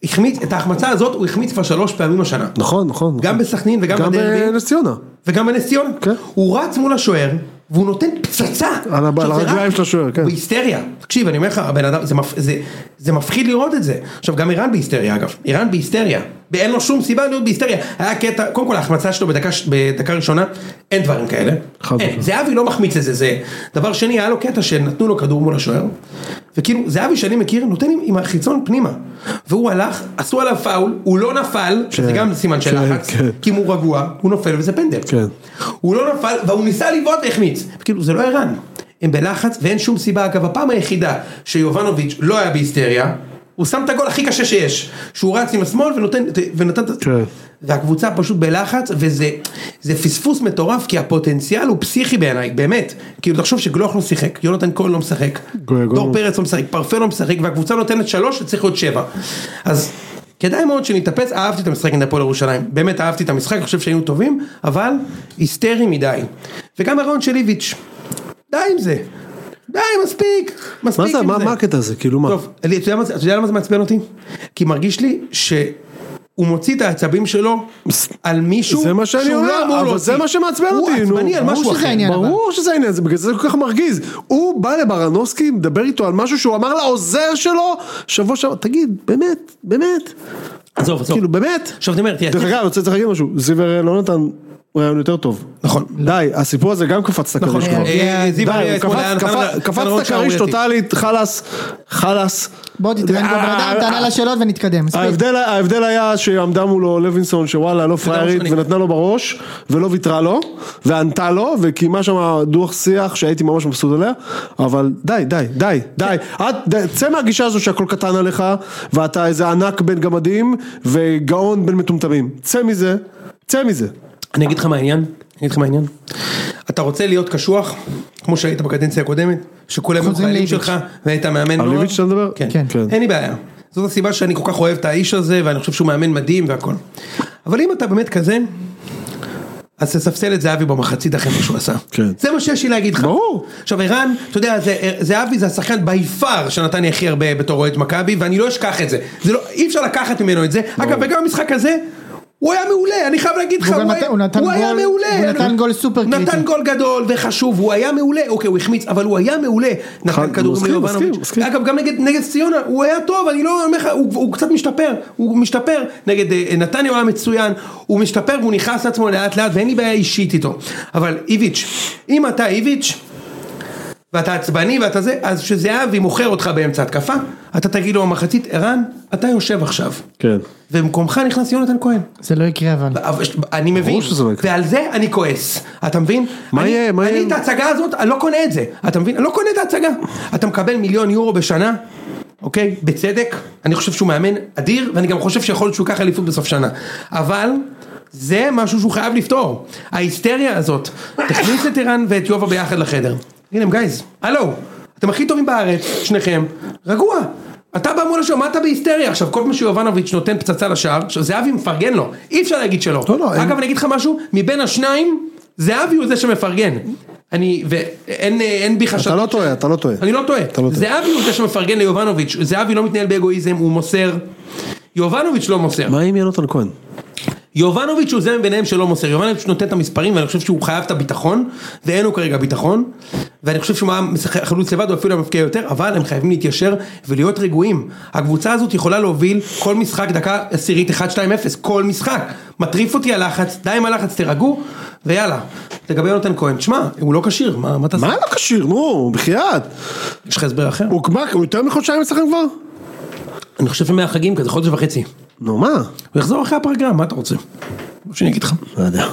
החמיץ, את ההחמצה הזאת הוא החמיץ כבר שלוש פעמים השנה.
נכון, נכון.
גם בסכנין וגם
גם
בדרבי.
בנס ציונה.
וגם בנס ציונה.
כן.
הוא רץ מול השוער, והוא נותן פצצה.
על הב-
עכשיו,
על
זה
הרגליים
רק-
של השוער, כן.
הוא בהיסטריה. תקשיב, אני אומר לך, הבן אדם, זה, מפ... זה, זה מפחיד לראות את זה. עכשיו, גם איראן בהיסטריה, אגב. איראן בהיסטריה. ואין לו שום סיבה להיות בהיסטריה. היה קטע, קודם כל ההחמצה שלו בדקה, ש- בדקה ראשונה, אין דברים כאלה.
חד
אין.
משמעית.
זהבי לא מחמיץ את זה, זה... דבר שני, היה לו קטע שנתנו לו כדור מול השוער. וכאילו, זהבי שאני מכיר, נותן עם, עם החיצון פנימה. והוא הלך, עשו עליו פאול, הוא לא נפל, שזה
כן,
גם סימן של
כן,
לחץ,
כן.
כי אם הוא רגוע, הוא נופל וזה פנדל.
כן.
הוא לא נפל, והוא ניסה לבעוט והחמיץ. כאילו, זה לא ערן. הם בלחץ, ואין שום סיבה. אגב, הפעם היחידה שיובנוביץ' לא היה בהיסטריה, הוא שם את הגול הכי קשה שיש, שהוא רץ עם השמאל ונותן, ונתן את...
כן.
והקבוצה פשוט בלחץ, וזה זה פספוס מטורף, כי הפוטנציאל הוא פסיכי בעיניי, באמת. כאילו, תחשוב שגלוך לא שיחק, יונתן כהן לא משחק,
גויגון.
דור פרץ לא משחק, פרפה לא משחק, והקבוצה נותנת שלוש וצריך להיות שבע. אז כדאי מאוד שנתאפס, אהבתי את המשחק נגד הפועל ירושלים, באמת אהבתי את המשחק, אני חושב שהיינו טובים, אבל היסטרי מדי. וגם הרעיון של איביץ', די עם זה. די, מספיק, מספיק
מה זה,
עם
מה
זה.
מה הקטע הזה, כאילו מה?
טוב, אלי, אתה יודע מה זה- אתה יודע למה זה מעצבן אותי? כי מרגיש לי שהוא מוציא את העצבים שלו על מישהו
זה מה שאני
שהוא לא אמור
אומר, אבל זה מה שמעצבן
הוא
אותי, נו.
עצבני על
ברור
משהו
שזה
אחר.
העניין. אבל.
ברור שזה העניין, זה בגלל זה זה כל כך מרגיז. הוא בא לברנובסקי, מדבר איתו על משהו שהוא אמר לעוזר שלו שבוע שעבר, תגיד, באמת, באמת,
עזוב, עזוב.
כאילו באמת.
עכשיו אני אומר, תראה,
דרך אגב, אני רוצה צריך להגיד משהו, זיו הראל לא נתן רעיון יותר טוב.
נכון.
די, הסיפור הזה גם קפץ את
נכון,
הכריש כבר.
אה, זיו
די,
אריה
הוא
אתמול היה
קפץ-
נתן-
קפץ-
נתן
קפץ
רעיון
את הכריש
שערורייתי.
טוטאלית, חלאס, חלאס. אה,
בוא תתראיין
אה,
גם בן אדם, תענה לשאלות ונתקדם. מספיק.
ההבדל, ההבדל היה שעמדה מולו לוינסון שוואלה לא פריירית
שאני-
ונתנה לו בראש ולא ויתרה לו וענתה לו וקיימה שם דוח שיח שהייתי ממש מבסוט עליה אבל די די די די את די, צא מהגישה הזו שהכל קטן עליך ואתה איזה ענק בין גמדים וגאון בין מטומטמים צא מזה צא מזה
אני אגיד לך מה העניין, אני אגיד לך מה העניין. אתה רוצה להיות קשוח, כמו שהיית בקדנציה הקודמת, שכולם היו
חוזרים
חיילים
לאיביץ'.
שלך, והיית מאמן
על איביץ' אתה מדבר?
כן.
כן.
אין לי בעיה. זאת הסיבה שאני כל כך אוהב את האיש הזה, ואני חושב שהוא מאמן מדהים והכל. אבל אם אתה באמת כזה, אז תספסל את זהבי במחצית אחרי מה שהוא עשה.
כן.
זה מה שיש לי להגיד לך.
ברור.
עכשיו ערן, אתה יודע, זה- זהבי זה השחקן בי פאר שנתן לי הכי הרבה בתור אוהד מכבי, ואני לא אשכח את זה. זה לא, אי אפשר לקחת ממנו את זה. אגב, וגם המשחק הזה... הוא היה מעולה, אני חייב להגיד לך,
והוא גם
היה-
נת- הוא נתן
היה
גול-
מעולה,
הוא נתן
אני-
גול סופר קריטי.
נתן גול גדול וחשוב, הוא היה מעולה, אוקיי הוא החמיץ, אבל הוא היה מעולה, נתן
חד-
כדורים
מסכים,
ליובנוביץ',
מסכים, מסכים.
אגב גם נגד, נגד ציונה, הוא היה טוב, אני לא אומר לך, הוא, הוא קצת משתפר, הוא משתפר, נגד אה, נתניה הוא היה מצוין, הוא משתפר והוא נכנס לעצמו לאט לאט ואין לי בעיה אישית איתו, אבל איביץ', אם אתה איביץ', ואתה עצבני ואתה זה, אז שזהבי מוכר אותך באמצע התקפה, אתה תגיד לו במחצית, ערן, אתה יושב עכשיו,
כן
ובמקומך נכנס יונתן כהן.
זה לא יקרה אבל.
אבל ש- אני מבין,
ברור שזה לא יקרה.
ועל זה אני כועס, אתה מבין?
מה
אני-
יהיה? מה
אני
יהיה?
את ההצגה הזאת, אני לא קונה את זה, אתה מבין? אני לא קונה את ההצגה. אתה מקבל מיליון יורו בשנה, אוקיי? בצדק, אני חושב שהוא מאמן אדיר, ואני גם חושב שיכול להיות שהוא ייקח אליפות בסוף שנה. אבל... זה משהו שהוא חייב לפתור, ההיסטריה הזאת, תכניס את ערן ואת יובה ביחד לחדר. הנה הם גייז, הלו, אתם הכי טובים בארץ, שניכם, רגוע. אתה בא מול השוער, מה אתה בהיסטריה? עכשיו, כל פעם שיובנוביץ' נותן פצצה לשער, עכשיו, זהבי מפרגן לו, אי אפשר להגיד שלא.
לא, לא, אין-
אגב, אבל אני אגיד לך משהו, מבין השניים, זהבי הוא זה שמפרגן. אני, ואין אין בי חשד.
אתה לא טועה אתה לא טועה
אני לא טועה.
לא טועה.
זהבי הוא זה שמפרגן ליובנוביץ', זהבי לא מתנהל באגואיזם, הוא מוסר. יובנוביץ' לא מוסר.
מה עם יונתן כהן?
יובנוביץ' הוא זה מביניהם שלא מוסר, יובנוביץ' נותן את המספרים ואני חושב שהוא חייב את הביטחון, ואין לו כרגע ביטחון, ואני חושב שהוא היה משחק חלוץ לבד, הוא אפילו היה מבקיע יותר, אבל הם חייבים להתיישר ולהיות רגועים. הקבוצה הזאת יכולה להוביל כל משחק דקה עשירית 1-2-0, כל משחק. מטריף אותי הלחץ, די עם הלחץ, תירגעו, ויאללה. לגבי יונתן כהן, שמע, הוא לא כשיר, מה מה אתה
מה
עושה?
לא כשיר נו בחייאת
יש לך הסבר אחר?
הוא כבר- הוא יותר מחודשיים אצלכם כבר?
אני חושב שמהחגים כזה, חודש וחצי.
נו מה?
הוא יחזור אחרי הפרגרם, מה אתה רוצה? מה שאני אגיד לך.
לא יודע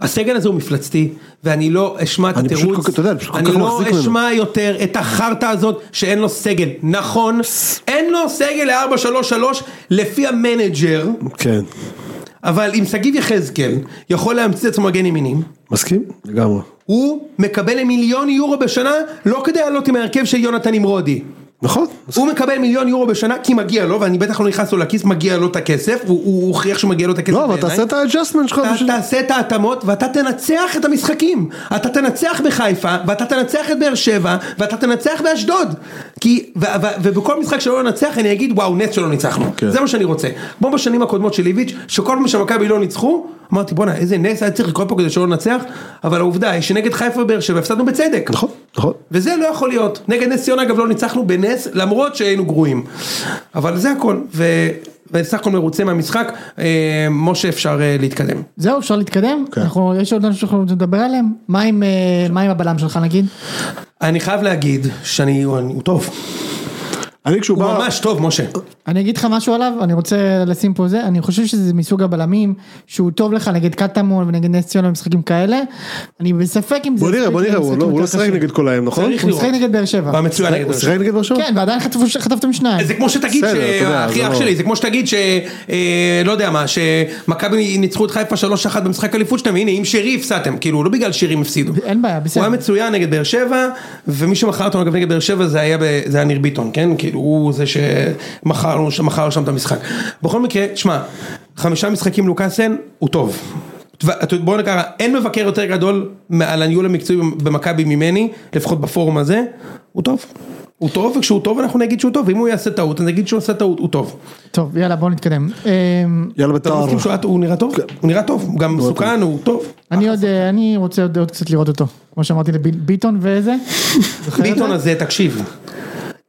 הסגל הזה הוא מפלצתי, ואני לא אשמע את
אני פשוט
התירוץ,
כל כך- אתה יודע, אני פשוט כל
אני
כך
לא
מחזיק ממנו.
אשמע יותר את החרטא הזאת שאין לו סגל, נכון, אין לו סגל ל-433 לפי המנג'ר,
כן
אבל אם שגיב יחזקאל יכול להמציא את עצמו מגן ימינים,
מסכים? לגמרי
הוא מקבל מיליון יורו בשנה לא כדי לעלות עם ההרכב של יונתן נמרודי.
נכון
הוא מקבל מיליון יורו בשנה כי מגיע לו, ואני בטח לא נכנס לו לכיס, מגיע לו את הכסף, הוא- הוא הוכיח שמגיע לו את הכסף
לא, אבל
בעיניי.
תעשה את האג'סטמנט שלך
אתה
בשביל...
תעשה את ההתאמות ואתה תנצח את המשחקים. אתה תנצח בחיפה, ואתה תנצח את באר שבע, ואתה תנצח באשדוד. כי, ו- ו- ובכל משחק שלא ננצח אני אגיד וואו נס שלא ניצחנו.
כן.
זה מה שאני רוצה. כמו בשנים הקודמות של איביץ', שכל פעם שמכבי לא ניצחו, אמרתי בואנה איזה נס היה צריך לקרות פה כדי שלא ננצח, אבל העובדה היא שנגד חיפה ובאר שבע הפסדנו בצדק.
נכון, נכון.
וזה לא יכול להיות. נגד נס ציונה אגב לא ניצחנו בנס, למרות שהיינו גרועים. אבל זה הכל. ו... וסך הכל מרוצה מהמשחק, אה, משה אפשר אה, להתקדם.
זהו אפשר להתקדם?
כן.
אנחנו- יש עוד אנשים שאנחנו רוצים לדבר עליהם? מה עם, אה, מה עם הבלם שלך נגיד?
אני חייב להגיד שאני, הוא הוא טוב.
אני כשהוא
הוא
בא...
ממש טוב, משה.
אני אגיד לך משהו עליו, אני רוצה לשים פה זה, אני חושב שזה מסוג הבלמים, שהוא טוב לך נגד קטמון ונגד נס ציונה במשחקים כאלה, אני בספק אם זה...
בוא נראה,
יספיק
בוא נראה, הוא
למשחקים
לא- הוא לא
יותר
שיחק
קשים.
נגד כל ההם, נכון? אה,
צריך
הוא
לראות.
משחק נגד באר שבע.
הוא מצוין נגד
הוא
באר
שיחק
שבע.
נגד באר שבע?
כן, ועדיין חטפו- חטפתם שניים.
זה כמו שתגיד,
בסדר, אתה יודע, זה
אחי אח
לא-
שלי, זה כמו שתגיד ש... אה, לא יודע מה, שמכבי ניצחו את חיפה 3-1 במשחק אליפות שלהם, הנה עם שירי הפסדתם, כאילו לא בגלל שירים הפסידו.
אין בעיה, בסדר.
הוא היה מצוין נגד באר שבע, ומי שמכר אותנו אגב נגד באר שבע זה היה, ב- זה היה ניר ביטון, כן? כאילו הוא זה שמכר לנו- שמכר שם את המשחק. בכל מקרה, שמע, חמישה משחקים לוקאסן, הוא טוב. ואתה- בואו נקרא, אין מבקר יותר גדול על הניהול המקצועי במכבי ממני, לפחות בפורום הזה, הוא טוב. הוא טוב, וכשהוא טוב אנחנו נגיד שהוא טוב, ואם הוא יעשה טעות, אני נגיד שהוא עשה טעות, הוא טוב.
טוב, יאללה, בוא נתקדם. אמ,
יאללה
אתה
בית"ר.
מסכים שהוא היה- הוא נראה טוב?
כן.
הוא נראה טוב, הוא גם מסוכן, הוא טוב.
אני עוד, אה, אני רוצה עוד עוד קצת לראות אותו, כמו שאמרתי לביטון וזה. זוכר את זה?
ביטון הזה, תקשיב.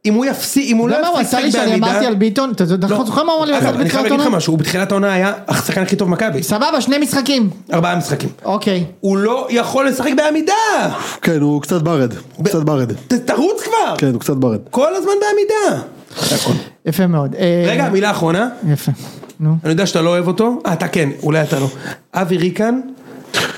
אם הוא יפסיק, אם הוא לא
אתה יודע מה הוא
יפסיק
עשה לי
בעמידה...
שאני אמרתי על ביטון? אתה יודע,
נכון,
אתה זוכר מה הוא אמר לי לעשות
לא. אגב, אני חייב
בתחילת
להגיד לך
עונה?
משהו, הוא בתחילת העונה היה השחקן הכי טוב במכבי.
סבבה, שני משחקים.
ארבעה משחקים.
אוקיי.
הוא לא יכול לשחק בעמידה!
כן, הוא קצת ברד. הוא קצת ברד.
ת- תרוץ כבר!
כן, הוא קצת ברד.
כל הזמן בעמידה!
יפה מאוד. אה,
רגע, מילה אחרונה,
יפה. נו.
אני יודע שאתה לא אוהב אותו, אה, אתה כן, אולי אתה לא. אבי ריקן,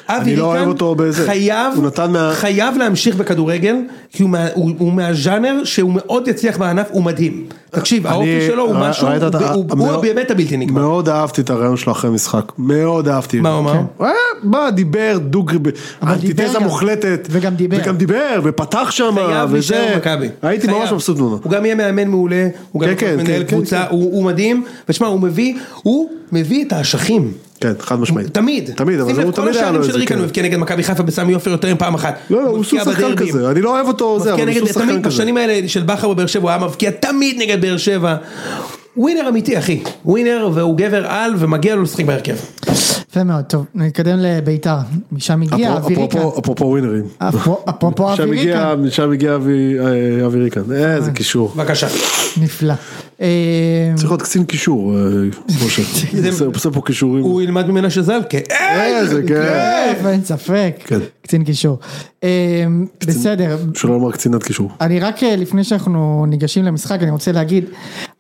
אבי
אני לא אוהב
ריקן
אותו בזה.
חייב,
הוא נתן מה-
חייב להמשיך בכדורגל, כי הוא מה- הוא הוא מהז'אנר שהוא מאוד יצליח בענף, הוא מדהים. תקשיב, האופי
אני-
שלו הוא
רא-
משהו,
ראית את ה-
הוא- הוא
מאוד-
באמת הבלתי נגמר.
מאוד אהבתי את הרעיון שלו אחרי המשחק, מאוד אהבתי.
מה הוא אמר?
אה, בא, דיבר דוגרי, ב-
אבל דיבר
אנטיתזה
גם.
מוחלטת.
וגם דיבר.
וגם דיבר, ופתח שם,
חייב להישאר
אה, וזה.
במכבי.
הייתי
חייב.
ממש מבסוט ממנו.
הוא גם יהיה מאמן מעולה, הוא גם
כן,
יכול להיות
כן,
מנהל
כן, כן,
קבוצה,
כן.
הוא הוא מדהים, ושמע, הוא מביא, הוא מביא את האשכים.
כן, חד משמעית.
תמיד,
תמיד, אבל
שים
זה-
לב,
הוא תמיד
כל
היה לו
השערים
את
של
זה.
ריקן
כן.
הוא הבקיע נגד מכבי חיפה בסמי עופר יותר מפעם אחת.
לא, לא, הוא
מבקיע
סוג שחקן
בדרבים.
כזה, אני לא אוהב אותו, זה,
מבקיע
אבל הוא
נגד-
סוג שחקן
תמיד
כזה.
בשנים האלה של בכר בבאר שבע, הוא היה מבקיע תמיד נגד באר שבע. ווינר אמיתי אחי, ווינר והוא גבר על ומגיע לו לשחק בהרכב.
יפה מאוד, טוב, נתקדם לביתר, משם הגיע
אפרופו-
אוויריקה.
אפרופו- אפרופו ווינרים.
אפרו- אפרופו
שם
אוויריקה,
הגיע, שם הגיע אבי- אה, אבי ריקן, אה, איזה קישור.
בבקשה.
נפלא. אה,
צריך להיות קצין קישור, אה, משה. הוא עושה- הוא עושה פה קישורים.
הוא ילמד ממנה שזלקה.
איזה כן.
כיף, אין ספק,
כן.
קצין קישור. אה, בסדר,
שלא לומר קצינת קישור.
אני רק אה, לפני שאנחנו ניגשים למשחק, אני רוצה להגיד,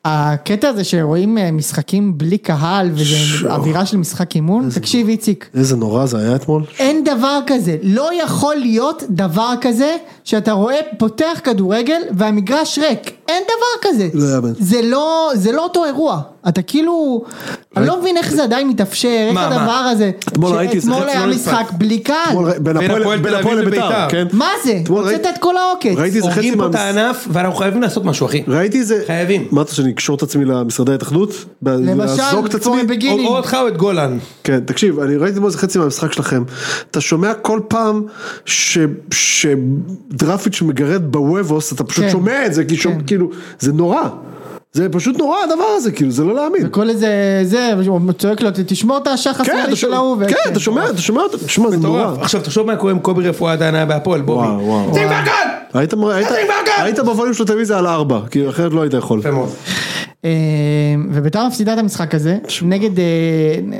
הקטע הזה שרואים אה, משחקים בלי קהל וזה
שו.
אווירה של משחק אימון, תקשיב איציק,
איזה נורא זה היה אתמול.
אין דבר כזה, לא יכול להיות דבר כזה שאתה רואה פותח כדורגל והמגרש ריק, אין דבר כזה.
לא יאמן.
זה לא, זה לא אותו אירוע, אתה כאילו, אני לא מבין איך זה עדיין מתאפשר, איך
מה, מה?
הדבר הזה,
אתמול ראיתי, זה
שאתמול
חצי
היה
לא נתפס.
משחק בלי קהל,
אתמול ר- בין
הפועל
הפועל-
תל
בין
אביב
הפועל
לביתר.
לביתר, כן?
מה זה?
אתמול
הוצאת
ראי-
את כל העוקץ.
ראיתי איזה חצי
הורגים פה את
מהמשחק.
הענף ואנחנו חייבים לעשות משהו אחי.
ראיתי איזה...
חייבים.
מה אתה רוצה שאני אקשור את עצמי למשרדי ההתאחדות? ב- לעזוק את
למשל,
עצמי?
פורם
או
בגיני.
או אותך או את גולן.
כן, תקשיב, אני ראיתי בו איזה חצי מהמשחק שלכם. אתה שומע כל פעם ש- שדרפיץ' מגרד בוובוס, אתה פשוט
כן.
שומע את זה, כי שומע-
כן.
כאילו, זה נורא. זה פשוט נורא הדבר הזה, כאילו, זה לא להאמין.
וכל איזה זה, הוא צועק לו, תשמור את השחס
כן,
האלה
אתה
של
שומע-
ההוא. ו-
כן, אתה שומע, אתה שומע, אתה- תשמע, זה נורא.
מטורף. עכשיו תחשוב מה קורה עם קובי רפואה עדיין היה בהפועל בובי.
וואו, וואו.
שים כבר גול!
היית, היית,
אני באגן!
היית בווליום של הטלוויזיה על ארבע, כי אחרת לא היית יכול.
יפה מאוד.
אה, וביתר מפסידה את המשחק הזה, נגד, אה,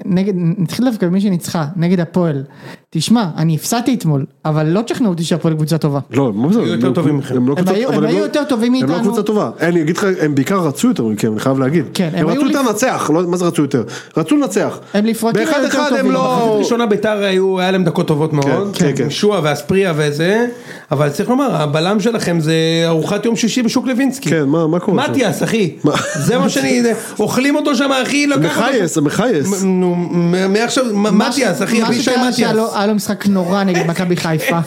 נגד, נתחיל דווקא במי שניצחה, נגד הפועל. תשמע, אני הפסדתי אתמול, אבל לא תשכנעו אותי שהפועל קבוצה טובה.
לא, מה זה?
היו יותר טובים מכם.
הם לא
הם
קבוצה-
היו-
אבל
הם היו
לא-
יותר טובים
הם
מאיתנו.
לא קבוצה טובה. אני אגיד לך, הם בעיקר רצו יותר מכם, אני חייב להגיד.
כן, הם
הם
היו
רצו יותר
לפ-
לנצח, לא- מה זה רצו יותר? רצו לנצח.
הם לפרקים היו
באחד
יותר
אחד
טובים,
הם
במחצית
לא...
הראשונה ביתר היו, היה להם דקות טובות מאוד,
כן, כן.
עם שועה ואספריה וזה, אבל צריך לומר, הבלם שלכם זה ארוחת יום שישי בשוק לוינסקי.
כן, מה- מה קורה שם?
מטיאס, אחי.
מה?
זה מה שאני, זה- אוכלים אותו שם, אחי, לקח אותו-
מחייס, מחייס.
מ- נו, מ- מעכשיו, מ- מטיאס, אחי,
מה
אבישי
שקרה שהיה
מטיאס.
לו- היה לו משחק נורא נגד מכבי חיפה.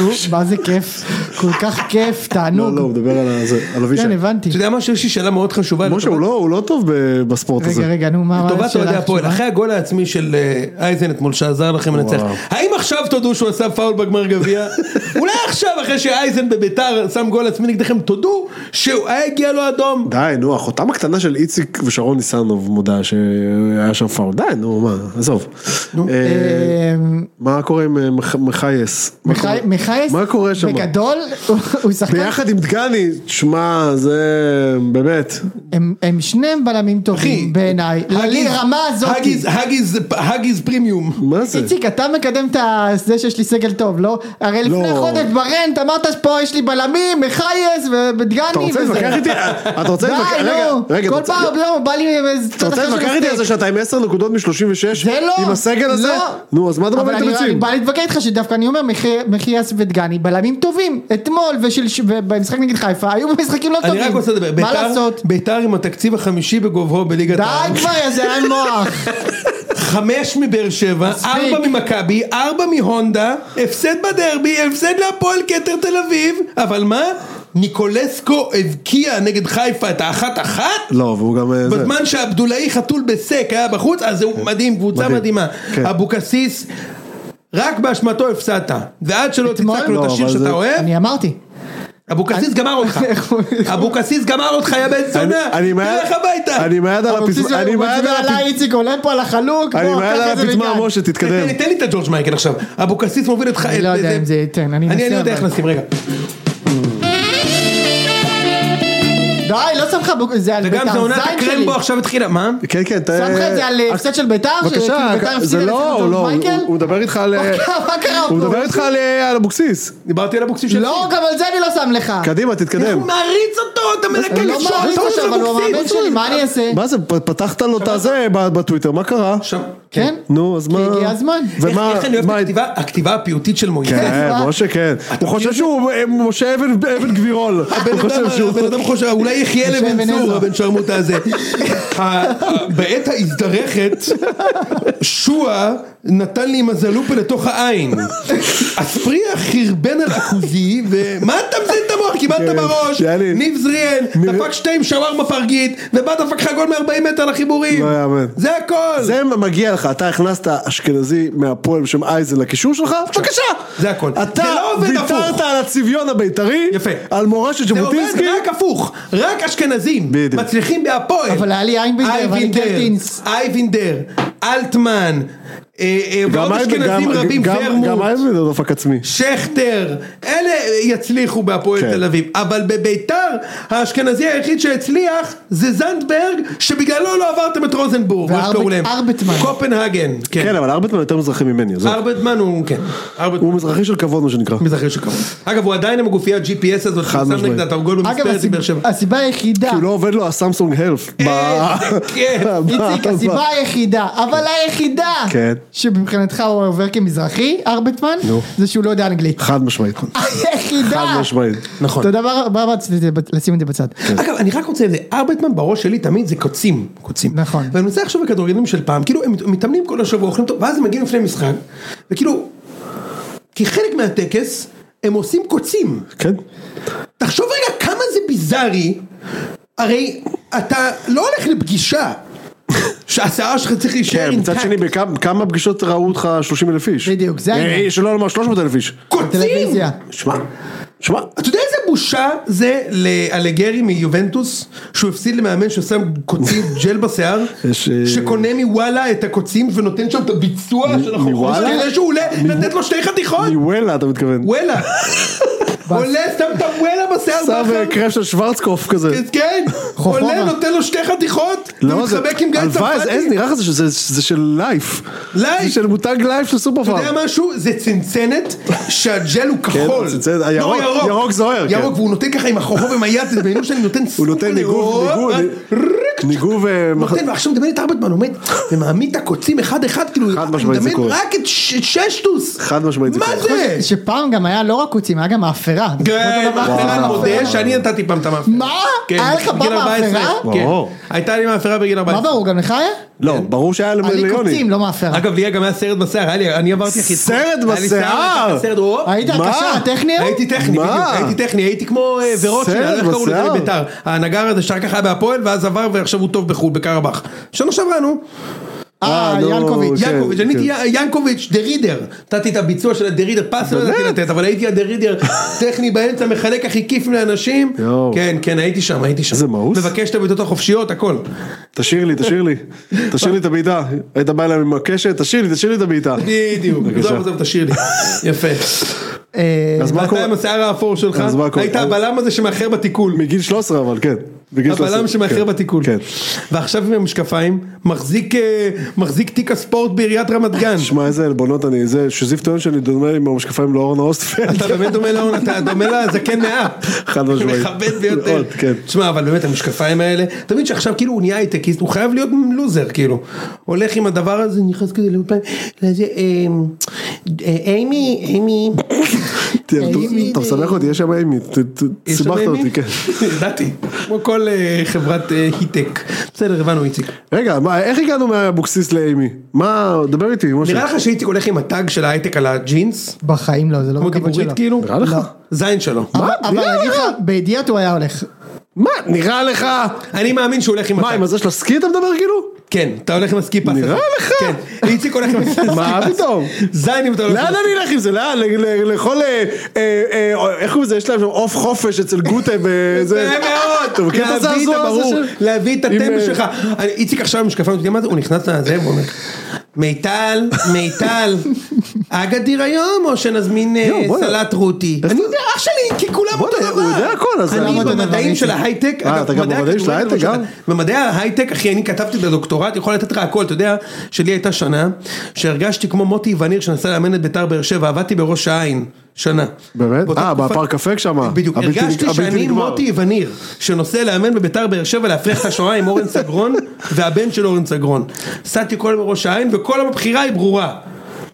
נו, מה זה כיף, כל כך כיף,
לא, לא, הוא
תענוג.
מדבר על זה, על אבישי.
כן, הבנתי.
אתה יודע מה, שיש לי שאלה מאוד חשובה.
משה, הוא לא- הוא לא טוב ב- בספורט הזה.
רגע, רגע, נו, מה מה
לטובת אוהדי
השאלה
הפועל,
החשובה?
אחרי הגול העצמי של אה, אייזן אתמול שעזר לכם לנצח,
וואו.
האם עכשיו תודו שהוא עשה פאול בגמר גביע? אולי עכשיו אחרי שאייזן בביתר שם גול עצמי נגדכם, תודו שהוא היה הגיע לו אדום.
די, נו, אחותם כמה קטנה של איציק ושרון ניסנוב מודה שהיה שם פאול, די נו מה, עזוב. אה,
אמ,
מה קורה עם אה, מח- מחייס? מה
מיכאי-
קורה-
מיכאייס,
מה קורה שם?
בגדול, הוא- הוא שחקן,
ביחד עם דגני, שמע זה באמת,
הם- הם שניהם בלמים
אחי,
טובים בעיניי,
הגיז-
לרמה הזאת.
הגיז- הגיז- הגיז פרימיום.
מה זה?
איציק, אתה מקדם את ה- זה שיש לי סגל טוב, לא? הרי לפני חודש ברנט אמרת פה יש לי בלמים, מחייס ובדגני.
אתה רוצה
וזה."
להתווכח איתי? אה, אתה רוצה
די,
להתווכח? רגע,
נו.
רגע,
כל
אתה
פעם,
רוצה-
לא, בא לי עם איזה
אתה רוצה להתווכח איתי על זה שאתה עם 10 נקודות מ-36?
זה לא.
עם הסגל הזה?
לא.
נו, אז מה אתה
אבל
מביא את
אני- אני
הביצים?
בא להתווכח איתך שדווקא אני אומר מחי- מחיאס ודגני בלמים טובים. אתמול ושלש- ובמשחק נגד חיפה היו משחקים לא
אני
טובים.
רק רוצה לדבר,
מה
ביתר-
לעשות?
ביתר עם התקציב החמישי בגובהו בליגת העל,
די כבר, יא זיין מוח.
חמש מבאר שבע,
מספיק.
ארבע ממכבי, ארבע מהונדה, הפסד בדרבי, הפסד להפועל כתר תל אביב, אבל מה? ניקולסקו הבקיע נגד חיפה את האחת אחת?
לא, והוא גם... אה, זה. כן.
בזמן שעבדולאי חתול בסק היה בחוץ, אז זהו מדהים, קבוצה
מדהים.
מדהימה.
כן.
אבוקסיס, רק באשמתו הפסדת. ועד שלא
אתמול-
תצעק לו את
לא,
השיר
אבל
שאתה
זה-
אוהב,
אני אמרתי.
אבוקסיס גמר אותך.
איך הוא-
אבוקסיס גמר אותך, יא בן זונה.
אני- אני עם היד-
תלך הביתה.
אני עם היד על
הוא
הפזמון,
מצביע-
אני עם
הוא
היד
מצביע
על
עליי,
הפזמון,
איציק עולה פה על החלוק.
אני עם
בוא,
היד
קח
על
את זה
הפזמון,
מכאן.
משה, תתקדם.
תן לי- תן לי את הג'ורג' מייקל עכשיו. אבוקסיס מוביל אותך.
אני לא יודע אם זה ייתן, אני אנסה,
אני יודע איך
אבל-
נשים, רגע.
די, לא שם לך בוק- זה על
וגם
בית"ר.
זה עונת
זין שלי.
הקרמבו עכשיו התחילה, מה?
כן, כן, אתה...
שם לך את זה על
אה,
הפסד של בית"ר?
בבקשה,
שבית"ר הפסידה
זה
לצחוק
לא,
על
לא,
מייקל? לא,
הוא- הוא מדבר איתך על... אה,
מה קרה פה?
הוא מדבר איתך על אה, על אבוקסיס.
דיברתי על אבוקסיס של...
לא, גם על זה אני לא שם לך.
קדימה, תתקדם.
הוא מעריץ אותו, אתה
הוא
מלקק
לא
את
מעריץ
שוערתו
עכשיו,
של
אבל הוא
אבוקסיס.
המאמן שלי, מה אני אעשה?
מה זה, פ- פתחת לו את הזה ב- בטוויטר, מה קרה?
שם.
כן?
נו, אז
כי
מה...
הגיע הזמן.
ומה...
איך איך אני אוהב את
מה-
הכתיבה- הכתיבה הפיוטית של מויאל.
כן,
מה?
משה, כן. הוא חושב שהוא אה, משה אבן אבן גבירול. הוא חושב שהוא...
הבן אדם חושב, אולי יחיה לבן
אבן
צור,
עזרא.
הבן שרמוטה הזה. ה- ה- בעת ההזדרכת, שועה נתן לי עם הזלופה לתוך העין. הספריח חרבן על עכוזי, ומה אתה מזיין את המוח? קיבלת
כן,
בראש,
יאללה.
ניב זריאן, דפק שתי עם שווארמה פרגית, ובא דפק לך גול מ-40 מטר לחיבורים.
לא יאמן.
זה הכל.
זה מגיע לך, אתה הכנסת אשכנזי מהפועל בשם אייזן לקישור שלך, בבקשה.
זה הכל.
אתה
זה לא עובד
ויתרת
הפוך.
על הצביון הבית"רי,
יפה.
על מורשת
זה עובד
ז'בוטינסקי,
רק הפוך, רק אשכנזים
בדיוק.
מצליחים בהפועל.
אבל היה לי איינבינדר, ואני קלטינס.
אייבינדר, אלטמן, אה, אה, ועוד אשכנזים
גם-
רבים,
גם- גם
ורמוט,
אייזן זה דופק עצמי.
שכטר, אלה יצליחו בהפועל
כן.
תל אביב. אבל בביתר, האשכנזי היחיד שהצליח זה זנדברג, שבגללו לא עברתם את רוזנבורג, מה
וארבט-
שקראו להם.
ארבטמן.
קופנהגן, כן.
כן, אבל ארבטמן יותר מזרחי ממני, עזוב.
ארבטמן הוא, כן. ארבטמן.
הוא מזרחי של כבוד מה שנקרא.
מזרחי שכמוך. אגב, הוא עדיין עם הגופייה GPS הזאת,
חד
הוא שם
משמעית.
נגדה את הגול
אגב,
במספרת
הסיב-
באר שבע.
הסיבה היחידה,
כי לא עובד לו הסמסונג הלף.
כן, איזה כיף.
איציק, הסיבה היחידה, אבל היחידה,
כן.
שמבחינתך הוא עובר כמזרחי, ארבטמן,
נו.
זה שהוא לא יודע אנגלית.
חד משמעית.
היחידה.
חד משמעית.
נכון.
אתה יודע מה- מה רציתי לשים את זה בצד.
כן.
אגב, אני רק רוצה, זה, ארבטמן בראש שלי תמיד זה קוצים, קוצים.
נכון.
ואני מנסה לחשוב על כדורגלנים של פעם, כאילו הם מתאמנים כל השבוע, אוכלים טוב, ואז הם מגיעים לפני משחק, וכאילו, כחלק מהטקס, הם עושים קוצים.
כן.
תחשוב רגע כמה זה ביזארי, הרי אתה לא הולך לפגישה, שהשיער שלך צריך להישאר
כן, מצד
אינטקט.
שני, בכמה כמה פגישות ראו אותך 30 אלף איש?
בדיוק, זה
אה,
העניין.
שלא לומר 300 אלף איש.
קוצים!
טלוויזיה.
שמע, שמע,
אתה יודע איזה בושה זה לאלגרי מיובנטוס שהוא הפסיד למאמן ששם קוצים ג'ל בשיער
יש, אה,
שקונה מוואלה את הקוצים ונותן שם את הביצוע של החוכמה
מוואלה?
שלו שהוא עולה לתת לו שתי חתיכות
מוולה אתה מתכוון.
וואלה עולה שם את הוואלה בשיער
שם
בכר.
אה, קרב של שוורצקופף כזה.
כן
חוכמה.
עולה נותן לו שתי חתיכות ומתחבק עם גיא
הלוואי, לא, זה- איזה
צרפתי
נראה לך זה שזה- זה של לייף.
לייף.
זה של מותג לייף של סופר
אתה יודע משהו? זה צנצנת שהג'ל הוא כחול.
הצנצנת,
לא,
כן, הירוק- ירוק זוהר, כן.
ירוק, והוא נותן ככה עם החוכב ועם היד, זה בעניין שאני נותן
הוא נותן
סופר
ניגוב,
ירוק,
ניגוב,
רק-
ניגוב, אה, מח-
נותן, ועכשיו מדבר את ארבטמן, עומד ומעמיד את הקוצים אחד אחד, כאילו,
חד משמעית זה
מדמיין
קורה.
רק את ש- ששטוס.
חד משמעית זה
מה
קורה.
זה?
שפעם גם היה לא רק קוצים, היה גם מאפרה.
כן,
אותו דבר,
מאפרה, אני
מאפרה.
מודה שאני נתתי פעם את המאפרה.
מה?
כן,
היה לך פעם
בגיל 14,
מאפרה?
כן.
וואו.
הייתה לי מאפרה בגיל
מה
14.
ברור, גם לך היה?
לא, ברור שהיה
היה לי
ליוני.
קוצים, לא מאפרה.
אגב, לי היה גם היה סרט בשיער, היה לי, אני עברתי הכי...
סרט
היה לי
בשיער?
לקחתי סרט, הופ.
היית
מה?
הקשר הטכני? היום?
הייתי טכני, בדיוק,
מה?
הייתי טכני, הייתי כמו אה, ורוטשילד,
סרט
איך קראו לזה
בשיער?
בביתר, הנגר הזה שרק ככה היה בהפועל ואז עבר ועכשיו הוא טוב בחו"ל, בקרבח. שנה שעברה נו,
אה,
נו,
ינקוביץ'.
כן,
ינקוביץ', אני
כן.
הייתי י- ינקוביץ', דה רידר, נתתי את הביצוע של הדה רידר, פס לא ידעתי לתת, אבל הייתי הדה רידר, טכני באמצע, מחלק הכי כיף לאנשים,
יואו.
כן, כן, הייתי שם, הייתי שם,
איזה מאוס.
מבקש את הבעיטות החופשיות, הכל,
תשאיר לי, תשאיר לי, תשאיר לי את הבעיטה. היית בא אליי עם הקשת, תשאיר לי, תשאיר לי את הבעיטה.
בדיוק,
בבקשה.
עזוב, עזוב, תשאיר לי, יפה,
אה,
אז מה
ואתה
קורה?
עם השיער האפור שלך,
אז מה קורה?
היית
אז-
הבלם הזה שמאחר בתיקול,
מגיל 13 אבל, כן. בגיל 13,
הבלם שמאחר
כן,
בתיקול,
כן.
ועכשיו עם המשקפיים, מחזיק אה, מחזיק תיק הספורט בעיריית רמת גן,
שמע איזה עלבונות אני, זה שזיף טוען שאני דומה עם המשקפיים לאורנה אוסטפלד.
אתה באמת דומה לאון, אתה דומה לזקן מאה.
חד משמעית.
מכבד ביותר.
מאוד, כן.
תשמע, אבל באמת המשקפיים האלה, אתה מבין שעכשיו כאילו הוא נהיה הייטקיסט, הוא חייב להיות לוזר, כאילו. הולך עם הדבר הזה, נכנס כזה לאולפן, לאיזה, אה, אה, אימי, אימי.
תראה, אתה- אתה מסמך אותי, יש שם אימי, ת- ת-
יש שם
סיבכת
אימי?
אותי, כן.
ידעתי, כמו כל אה, חברת אה, היטק. בסדר, הבנו איציק.
רגע, מה, איך הגענו מאבוקסיס לאימי? מה, דבר איתי, משה.
נראה לך שאיציק הולך עם הטאג של ההייטק על הג'ינס?
בחיים לא, זה לא
כמו
בכבוד
גיבורית
שלו.
כאילו?
נראה לך?
לא.
זין שלו.
אבל- אבל
נראה
אני אגיד לך, בידיעת הוא היה הולך.
מה, נראה לך?
אני מאמין שהוא הולך עם
מה,
הטאג.
עם הזה של הסקי אתה מדבר כאילו?
כן, אתה הולך עם הסקיפס.
נראה לך.
כן, איציק הולך עם הסקיפס.
מה פתאום? לא,
זין אם אתה הולך עם
לאן אני אלך עם זה? לאן? ל- ל- לכל... אה, אה, אה, איך קוראים לזה? יש להם שם עוף חופש אצל גוטה וזה...
יפה
אתה
מאוד,
מכיר את
להביא את
הזעזוע הזה
הברור,
של...
להביא את
עם,
הטמבל
אה,
שלך. אני- איציק עכשיו עם משקפיים, אתה יודע מה זה? הוא נכנס לזה והוא אומר, מיטל, מיטל, אגדיר היום או שנזמין אה,
יואו, בואנה.
סלט רותי?
איפה-
אני יודע, אח שלי, כי כולם אותו
בואנה,
דבר.
הוא יודע הכל, אז
אני
למה
אתה
במדעים
מדבר
של
איתי?
ההייטק,
אה,
אגב,
אתה גם
מדעי
במדעים של
הכדורגל,
ההייטק,
למשל,
גם?
במדעי ההייטק, אחי, אני כתבתי את הדוקטורט, יכול לתת לך הכל, אתה יודע, שלי הייתה שנה, שהרגשתי כמו מוטי וניר שנסע לאמן את ביתר באר שבע, עבדתי בראש העין, שנה.
באמת?
באותה
אה,
תקופה-
בפארק הפק שמה.
בדיוק,
הבלתי-
הרגשתי
הבלתי
שאני
נגמר.
מוטי וניר, שנוסע לאמן בביתר באר שבע להפריח את השואה עם אורן סגרון, והבן של אורן סגרון. סעתי כל בראש העין, וכל הבחירה היא ברורה.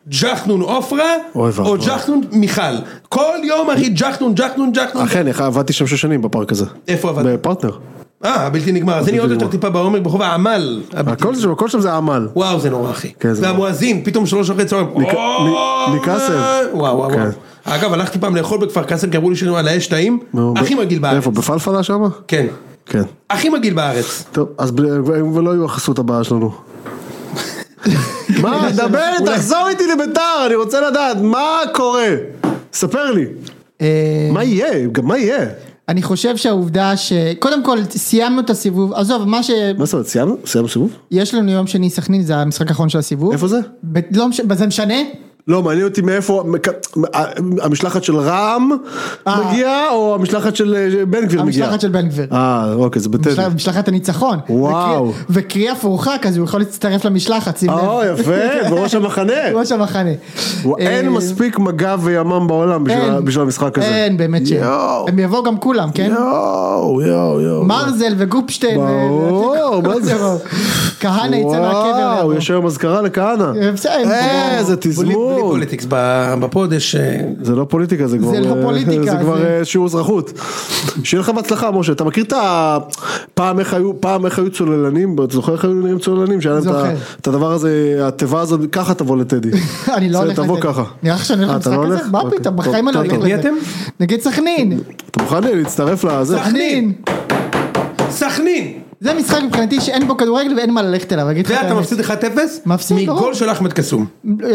ג'חנון עופרה,
אוי
או
ואבוי.
ג'חנון מיכל. כל יום אחי, ג'חנון, ג'חנון, ג'חנון.
אכן, איך- עבדתי שם שש שנים בפארק הזה.
איפה עבדת?
בפרטנר.
אה, הבלתי נגמר. אז אני עוד יותר
נגמר.
טיפה בעומק ברחוב העמל. הבלתי-
הכל שם, הכל שם זה עמל.
וואו זה נורא אחי,
כן, זה נורא.
והמואזין פתאום שלוש וחצי צהריים,
מק-
אוי,
מ- מקאסם.
וואו וואו וואו,
כן.
אגב הלכתי פעם לאכול בכפר קאסם כי אמרו לי שאני על האש טעים,
נו,
הכי
ב-
מגעיל בארץ,
איפה, בפלפלה שמה?
כן,
כן.
הכי מגעיל בארץ,
טוב, אז בלי- הם ולא יהיו החסות הבאה שלנו. מה, דבר, תחזור איתי לביתר, אני רוצה לדעת, מה קורה? ספר לי.
אה,
מה יהיה? גם מה יהיה?
אני חושב שהעובדה ש... קודם כל, סיימנו את הסיבוב. עזוב, מה שיש
מה זאת אומרת, סיימנו? סיימנו סיבוב?
לנו יום שני סכנין, זה המשחק האחרון של הסיבוב.
איפה זה?
ב- לא משנה, זה משנה?
לא, מעניין אותי מאיפה מכ- המשלחת של רע"מ
אה.
מגיעה, או המשלחת של אה, בן גביר מגיעה?
המשלחת של בן גביר.
אה, אוקיי, זה בטדי.
משלחת- משלחת הניצחון.
וואו.
וקרי- וקריאה פורחק, אז הוא יכול להצטרף למשלחת, שים לב.
אה, יפה, בראש המחנה.
ראש המחנה.
וואו, אין
אה,
מספיק מג"ב וימ"מ בעולם בשביל ה-
אין.
בשביל המשחק הזה.
אין, באמת שאין.
יואו,
הם יבואו גם כולם, כן?
יואו, יואו, יואו.
מרזל וגופשטיין. אה,
ברור,
ו-
מה זה?
יבואו. כהנא יצא מהקבר.
וואו,
ויבוא.
יש היום אזכרה לכהנא.
אה, בסדר,
איזה
בלי בלי
תזמון.
פוליטיקס ב- בפוד יש אה,
זה לא פוליטיקה, זה כבר...
לא
אה,
פוליטיקה,
זה
זה-
כבר אה, שיעור אזרחות. שיהיה לך בהצלחה, משה. אתה מכיר את ה... פעם איך היו, פעם איך היו צוללנים? אתה זוכר איך היו נראים צוללנים? שהיה להם את ה-
זוכר.
את הדבר הזה, התיבה הזאת, ככה תבוא לטדי.
אני לא
זה,
הולך
תבוא
לזה.
ככה.
נראה לך שאני הולך
אה, אתה
למשחק
לא
הזה?
הולך?
מה
אוקיי.
פתאום,
טוב,
בחיים אני לא
טוב,
הולך
טוב.
לזה.
מי אתם?
נגד סכנין.
אתה מוכן להצטרף לזה?
סכנין.
סכנין,
זה משחק מבחינתי שאין בו כדורגל ואין מה ללכת אליו. אגיד לך את
ואתה
האמת.
מפסיד 1-0?
מפסיד, ברור.
נכון.
מגול של אחמד קסום.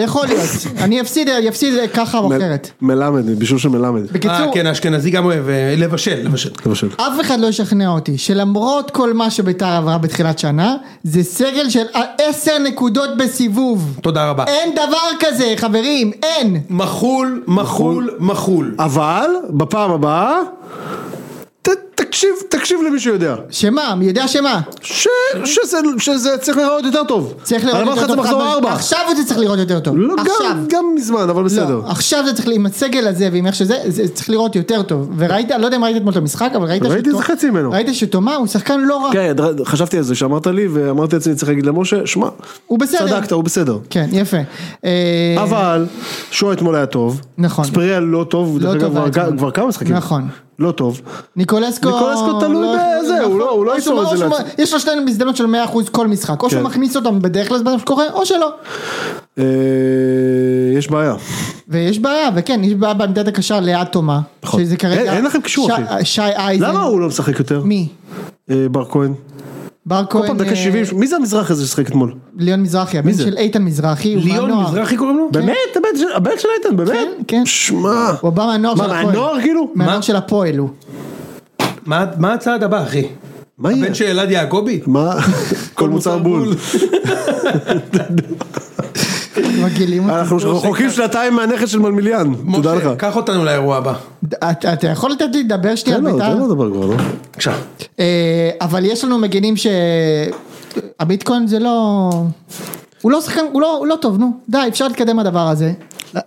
יכול להיות. אני אפסיד, יפסיד ככה או אחרת.
מ- מלמד, בישול של מלמד.
אה
בקיצור,
כן, האשכנזי גם אוהב, אה, לבשל, לבשל.
למשל.
אף אחד לא ישכנע אותי שלמרות כל מה שביתר עברה בתחילת שנה, זה סגל של עשר נקודות בסיבוב.
תודה רבה.
אין דבר כזה, חברים, אין.
מחול, מחול, מחול.
אבל, בפעם הבאה, ת- תקשיב, תקשיב למי שיודע.
שמה, מי יודע שמה?
ש- שזה- שזה צריך להיראות יותר טוב.
צריך
אני
לראות
אמרתי לך
יותר
את זה
טוב.
מחזור
חד-
ארבע.
עכשיו זה צריך לראות יותר טוב.
לא, גם-
עכשיו.
גם מזמן, אבל בסדר.
לא, עכשיו זה צריך, עם הסגל הזה ועם איך שזה, זה צריך לראות יותר טוב. וראית, לא יודע אם ראית אתמול את המשחק, אבל ראית
ראיתי
שתו-
איזה חצי ממנו.
ראית שתומה הוא שחקן לא רע.
כן, דר- חשבתי על זה שאמרת לי, ואמרתי לעצמי, צריך להגיד למשה, שמע,
הוא בסדר.
צדקת, הוא בסדר.
כן, יפה. אה,
אבל, שואה אתמול היה טוב.
נכון.
ספריה לא טוב, דרך אגב,
טוב היה
כבר-
אתמול.
כבר כמה משחקים.
נכון.
לא טוב.
ניקולסקו...
ניקולסקו תלוי בזה, הוא
נכון.
לא- הוא לא
או
יצור
שהוא-
את זה
או שהוא-
לעצמו.
יש לו שתי הזדמנות של 100% כל משחק,
כן.
או שהוא מכניס אותם בדרך כלל במה שקורה, או שלא.
אה, יש בעיה.
ויש בעיה, וכן, יש בעיה בעמדת הקשר ליד תומה.
נכון.
שזה כרגע...
אין- אין לכם קישור,
שי-
אחי.
שי אייזן.
למה הוא לא משחק יותר?
מי?
אה, בר כהן.
בר
כל
כהן,
פעם דקה
אה, כן.
70, מי זה המזרח הזה ששחק אתמול?
ליאון מזרחי, הבן
זה?
של איתן מזרחי,
אה,
הוא
ליאון
מהנוער.
מזרחי קוראים לו?
באמת? הבן של- הבן של איתן, באמת?
כן, כן.
שמע.
הוא בא מהנוער של
מה,
הפועל.
מהנוער כאילו?
מהנוער של הפועל הוא.
מה- מה הצעד הבא אחי?
מה יהיה?
הבן של אלעד יעקבי?
מה? כל מוצר בול.
מגעילים אותי.
אה, אנחנו רחוקים שנתיים מהנכס של מלמיליאן, תודה
משה,
לך.
קח אותנו לאירוע הבא.
אתה- אתה יכול לתת לי לדבר שנייה
תן
על
לו, תן
בית"ר?
לו לדבר כבר, לא?
בבקשה.
אה, אבל יש לנו מגנים ש... הביטקוין זה לא... הוא לא שחקן, הוא לא, הוא לא טוב, נו. די, אפשר להתקדם מהדבר הזה.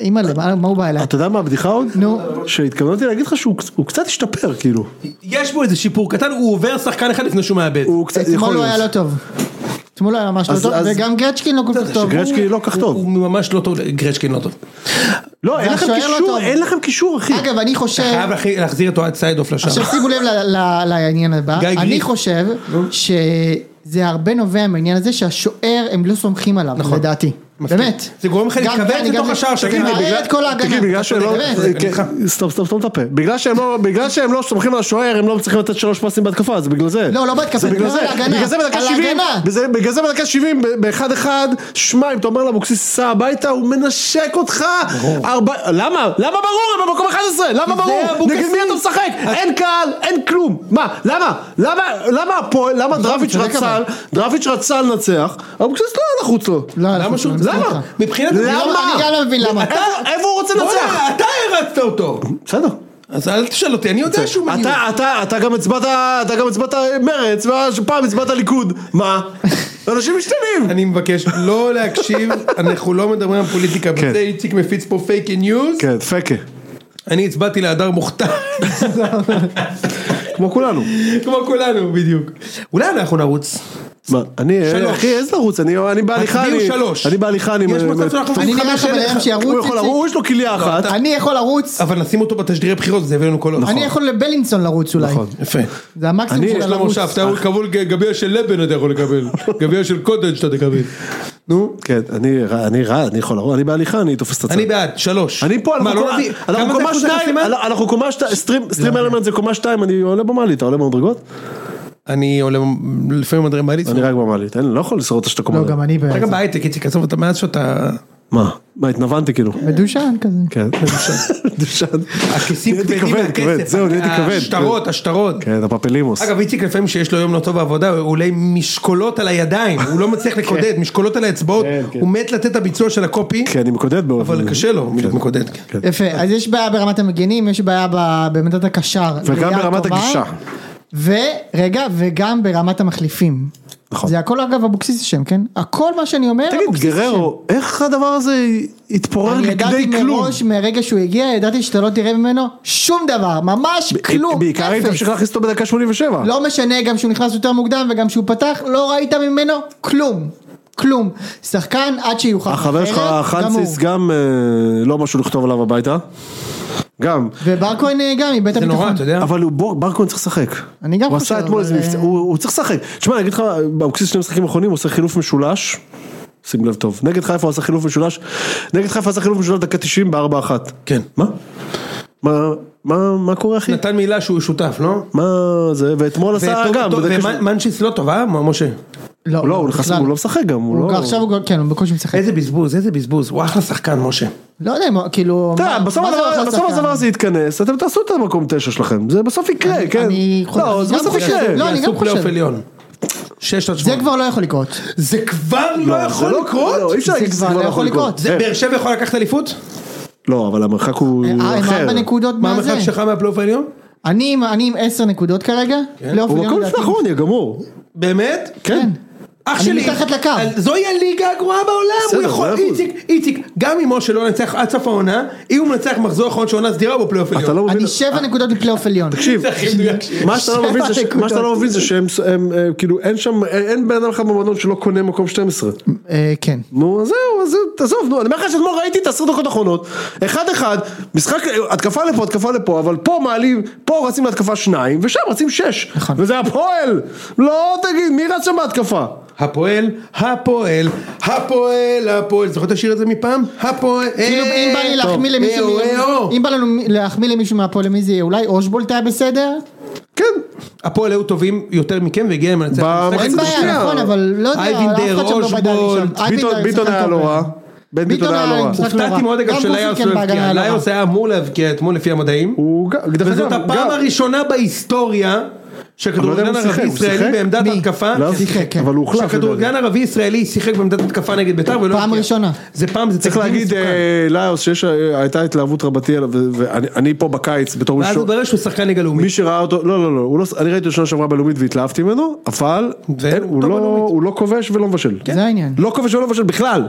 אימא'לה, מה- מה הוא בא אליי?
אתה יודע מה הבדיחה עוד?
נו.
שהתכוונתי להגיד לך שהוא קצ- הוא קצת השתפר, כאילו.
יש בו איזה שיפור קטן, הוא עובר שחקן אחד לפני שהוא מאבד.
הוא קצת, יכול
אתמול הוא היה לא
להיות.
טוב. אתמול הוא היה ממש לא
אז-
טוב,
אז-
וגם גרצ'קין לא כל כך טוב.
גרצ'קין לא כל כך טוב.
הוא ממש לא טוב, גרצ'קין לא טוב.
לא, אין לכם
והשוער לא
קישור,
טוב.
אין לכם קישור, אחי.
אגב, אני חושב...
חייב להחי- להחזיר את אוהד סיידוף לשם.
עכשיו שימו לב ל- ל- לעניין הבא,
גיא
אני
גליק.
חושב שזה הרבה נובע מהעניין הזה שהשוער הם לא סומכים עליו, לדעתי,
נכון. מסכים.
באמת.
זה גורם לך
גם כן,
להתכווץ
אני,
לתוך
גם-
השער,
זה
תגיד לי,
מערער
בגלל-
את כל ההגנה,
תגיד, בגלל
אתה
שהם לא...
באמת.
באמת.
כן, סתום, סתום, סתום את הפה. בגלל שהם לא- בגלל שהם לא סומכים על השוער, הם לא מצליחים לתת שלוש פסים בהתקפה, אז בגלל זה.
לא, לא בהתקפה,
זה
אני
בגלל
מדבר
זה.
על ההגנה.
בגלל זה בדקה
על
70,
ההגנה.
וזה- בגלל זה בדקה 70, ב- באחד אחד, שמע, אם אתה אומר לאבוקסיס סע הביתה, הוא מנשק אותך. ארבע- למה? למה ברור? הם במקום 11, למה ברור?
אבוקסיס.
נגד מי אתה משחק? אין קהל, אין כלום. מה? למה? למה? למה הפועל? למה דרפיץ'
צודק
רצה?
אבל.
דרפיץ' רצה לנצח, אבוקסיס לא הלך לו.
לא, אנחנו-
למה שהוא...
אני מסכים
למה?
איתך.
מבחינת...
למה?
אני גם לא מבין למה. לא
איפה- איפה הוא רוצה לנצח?
בוא'נה, אתה הרצת אותו.
בסדר.
אז אל תשאל אותי, אני יודע שהוא מניע.
אתה, אתה, אתה גם הצבעת, אתה גם הצבעת מרץ, ואז פעם הצבעת ליכוד, מה? אנשים משתנים.
אני מבקש לא להקשיב, אנחנו לא מדברים על פוליטיקה,
כן.
וזה איציק מפיץ פה פייק ניוז.
כן, פקה.
אני הצבעתי להדר מוכתר,
כמו כולנו.
כמו כולנו בדיוק. אולי אנחנו נרוץ.
מה, אני, אה,
שלוש.
אחי, איזה לרוץ, אני אני בהליכה,
תצביעו
אני,
שלוש.
אני בהליכה, אני,
יש מצב שאנחנו
אני נראה לך
חמש,
בן אדם שירוץ,
הוא יכול
איציק?
לרוץ, יש לו כליה אחת.
לא, אתה-
אני יכול לרוץ,
אבל נשים אותו בתשדירי בחירות, זה יביא לנו קולות.
אני יכול לבלינסון לרוץ אולי.
נכון.
יפה.
זה המקסימום
אני-
של
יש לה
לרוץ.
מושב, אתה יכול לקבל גביע של לבן אתה יכול לקבל, גביע של קוטג' אתה תקבל. נו.
כן, אני רע, אני רע, אני יכול לרוץ, אני בהליכה, אני תופס את הצד.
אני בעד, שלוש.
אני פה,
מה,
אנחנו
לא
קומה-
נביא- כמה
אנחנו
זה לא,
קומה
אחוזי
שתיים,
חסימה?
אנחנו קומה שתיים, סטרים- סטרים אלמנט זה קומה שתיים, אני עולה במעלית, אתה עולה במדרגות?
לא. אני עולה לפעמים מדברים בעלי.
אני רק במעלית, אין, לא יכול לשרוד את שאתה קומה.
לא, גם אני
אתה
באיזה-
גם בהייטק איציק, עזוב אותה מאז שאתה...
מה? מה, התנוונתי כאילו.
מדושן כזה.
כן, דושן.
הכיסים
נהייתי
כבדים
כבד, כבד,
מהכסף. אה,
זהו, נהייתי כבד.
השטרות, השטרות.
כן, הפפלימוס.
אגב איציק לפעמים שיש לו יום לא טוב בעבודה הוא עולה עם משקולות על הידיים הוא לא מצליח לקודד משקולות על האצבעות
כן, כן.
הוא מת לתת את הביצוע של הקופי
כן, אני מקודד באופן... כן,
אבל קשה לו להיות מקודד. כן.
יפה, אז יש בעיה ברמת המגנים, יש בעיה ב- בעמדת הקשר.
וגם
ראייה
ברמת
טובה.
הגישה.
ורגע, וגם ברמת המחליפים.
נכון.
זה הכל אגב אבוקסיס אשם, כן? הכל מה שאני אומר,
תגיד,
אבוקסיס אשם.
גררו, איך הדבר הזה התפורר
אני
לכדי
ידעתי
כלום?
מראש, מהרגע שהוא הגיע, ידעתי שאתה לא תראה ממנו שום דבר, ממש כלום,
בעיקר אם
אפס.
תמשיך להכניס אותו בדקה 87.
לא משנה גם שהוא נכנס יותר מוקדם וגם שהוא פתח, לא ראית ממנו כלום. כלום. שחקן עד שיוכח.
החבר שלך,
אחרת,
חנסיס,
גמור.
גם אה, לא משהו לכתוב עליו הביתה. גם.
ובר כהן אה, גם מבית
זה נורא
הביטחון.
אתה יודע.
כן. אבל הוא בור- בר כהן צריך לשחק.
אני גם
הוא
חושב,
עשה אתמול איזה
אבל,
מבצע,
אה,
הוא הוא צריך לשחק. תשמע, אני אגיד לך, באבוקסיס שני משחקים האחרונים הוא עושה חילוף משולש. שים לב טוב. נגד חיפה הוא עשה חילוף משולש. נגד חיפה עשה חילוף משולש דקה 90 בארבע אחת.
כן.
מה? מה? מה, מה קורה אחי?
נתן מילה שהוא שותף לא?
מה זה, ואתמול עשה
וטוב-
גם,
טוב,
בדקה
ומנ-
ש-
מנצ'יס לא טוב אה מ- משה?
לא, הוא נכנס,
בכלל.
הוא לא משחק גם, הוא
הוא
לא, אה,
עכשיו, הוא- כן, הוא בקושי משחק.
איזה בזבוז איזה בזבוז הוא אחלה שחקן משה.
לא יודע, מה- כאילו...
אתה יודע,
מה-
בסוף
מה זה
הדבר-
אחלה
בסוף
שחקן?
הדבר הזה יתכנס, אתם תעשו את המקום תשע שלכם, זה בסוף יקרה, כן,
אני חושב-
לא, זה
גם
בסוף
חושב-
יקרה,
לא, אני גם
יעשו
חושב.
פלייאוף עליון. שש עד
זה
שמונה.
כבר לא יכול לקרות.
זה כבר לא
זה
יכול
לא- לא,
לקרות?
אי אפשר
זה
להגיד שזה
כבר
כבר
לא יכול לקרות.
זה באר שבע יכול לקחת אליפות?
לא, אבל המרחק הוא
אה, הם
אחר,
ארבע נקודות
מה
מה זה?
המרחק שלך מהפלייאוף העליון?
אני עם- אני עם עשר נקודות כרגע.
כן.
פלייאוף
הוא
עליון
מקום
לדעתי.
לפני האחרון, יא גמור,
באמת?
כן,
אח
אני
שלי,
מתחת לקו.
על- זוהי הליגה הגרועה בעולם, הוא
בסדר,
יכול,
מאה אחוז.
איציק, איציק, גם אם משה לא ינצח עד סוף העונה, אם הוא מנצח מחזור אחרון של עונה סדירה הוא בפלייאוף
אתה
עליון.
לא מבין,
אני שבע נקודות מפלייאוף עליון.
תקשיב,
זה הכי מדויק שיש.
מה שאתה לא מבין זה ש-
שבע
מה שאתה לא מבין זה שהם, הם, אה, כאילו אין שם, אה, אין בן אדם אחד במועדון שלא קונה מקום 12,
אה, כן.
נו אז זהו, אז תעזוב, נו, אני אומר לך שאתמול ראיתי את העשר דקות האחרונות, אחד אחד, משחק, התקפה לפה, התקפה לפה, אבל פה מעלים, פה רצים להתקפה שניים, ושם רצים שש,
נכון.
וזה הפועל, לא תגיד, מי רץ שם בהתקפה?
הפועל, הפועל, הפועל, הפועל, זוכר את השיר הזה מפעם? הפועל,
כאילו אם בא לי
טוב.
להחמיא
אה,
למישהו,
אה, אה, אה.
אם בא לנו מ- להחמיא למישהו מהפועל, למי זה יהיה? אולי אושבולט היה בסדר?
כן,
הפועל היו טובים יותר מכם והגיע להם לנצח.
במחצית
במשחק
אין בעיה,
השנייה.
נכון, אבל לא יודע,
אייבינדר,
אף אחד שם לא בדע
אושבולט,
ראשון. אייבינדר
ביטון-
עם
ביטון
שחקן
היה
טוב.
לא רע, בן ביטון היה לא רע.
משחק לא
הופתעתי
רע.
מאוד אגב
גם
שליוס
פוסיקן
לא
בהגנה
הבקיע,
היה לא רע.
ליוס היה אמור להבקיע אתמול לפי המדעים,
הוא גם- דרך
וזאת
אגב,
הפעם
גם-
הראשונה בהיסטוריה
אבל
שכדורגלן
הוא שיחק,
ערבי
הוא שיחק?
ישראלי בעמדת
מי?
התקפה,
לא?
שיחק, כן.
אבל הוא הוחלף. לדעתי.
שכדורגלן ערבי ישראלי שיחק בעמדת התקפה נגד בית"ר ולא...
פעם
הבקיע.
ראשונה.
זה פעם, זה
צריך
תקדים
להגיד
מסוכן.
אה, ליוס שהייתה התלהבות רבתי עליו, ו- ואני אני פה בקיץ בתור
ואז
מישהו-
התברר שהוא שחקן ליגה לאומית.
מי שראה אותו, לא לא לא, הוא לא- אני ראיתי אותו שנה שעברה בלאומית והתלהבתי ממנו, אבל
ו-
אין, הוא
טוב
לא-
בלאומית. כן.
הוא לא כובש ולא מבשל.
זה העניין.
לא כובש ולא מבשל בכלל.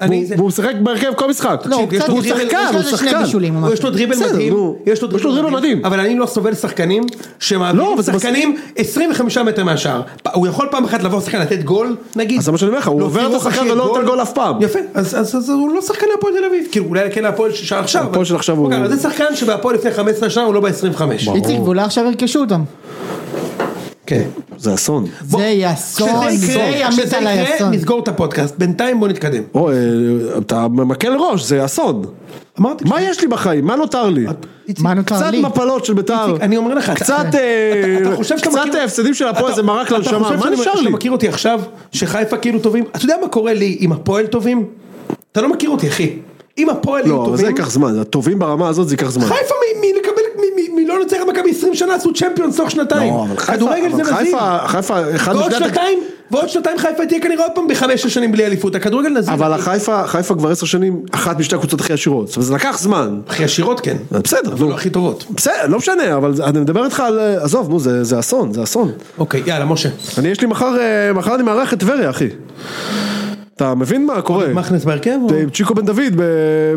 אני-
והוא-
זה-
והוא משחק בהרכב כל משחק.
לא, הוא
יש
קצת,
לו
הוא
דריבל,
שחקן,
יש
אוקיי, לו
הוא
איזה שני
שני
בישולים
בישולים
אוקיי, הוא, יש לו דריבל
בסדר,
מדהים,
נו.
יש לו
יש לו דריבל מדהים.
אבל אני לא סובל שחקנים
לא,
שמעבירים
אבל זה בס-
שחקנים 25 מטר מהשער. פ- הוא יכול פעם אחת לבוא שחקן לתת גול, נגיד.
אז זה מה שאני אומר לך, הוא
לא,
עובר את
פירו
השחקן
אחרי
ולא נותן גול אף פעם.
יפה, אז אז- אז הוא לא שחקן להפועל תל אביב, כאילו אולי כן להפועל של עכשיו.
הפועל
אבל-
של עכשיו הוא-
אוקיי, אבל זה שחקן שבהפועל לפני 15 שנה הוא לא ב-25.
איציק, ואולי עכשיו ירכשו אותם.
כן.
זה אסון.
זה יהיה אסון,
כשזה
זה
יקרה-
יעמיד
כשזה
על
יקרה,
האסון.
נסגור את הפודקאסט, בינתיים בוא נתקדם.
אוי, אה, אתה ממקל ראש, זה אסון.
אמרתי
מה יש לי בחיים? מה נותר לי?
איציק,
מה נותר
קצת
לי?
מפלות של בית"ר.
איציק, אני אומר לך, אתה-
קצת
אתה-
אה,
אתה- אתה חושב שאתה
קצת
מכיר-
ההפסדים של הפועל
אתה-
זה מרק
אתה
לנשמה.
חושב
מה
שאני-
נשאר
שאתה
לי?
מכיר אותי עכשיו, שחיפה כאילו טובים? אתה יודע מה קורה לי עם הפועל טובים? אתה לא מכיר אותי, אחי. אם הפועל יהיו
לא, אבל זה
טובים,
ייקח זמן. הטובים ברמה הזאת זה ייקח זמן.
חיפה מ- מלקבל, מ- מ- מלא לנצח את מכבי 20 שנה עשו צ'מפיונס תוך שנתיים.
לא, אבל חיפה-
כדורגל זה
אבל
נזיר.
חיפה- חיפה, אחד
ועוד
משני...
שנתיים, ועוד שנתיים חיפה תהיה כנראה עוד פעם בחמש שש שנים בלי אליפות. הכדורגל נזיר.
אבל
אחי.
החיפה, חיפה כבר עשר שנים, אחת משתי הקבוצות הכי עשירות. זאת אומרת, זה לקח זמן.
הכי עשירות כן.
אז אה, בסדר,
אבל
נו.
לא הכי טובות.
בסדר, לא משנה, אבל זה- אני מדבר איתך על... אה, עזוב, נו, זה זה אסון, זה אסון.
אוקיי, יאללה, משה.
אני, יש לי מחר, אה, מחר אני מארח את טבריה, אחי. אתה מבין מה קורה?
מכנס בהרכב? או-
אה, צ'יקו בן דוד ב-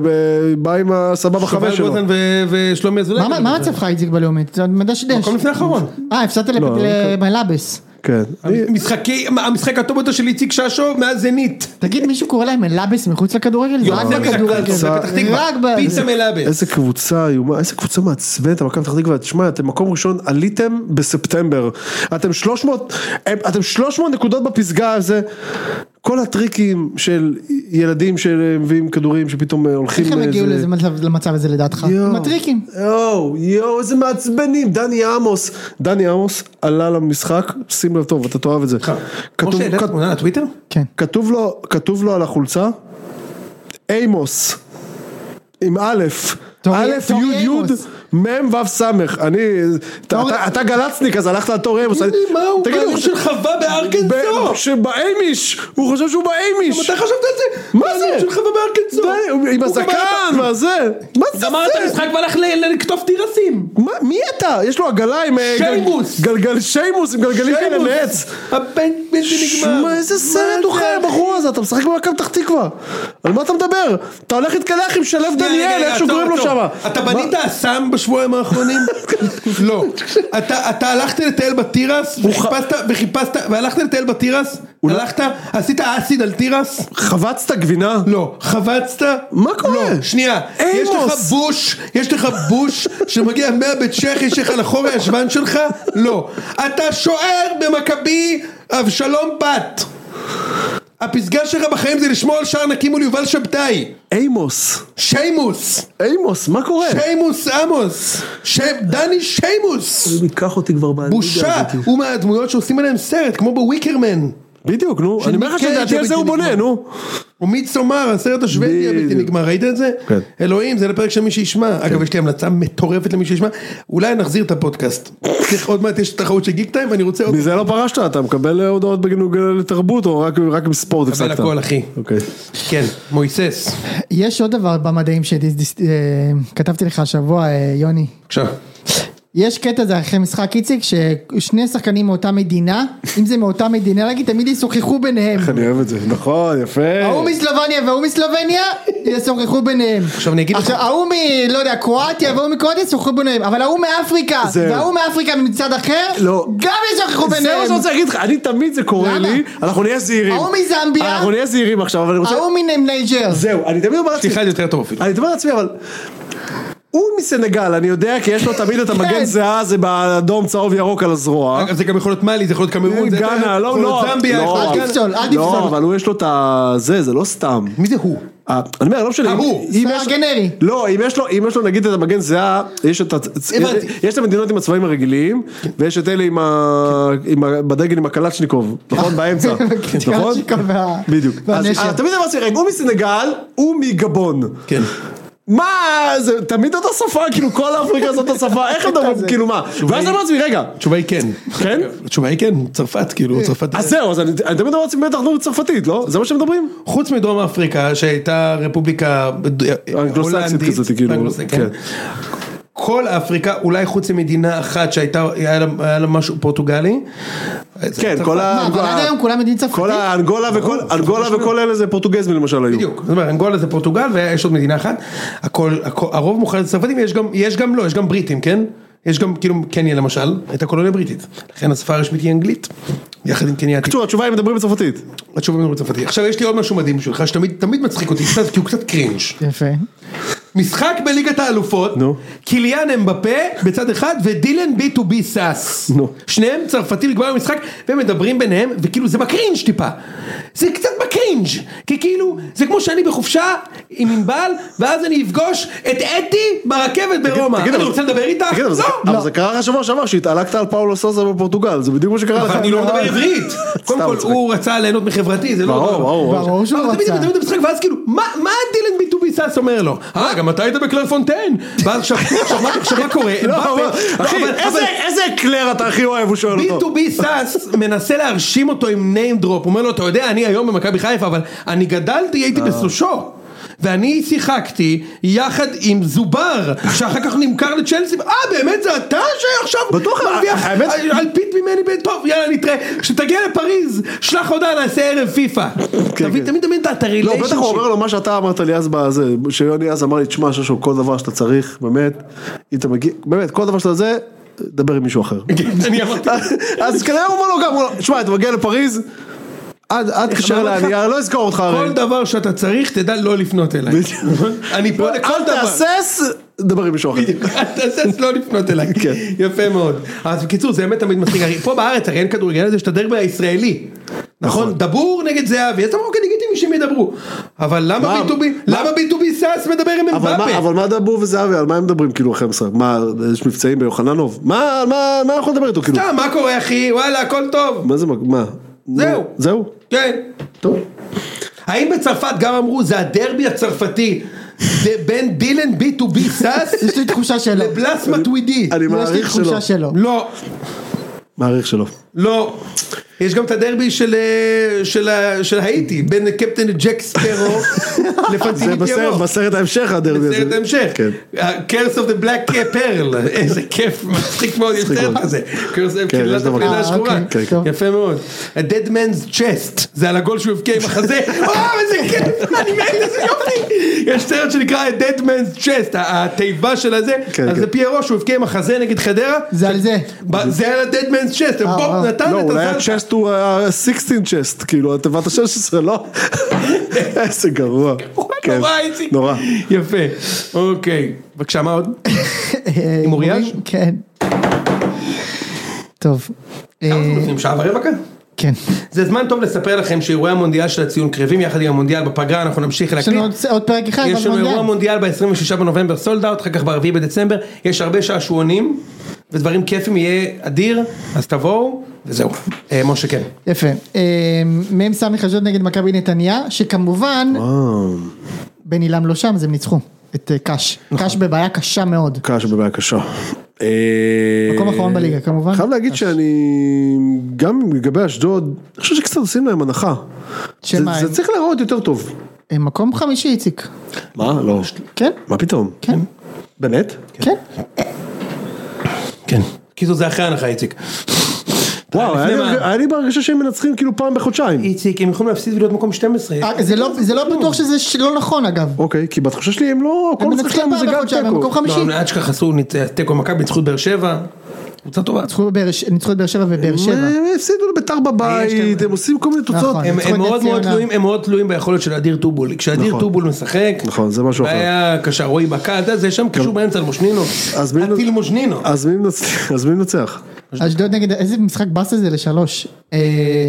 ב- בא עם הסבבה
שובל
חמש שלו.
גוזן ו- ושלומי אזולאי.
מה- מה מצבך איציק בלאומית? זה מדע שדש.
מקום לפני האחרון.
אה, הפסדת לפ-
לא, אוקיי.
למלאבס.
כן. אני-
משחקי, המשחק הטוב ביותר של איציק ששו מאז זנית.
אה,
תגיד, מישהו קורא להם מלאבס מחוץ לכדורגל? זה רק
יוצא מן הכלל,
בכדורגל.
זה בפתח תקווה.
רק ב...
פיצה מלאבס.
איזה קבוצה איומה, איזה קבוצה מעצבנת, מכבי פתח תקווה, תשמע, אתם מקום ראשון, עליתם בספטמבר, אתם 300, הם- אתם 300 נקודות בפסגה הזה, כל הטריקים של ילדים שמביאים כדורים שפתאום אה, הולכים...
איך הם
אה,
הגיעו
זה-
לזה- מצב- למצב הזה לדעתך?
יואו.
עם הטריקים.
יואו, יואו, איזה מעצבנים, דני עמוס, דני עמוס עלה למשחק, שים לב טוב, אתה תאהב את זה. כתוב-
משה, העלית
כת- אה,
תמונה לטוויטר?
כן.
כתוב לו, כתוב לו על החולצה, אימוס, עם א',
תורי-
א',
תורי
י', י',
אימוס.
מ', ו', ס', אני, אתה-
תורי-
אתה- אתה גלצניק אז הלכת על תור אימוס,
תגיד לי, מה הוא
תגידו,
בעלים של חווה בארקנסו?
שבאיימיש, הוא חושב שהוא
גם
באיימיש,
אתה חשבת על זה?
מה זה?
בעלים של חווה בארקנסו?
די, הוא- עם
הוא
הזקן,
גמר את-
מה זה, מה זה
גמר את
זה?
המשחק והלך ל- ל- לקטוף תירסים.
מה, מי אתה? יש לו עגלה עם... אה, גל-
שיימוס.
גלגל שיימוס עם גלגלים כאלה
שיימוס.
לעץ.
הבן בלתי נגמר.
שמע, איזה סרט
מה
הוא חי
זה?
הבחור הזה, אתה משחק במכבי פתח תקווה. על מה אתה מדבר? אתה הולך להתקלח עם שלו
רגע, רגע,
דניאל,
רגע,
איך שהוא
עצור,
קוראים לו
עצור.
שמה.
אתה
מה-
בנית אסם בשבועיים האחרונים? לא. אתה אתה הלכת לטייל בתירס, וחיפשת, וחיפשת, והלכת לטייל בתירס?
לא-
הלכת, עשית אסיד על תירס?
חבצת גבינה?
לא. חבצת?
מה קורה?
לא, שנייה. יש
עמוס.
לך בוש, יש לך בוש שמגיע מהבית צ'כי שלך לחור הישבן שלך? לא. אתה שוער במכבי אבשלום פת. הפסגה שלך בחיים זה לשמור על שער נקי מול יובל שבתאי.
אימוס.
שיימוס.
אימוס, מה קורה?
שיימוס עמוס, ש- דני שיימוס,
ייקח אותי כבר בליגה
בושה, הוא מהדמויות שעושים עליהם סרט, כמו בוויקרמן,
בדיוק, נו. אני אומר לך
ניקי
שלדעתי על זה הוא
הבלתי
בונה,
נגמר.
נו.
או מיצומר, הסרט השוודי
בדיוק.
הבלתי נגמר, ראית את זה?
כן.
אלוהים, זה לפרק של מי שישמע, אגב יש לי המלצה מטורפת למי שישמע, אולי נחזיר את הפודקאסט, צריך עוד מעט יש תחרות של גיק טיים ואני רוצה עוד...
מזה לא פרשת, אתה מקבל אה, הודעות בגלל לתרבות או רק- רק בספורט הפסקת?
אבל הכל אחי,
אוקיי.
כן, מויסס,
יש עוד דבר במדעים שכתבתי לך השבוע, אה, יוני.
בבקשה,
יש קטע זה אחרי משחק איציק ששני שחקנים מאותה מדינה אם זה מאותה מדינה נגיד תמיד ישוחחו ביניהם
איך אני אוהב את זה. נכון, יפה.
ההוא מסלובניה וההוא מסלובניה ישוחחו ביניהם
עכשיו אני אגיד לך-
עכשיו ההוא מ... לא יודע קרואטיה וההוא מקרואטיה ישוחחו ביניהם אבל ההוא מאפריקה
זהו.
וההוא מאפריקה מצד אחר
לא.
גם ישוחחו ביניהם
זה מה שאני רוצה להגיד לך, אני תמיד זה קורה
למה?
לי, אנחנו נהיה זהירים.
ההוא מזמביה
אנחנו נהיה זהירים עכשיו, אבל אני רוצה...
ההוא מנייג'ר
זהו, אני תמיד אומר לעצמי,
אחד יותר טוב אפילו,
אני תמיד אומר לעצמי, אבל... הוא מסנגל, אני יודע, כי יש לו תמיד את
כן.
המגן זהה הזה באדום, צהוב, ירוק על הזרוע.
אגב זה גם יכול להיות מאלי, זה יכול להיות קמרון, זה
גאנה, אה? לא,
יכול להיות
לא,
זמביה,
לא.
יכול להיות
אל
גאנה.
תפסול, אל
לא,
תפסול.
אבל הוא יש לו את הזה, זה לא סתם.
מי זה הוא?
אה, אני אומר, לא משנה. אם-
ההוא,
אם
זה
יש-
הגנרי.
לא, אם יש לו, אם יש לו נגיד את המגן זהה, יש את הצ...
הבנתי.
יש את המדינות עם הצבעים הרגילים, ויש את אלה עם ה... עם ה... בדגל עם הקלצ'ניקוב, נכון? באמצע. נכון?
קלצ'ניקוב כן, וה-
בדיוק. אז אה,
והנשר.
אז תמיד אמרתי, רגע, הוא מסנגל, הוא מגבון.
כן.
מה, זה תמיד אותה שפה, כאילו כל אפריקה זאת השפה, איך הם מדברים, כאילו מה? ואז אמרתי לעצמי, רגע,
התשובה היא כן.
כן?
התשובה היא כן, צרפת,
אה.
כאילו, צרפת.
אז זהו, אז אני אני תמיד אמרתי לעצמי, בטח נו צרפתית, לא? זה מה שמדברים?
חוץ מדרום אפריקה שהייתה רפובליקה בד-
אנגלוסקסית
הולנדית,
כזאת, כאילו,
אנגלוסקסית, כן.
כן.
כל אפריקה, אולי חוץ ממדינה אחת שהייתה, היה לה- היה לה משהו פורטוגלי.
כן, כל
מה, אבל עד
ה...
היום כולם מדינה צרפתית?
כל האנגולה וכל, אנגולה וכל אלה זה פורטוגזים למשל היו.
בדיוק, זאת אומרת, אנגולה זה פורטוגל ויש עוד מדינה אחת, הכל, הכל הרוב מוחלט צרפתים, יש גם, יש גם לא, יש גם בריטים, כן? יש גם, כאילו, קניה למשל, הייתה קולוניה בריטית, לכן השפה הרשמית היא אנגלית, יחד עם קניה העתיקה.
בקיצור, התשובה היא מדברים בצרפתית.
התשובה מדברת צרפתית. עכשיו יש לי עוד משהו מדהים בשבילך, שתמיד תמיד מצחיק אותי קצת, כי הוא קצת קרינג'.
יפה.
משחק בליגת האלופות,
נו.
קיליאן אמבפה בצד אחד ודילן בי טו בי סאס.
נו.
שניהם צרפתים לגמרי במשחק, והם מדברים ביניהם, וכאילו זה בקרינג' טיפה. זה קצת בקרינג', כי כאילו, זה כמו שאני בחופשה עם ענבל, ואז אני אפגוש את אתי ברכבת ברומא.
תגיד,
אני
אבל-
רוצה לדבר איתך?
תגיד, אבל זה-
לא.
אבל זה קרה לך שבוע שעבר שהתעלקת על פאולו סוזה בפורטוגל, זה בדיוק מה שקרה לך.
אבל אני לא מדבר עברית. קודם כל,
מצחיק.
הוא רצה ליהנות מחברתי, זה לא...
ברור, ברור.
ברור שהוא
אבל
רצה.
תמיד תמיד המשחק, ואז כאילו, מה מה דילן בי טו בי סאס אומר לו? אה, גם אתה היית בקלר פונטיין. ואז עכשיו, עכשיו מה- עכשיו מה קורה?
לא,
אמבפה-
אבל-
לא,
אחי,
אבל-
איזה-
אבל-
איזה אקלר אתה הכי אוהב, הוא שואל אותו.
B2B סאס מנסה להרשים אותו עם name drop, הוא אומר לו, אתה יודע, אני היום במכבי חיפה, אבל אני גדלתי, הייתי
אה.
בסושו. ואני שיחקתי יחד עם זובר, שאחר כך נמכר לצ'לסי, אה באמת זה אתה שעכשיו
בטוח,
מרוויח
האמת-
אלפית ממני, ב- טוב יאללה נתראה, כשתגיע לפריז, שלח הודעה נעשה ערב פיפא.
כן,
תבין
כן.
תמיד תמיד את
לא, בטח הוא
הריליישנשיפ.
אומר לו מה שאתה אמרת לי אז בזה, שיוני אז אמר לי, תשמע, ששו, כל דבר שאתה צריך, באמת, אם אתה מגיע, באמת, כל דבר שאתה זה, דבר עם מישהו אחר.
כן, אני אמרתי,
אז כנראה הוא אומר לו גם, הוא אומר לו, שמע, אתה מגיע לפריז, עד עד תתקשר אליי,
אמרתי לך,
אני לא אזכור אותך הרי.
כל דבר שאתה צריך תדע לא לפנות אליי. נכון? אני פה לכל
לא, אל
דבר.
תהסס, דבר עם מישהו אחר.
בדיוק, אז לא לפנות אליי,
כן.
יפה מאוד. אז בקיצור זה באמת תמיד מצחיק, הרי פה בארץ הרי אין כדורגל, אז יש את הדרבי הישראלי. נכון, דבור נגד זהבי, אז אתה אומר, אוקיי, לגיטימי שהם ידברו. אבל למה
מה-
B2B, למה B2B סאס מדבר עם
אבל מה-
אמבפה?
אבל מה דבור וזהבי, על מה הם מדברים כאילו אחרי המשחק? מה, יש מבצעים ביוחננוב? מה, מה, מה אנחנו נדבר איתו כאילו?
סתם, מה קורה אחי, וואלה, הכל טוב.
מה זה, מג- מה?
זהו.
זהו?
כן.
טוב.
האם בצרפת גם אמרו, זה הדרבי הצרפתי, זה בין דילן B2B סאס
יש לי תחושה שלא.
לבלסמה טווידי.
אני
יש לי
מעריך שלא.
תחושה שלא.
לא.
מעריך שלא.
לא, יש גם את הדרבי של, אה, של, ה- של האיטי, בין קפטן ג'ק ספרו
זה
לפנטיני
בסרט,
טיירו.
בסרט ההמשך הדרבי הזה.
בסרט ההמשך,
כן.
קרס אוף דה בלק פרל, איזה כיף, מצחיק מאוד, יש סרט
מאוד.
כזה, קרס אוף
כן, יש
קהילת
דבר
הפלילה
כזה.
כאילו, השחורה,
אה, אוקיי,
כן,
טוב.
יפה מאוד, A dead man's chest, זה על הגול שהוא הבקיע עם החזה, וואו איזה כיף, אני מת, איזה יופי, יש סרט שנקרא A dead man's chest, ה- התיבה של הזה,
כן,
אז
כן.
זה פיירו שהוא הבקיע עם החזה נגד חדרה,
זה על זה.
ב- זה היה לדד מנס צ'סט,
אה,
בוב
אה.
נתן
לא,
את
אולי
הזל-
הצ'סט הוא ה-16 צ'סט, כאילו, התיבת ה-16, לא? איזה גרוע. כן.
נורא איציק.
נורא.
יפה, אוקיי. בבקשה, מה עוד?
אה, עם
אוריאש?
כן. טוב.
כמה זמן
אה,
לפני שעה ורבע כאן?
כן.
זה זמן טוב לספר לכם שאירועי המונדיאל של הציון קרבים יחד עם המונדיאל בפגרה, אנחנו נמשיך
יש
להקליט.
לנו עוד- עוד פרק אחד,
יש
אבל
לנו אירוע
מונדיאל.
מונדיאל ב-26 בנובמבר סולד אאוט, אחר כך ב-4 בדצמבר, יש הרבה שעשועונים ודברים כיפים, יהיה אדיר, אז תבואו, וזהו. אה, משה כן.
יפה. אה, מ"ם סמ"ך אשדוד נגד מכבי נתניה, שכמובן,
וואו.
בן עילם לא שם, אז הם ניצחו את אה, קאש. קאש בבעיה קשה מאוד.
קשה בבעיה קשה. אה,
מקום אחרון בליגה, כמובן.
חייב להגיד שאני, גם לגבי אשדוד, אני חושב שקצת עושים להם הנחה.
שמה,
זה- זה
הם-
צריך להיראות יותר טוב.
הם אה, מקום חמישי, איציק.
מה? לא.
כן?
מה פתאום?
כן.
באמת?
כן.
כן. כאילו זה אחרי ההנחה, איציק.
וואו, היה לי-
לפני מה?
היה לי בהרגשה שהם מנצחים כאילו פעם בחודשיים.
איציק, הם יכולים להפסיד ולהיות מקום 12.
אה, זה לא- זה לא בטוח שזה ש- לא נכון, אגב.
אוקיי, כי בתחושה שלי הם לא, כל
הם
המשחק
מנצחים
שלהם זה
פעם
גם
בחודשיים, הם
תיקו.
מקום חמישי.
לא, אבל אשכרה חסרו ניצ- תיקו מכבי, ניצחו את באר שבע. קבוצה טובה.
ניצחו בבאר ש- ניצחו את באר שבע ובאר שבע.
הם הפסידו לביתר בבית, הם עושים כל מיני תוצאות.
נכון.
הם,
ניצחו
הם
את
מאוד
נס
מאוד
ציונה.
תלויים, הם מאוד תלויים ביכולת של אדיר טובול, כשאדיר
נכון.
טובול משחק,
נכון, זה משהו אחר. כן.
בעיה קשה, רועי מכה, אתה יודע, זה שם קשור באמצע למושנינו,
אז מי-
הטיל מושנינו,
אז מי מנצח? אז מי מנצח?
אשדוד נגד, איזה משחק באסה זה לשלוש. אה,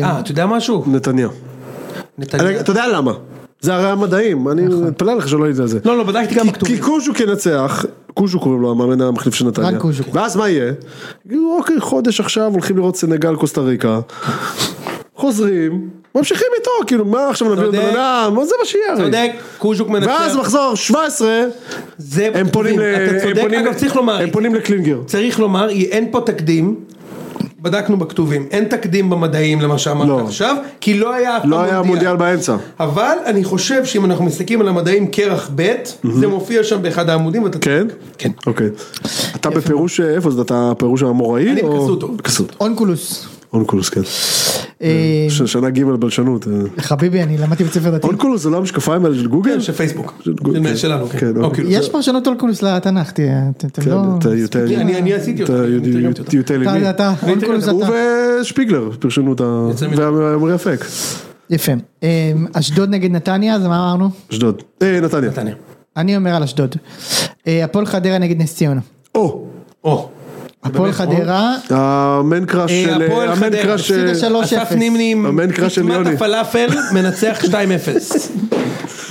אה, אתה יודע משהו?
נתניה.
נתניה,
אתה יודע למה? זה הרי המדעים, אני
נכון.
מתפלא לך שלא היית על זה.
לא, לא, בדקתי גם
כי-
בכתובים.
כי קוז'וק ינצח, קוז'וק קוראים לו המאמן המחליף של נתניה.
רן קוז'וק.
ואז מה יהיה? יגידו אוקיי חודש עכשיו הולכים לראות סנגל קוסטה ריקה. חוזרים, ממשיכים איתו, כאילו מה עכשיו נביא עוד
צודק.
בן אדם, לא, זה מה שיהיה. הרי.
צודק, קוז'וק מנצח,
ואז מחזור 17,
זה
הם פונים ל-
אתה
הם
צודק,
פונים ל-
אגב צריך לומר,
הם פונים לקלינגר.
צריך לומר, אין פה תקדים. בדקנו בכתובים, אין תקדים במדעים למה שאמרת
לא.
עכשיו, כי לא היה אף פעם
לא היה מונדיאל באמצע.
אבל אני חושב שאם אנחנו מסתכלים על המדעים כרך ב', זה מופיע שם באחד העמודים, ואתה
כן?
כן.
אוקיי. אתה בפירוש, אה, איפה זה? אתה פירוש האמוראי?
אני
או-
בקסוטו.
קסוטו.
אונקולוס.
אונקולוס, כן.
אה,
ש- שנה ג' בלשנות. אה.
חביבי, אני למדתי בית ספר דתי.
אונקולוס זה לא המשקפיים האלה של גוגל?
כן, של פייסבוק,
של גו-
של-
כן.
שלנו,
כן,
כן,
אוקיי.
אוקיי,
יש פרשנות אונקולוס לתנ"ך, תהיה, אתם אתם
כן,
לא...
אתה יותר-
אני- אני- אני עשיתי אותה,
אתה
אני
יודע-
תרגמתי אותה.
יודע לי מי.
אתה, אתה, אונקולוס
הוא
אתה.
ושפיגלר פרשנו את ה...
יוצא מן-
והמרי אפק.
יפה. אה, אשדוד נגד נתניה, זה מה אמרנו?
אשדוד. אה, נתניה.
נתניה.
אני אומר על אשדוד. אה, הפועל חדרה נגד נס ציונה.
או!
או.
הפועל
באמת, או?
חדרה,
אה, המן קראש
אה,
של...
הפועל
המן
חדרה,
קראש...
הפסידה
אה,
שלוש- 3-0.
אסף נימני, עם
אמן קרא של
פיטמת
יוני.
הפלאפל, מנצח 2-0.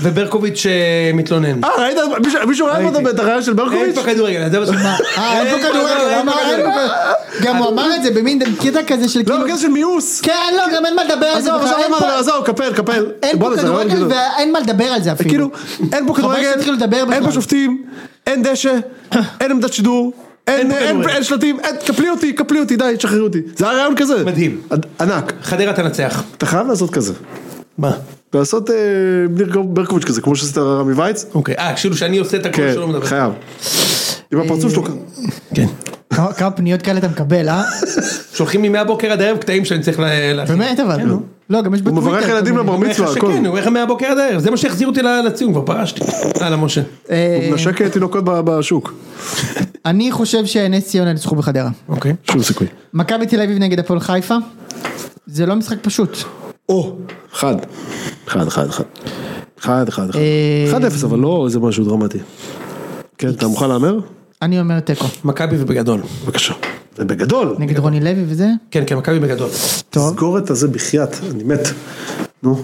וברקוביץ' אה, מתלונן.
אה, ראית? מישהו- מישהו ראה
ראיתי.
אותו את הרעיון של
אין
ברקוביץ'?
פה כדורגל, זה מה
מה? אה, אין פה כדורגל,
אין פה
אמר, אין פה
כדורגל.
כדורגל. גם הוא אמר את זה במין קטע כזה של
לא,
כאילו,
בקטע של מיאוס.
כן, לא, גם אין מה לדבר על זה
עזוב,
בכלל,
עזוב,
אין פה-
עזוב, קפל, קפל.
אין פה
בואנה, זה רעיון
כדורגל
גדול.
ואין מה לדבר על זה אפילו.
כאילו, אין פה
חבל
כדורגל,
שהתחילו לדבר
אין פה
בכלל.
שופטים, אין דשא, אין עמדת שידור, אין-
פה
אין
כדורגל.
אין שלטים, אין- קפלי אותי, קפלי אותי, די, תשחררו אותי. זה היה רעיון כזה.
מדהים.
עד- ענק.
חדרה תנצח.
אתה חייב לעשות כזה.
מה?
לעשות אה, ניר ברקוביץ' כזה, כמו שעשית רמי וייץ.
אוקיי, אה, כאילו שאני עושה את הכל
כן,
שלא מדבר.
חייב. עם
אה,
הפרצוף שלו ככה.
כן.
כמה- כמה פניות כאלה אתה מקבל, אה?
שולחים לי מהבוקר עד הערב קטעים שאני צריך ל- להכין.
באמת אבל. לא, גם יש
כן, הוא
בטוויטר.
מברך
כל
ילדים
מיני.
לבר
הוא אומר לך
מצווה, הכל.
שכן, הוא אומר לך מהבוקר עד הערב, זה מה שהחזיר אותי ל- לציון, כבר פרשתי. הלאה משה.
אה,
הוא מנשק תינוקות ב- בשוק.
אני חושב שנס ציונה ניצחו בחדרה.
אוקיי.
שום סיכוי.
מכבי תל אביב נגד הפועל חיפה. זה לא משחק פשוט.
או, אחד. אחד, אחד, אחד. אחד, אחד, אחד.
אה,
אחד אפס, אבל לא איזה משהו דרמטי. כן, אתה מוכן להמר?
אני אומר תיקו.
מכבי ובגדול.
בבקשה. זה בגדול.
נגד רוני לוי וזה.
כן, כן, מכבי בגדול.
טוב.
סגור את הזה בחייאת, אני מת. נו.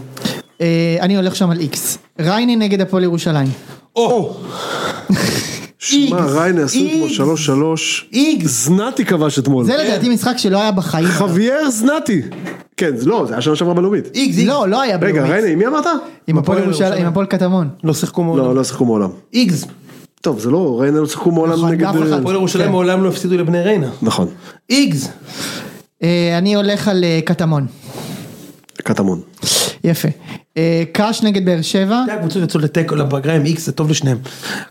אה, אני הולך שם על איקס. ריינה נגד הפועל ירושלים.
או!
שמע,
איגז,
ריינה עשו אתמול
איגז.
שלוש שלוש.
איגז.
זנתי כבש אתמול.
זה לא- לדעתי משחק שלא היה בחיים.
חוויאר זנתי. כן, זה לא, זה היה שנה שעברה בלאומית.
איגז, איגז.
לא, לא היה
רגע,
בלאומית.
ריינה, עם מי אמרת?
עם הפועל
הפועל
ירושלים,
ירושלים.
עם הפועל קטמון.
לא שיחקו מעולם.
לא, לא שיחקו מעולם.
איגז.
טוב, זה לא, ריינה לא שיחקו מעולם
נכון,
נגד...
לאף
אה,
אחד.
הפועל ירושלים מעולם לא הפסידו לבני ריינה.
נכון,
איגז.
אה, אני הולך על אה, קטמון.
קטמון.
יפה. אה, קאש נגד באר שבע.
שתי הקבוצות יצאו לתיקו לפגריים, איקס זה טוב לשניהם.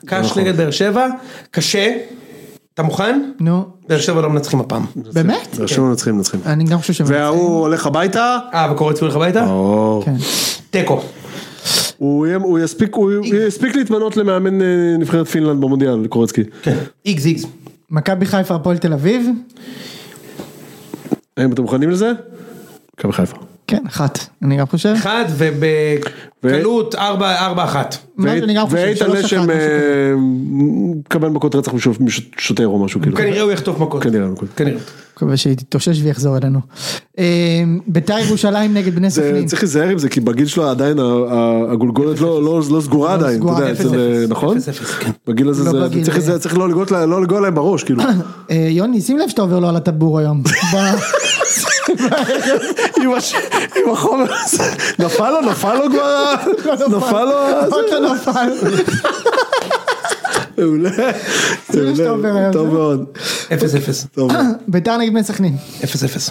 קאש
נכון.
נגד באר שבע, קשה. אתה מוכן?
כן.
נו,
באר שבע לא מנצחים הפעם.
באמת?
באר שבע מנצחים, מנצחים.
אני גם חושב שהם
וההוא הולך הביתה.
אה, וקורץ הולך הביתה?
לא. או.
כן.
תיקו.
הוא יהיה- הוא יספיק הוא יספיק להתמנות למאמן אה, נבחרת פינלנד במונדיאל, קורצקי.
כן. איגז, איגז.
מכבי חיפה הפועל תל אביב?
האם אתם מוכנים לזה? מכבי חיפה.
כן, אחת. אני גם חושב.
אחד ובקלות ארבע, ארבע אחת.
כאילו,
מה שאני גם
ואית-
חושב,
ואיתן
שלוש
לשם
אחת, משהו כזה.
אה, מקבל מכות רצח משו- משוטר או משהו כאילו.
כנראה הוא יחטוף מכות.
כנראה, מכות.
כנראה.
מקווה שיתאושש ויחזור אלינו. אה, ביתר ירושלים נגד בני
זה-
סכנין.
צריך להיזהר עם זה כי בגיל שלו עדיין ה- ה- הגולגולת לא- לא לא סגורה עדיין, אתה
סגורה,
יודע,
אפס,
אצל, אה,
אפס,
נכון?
אפס, אפס, כן.
בגיל הזה
לא
זה-
בגיל,
צריך
אה.
זה- צריך לא לגעת לה- לא לגוע להם בראש כאילו.
אה, יוני, שים לב שאתה עובר לו על הטבור היום. ב-
עם הש- עם החומר הזה, נפל לו, נפל לו כבר, ה- נפל לו, ה-
לא עוד לא נפל.
זה- מעולה,
לי שאתה עובר
מעולה,
היום,
טוב
זה. לא-
מאוד,
אפס אפס.
טוב מאוד.
ביתר נגד בני סכנין.
אפס אפס.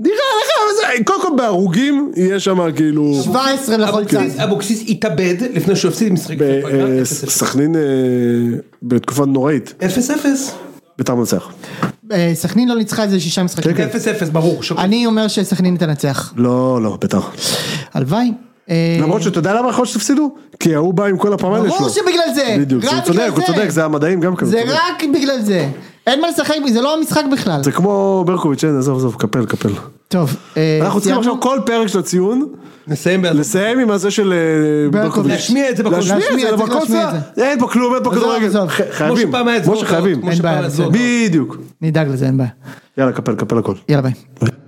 נראה לך, אבל זה- קודם כל בהרוגים יהיה שם כאילו,
17 לכל
אוקיי.
אבוקסיס-
צד.
אבוקסיס התאבד לפני שהוא הפסיד משחק.
ב-
של פגרה,
אה,
אפס, אפס.
סכנין אה, בתקופה נוראית,
אפס אפס.
ביתר מנצח.
אה, סכנין לא ניצחה איזה שישה משחקים.
כן,
אפס אפס, ברור. שוק-
אני אומר שסכנין תנצח.
לא, לא, ביתר.
הלוואי. אה,
למרות שאתה יודע למה יכול שתפסידו? כי ההוא בא עם כל הפמליה שלו.
ברור שבגלל זה.
בדיוק,
רק
הוא
בגלל
צודק, הוא
זה.
צודק, זה המדעים גם כזה.
זה
צודק.
רק בגלל זה. אין מה לשחק, זה לא המשחק בכלל.
זה כמו ברקוביץ', אין, עזוב, עזוב, קפל, קפל.
טוב, אה,
אנחנו צריכים
סיימנו?
עכשיו כל פרק של הציון,
נסיים בעד...
לסיים עם הזה של אה,
ברקוביץ'.
ברקוביץ'.
להשמיע את זה בקונצרט.
להשמיע את זה
צריך להשמיע
בקונצרט.
את
אין פה כלום, אין פה
עזוב,
כדורגל.
עזוב.
ח-
כמו
חייבים,
שפעם היה את
משה
זוהר,
חייבים.
כמו שפעם היה
בעיה,
זוהר.
בדיוק.
נדאג לזה, אין בעיה.
יאללה, קפל, קפל הכל.
יאללה ביי.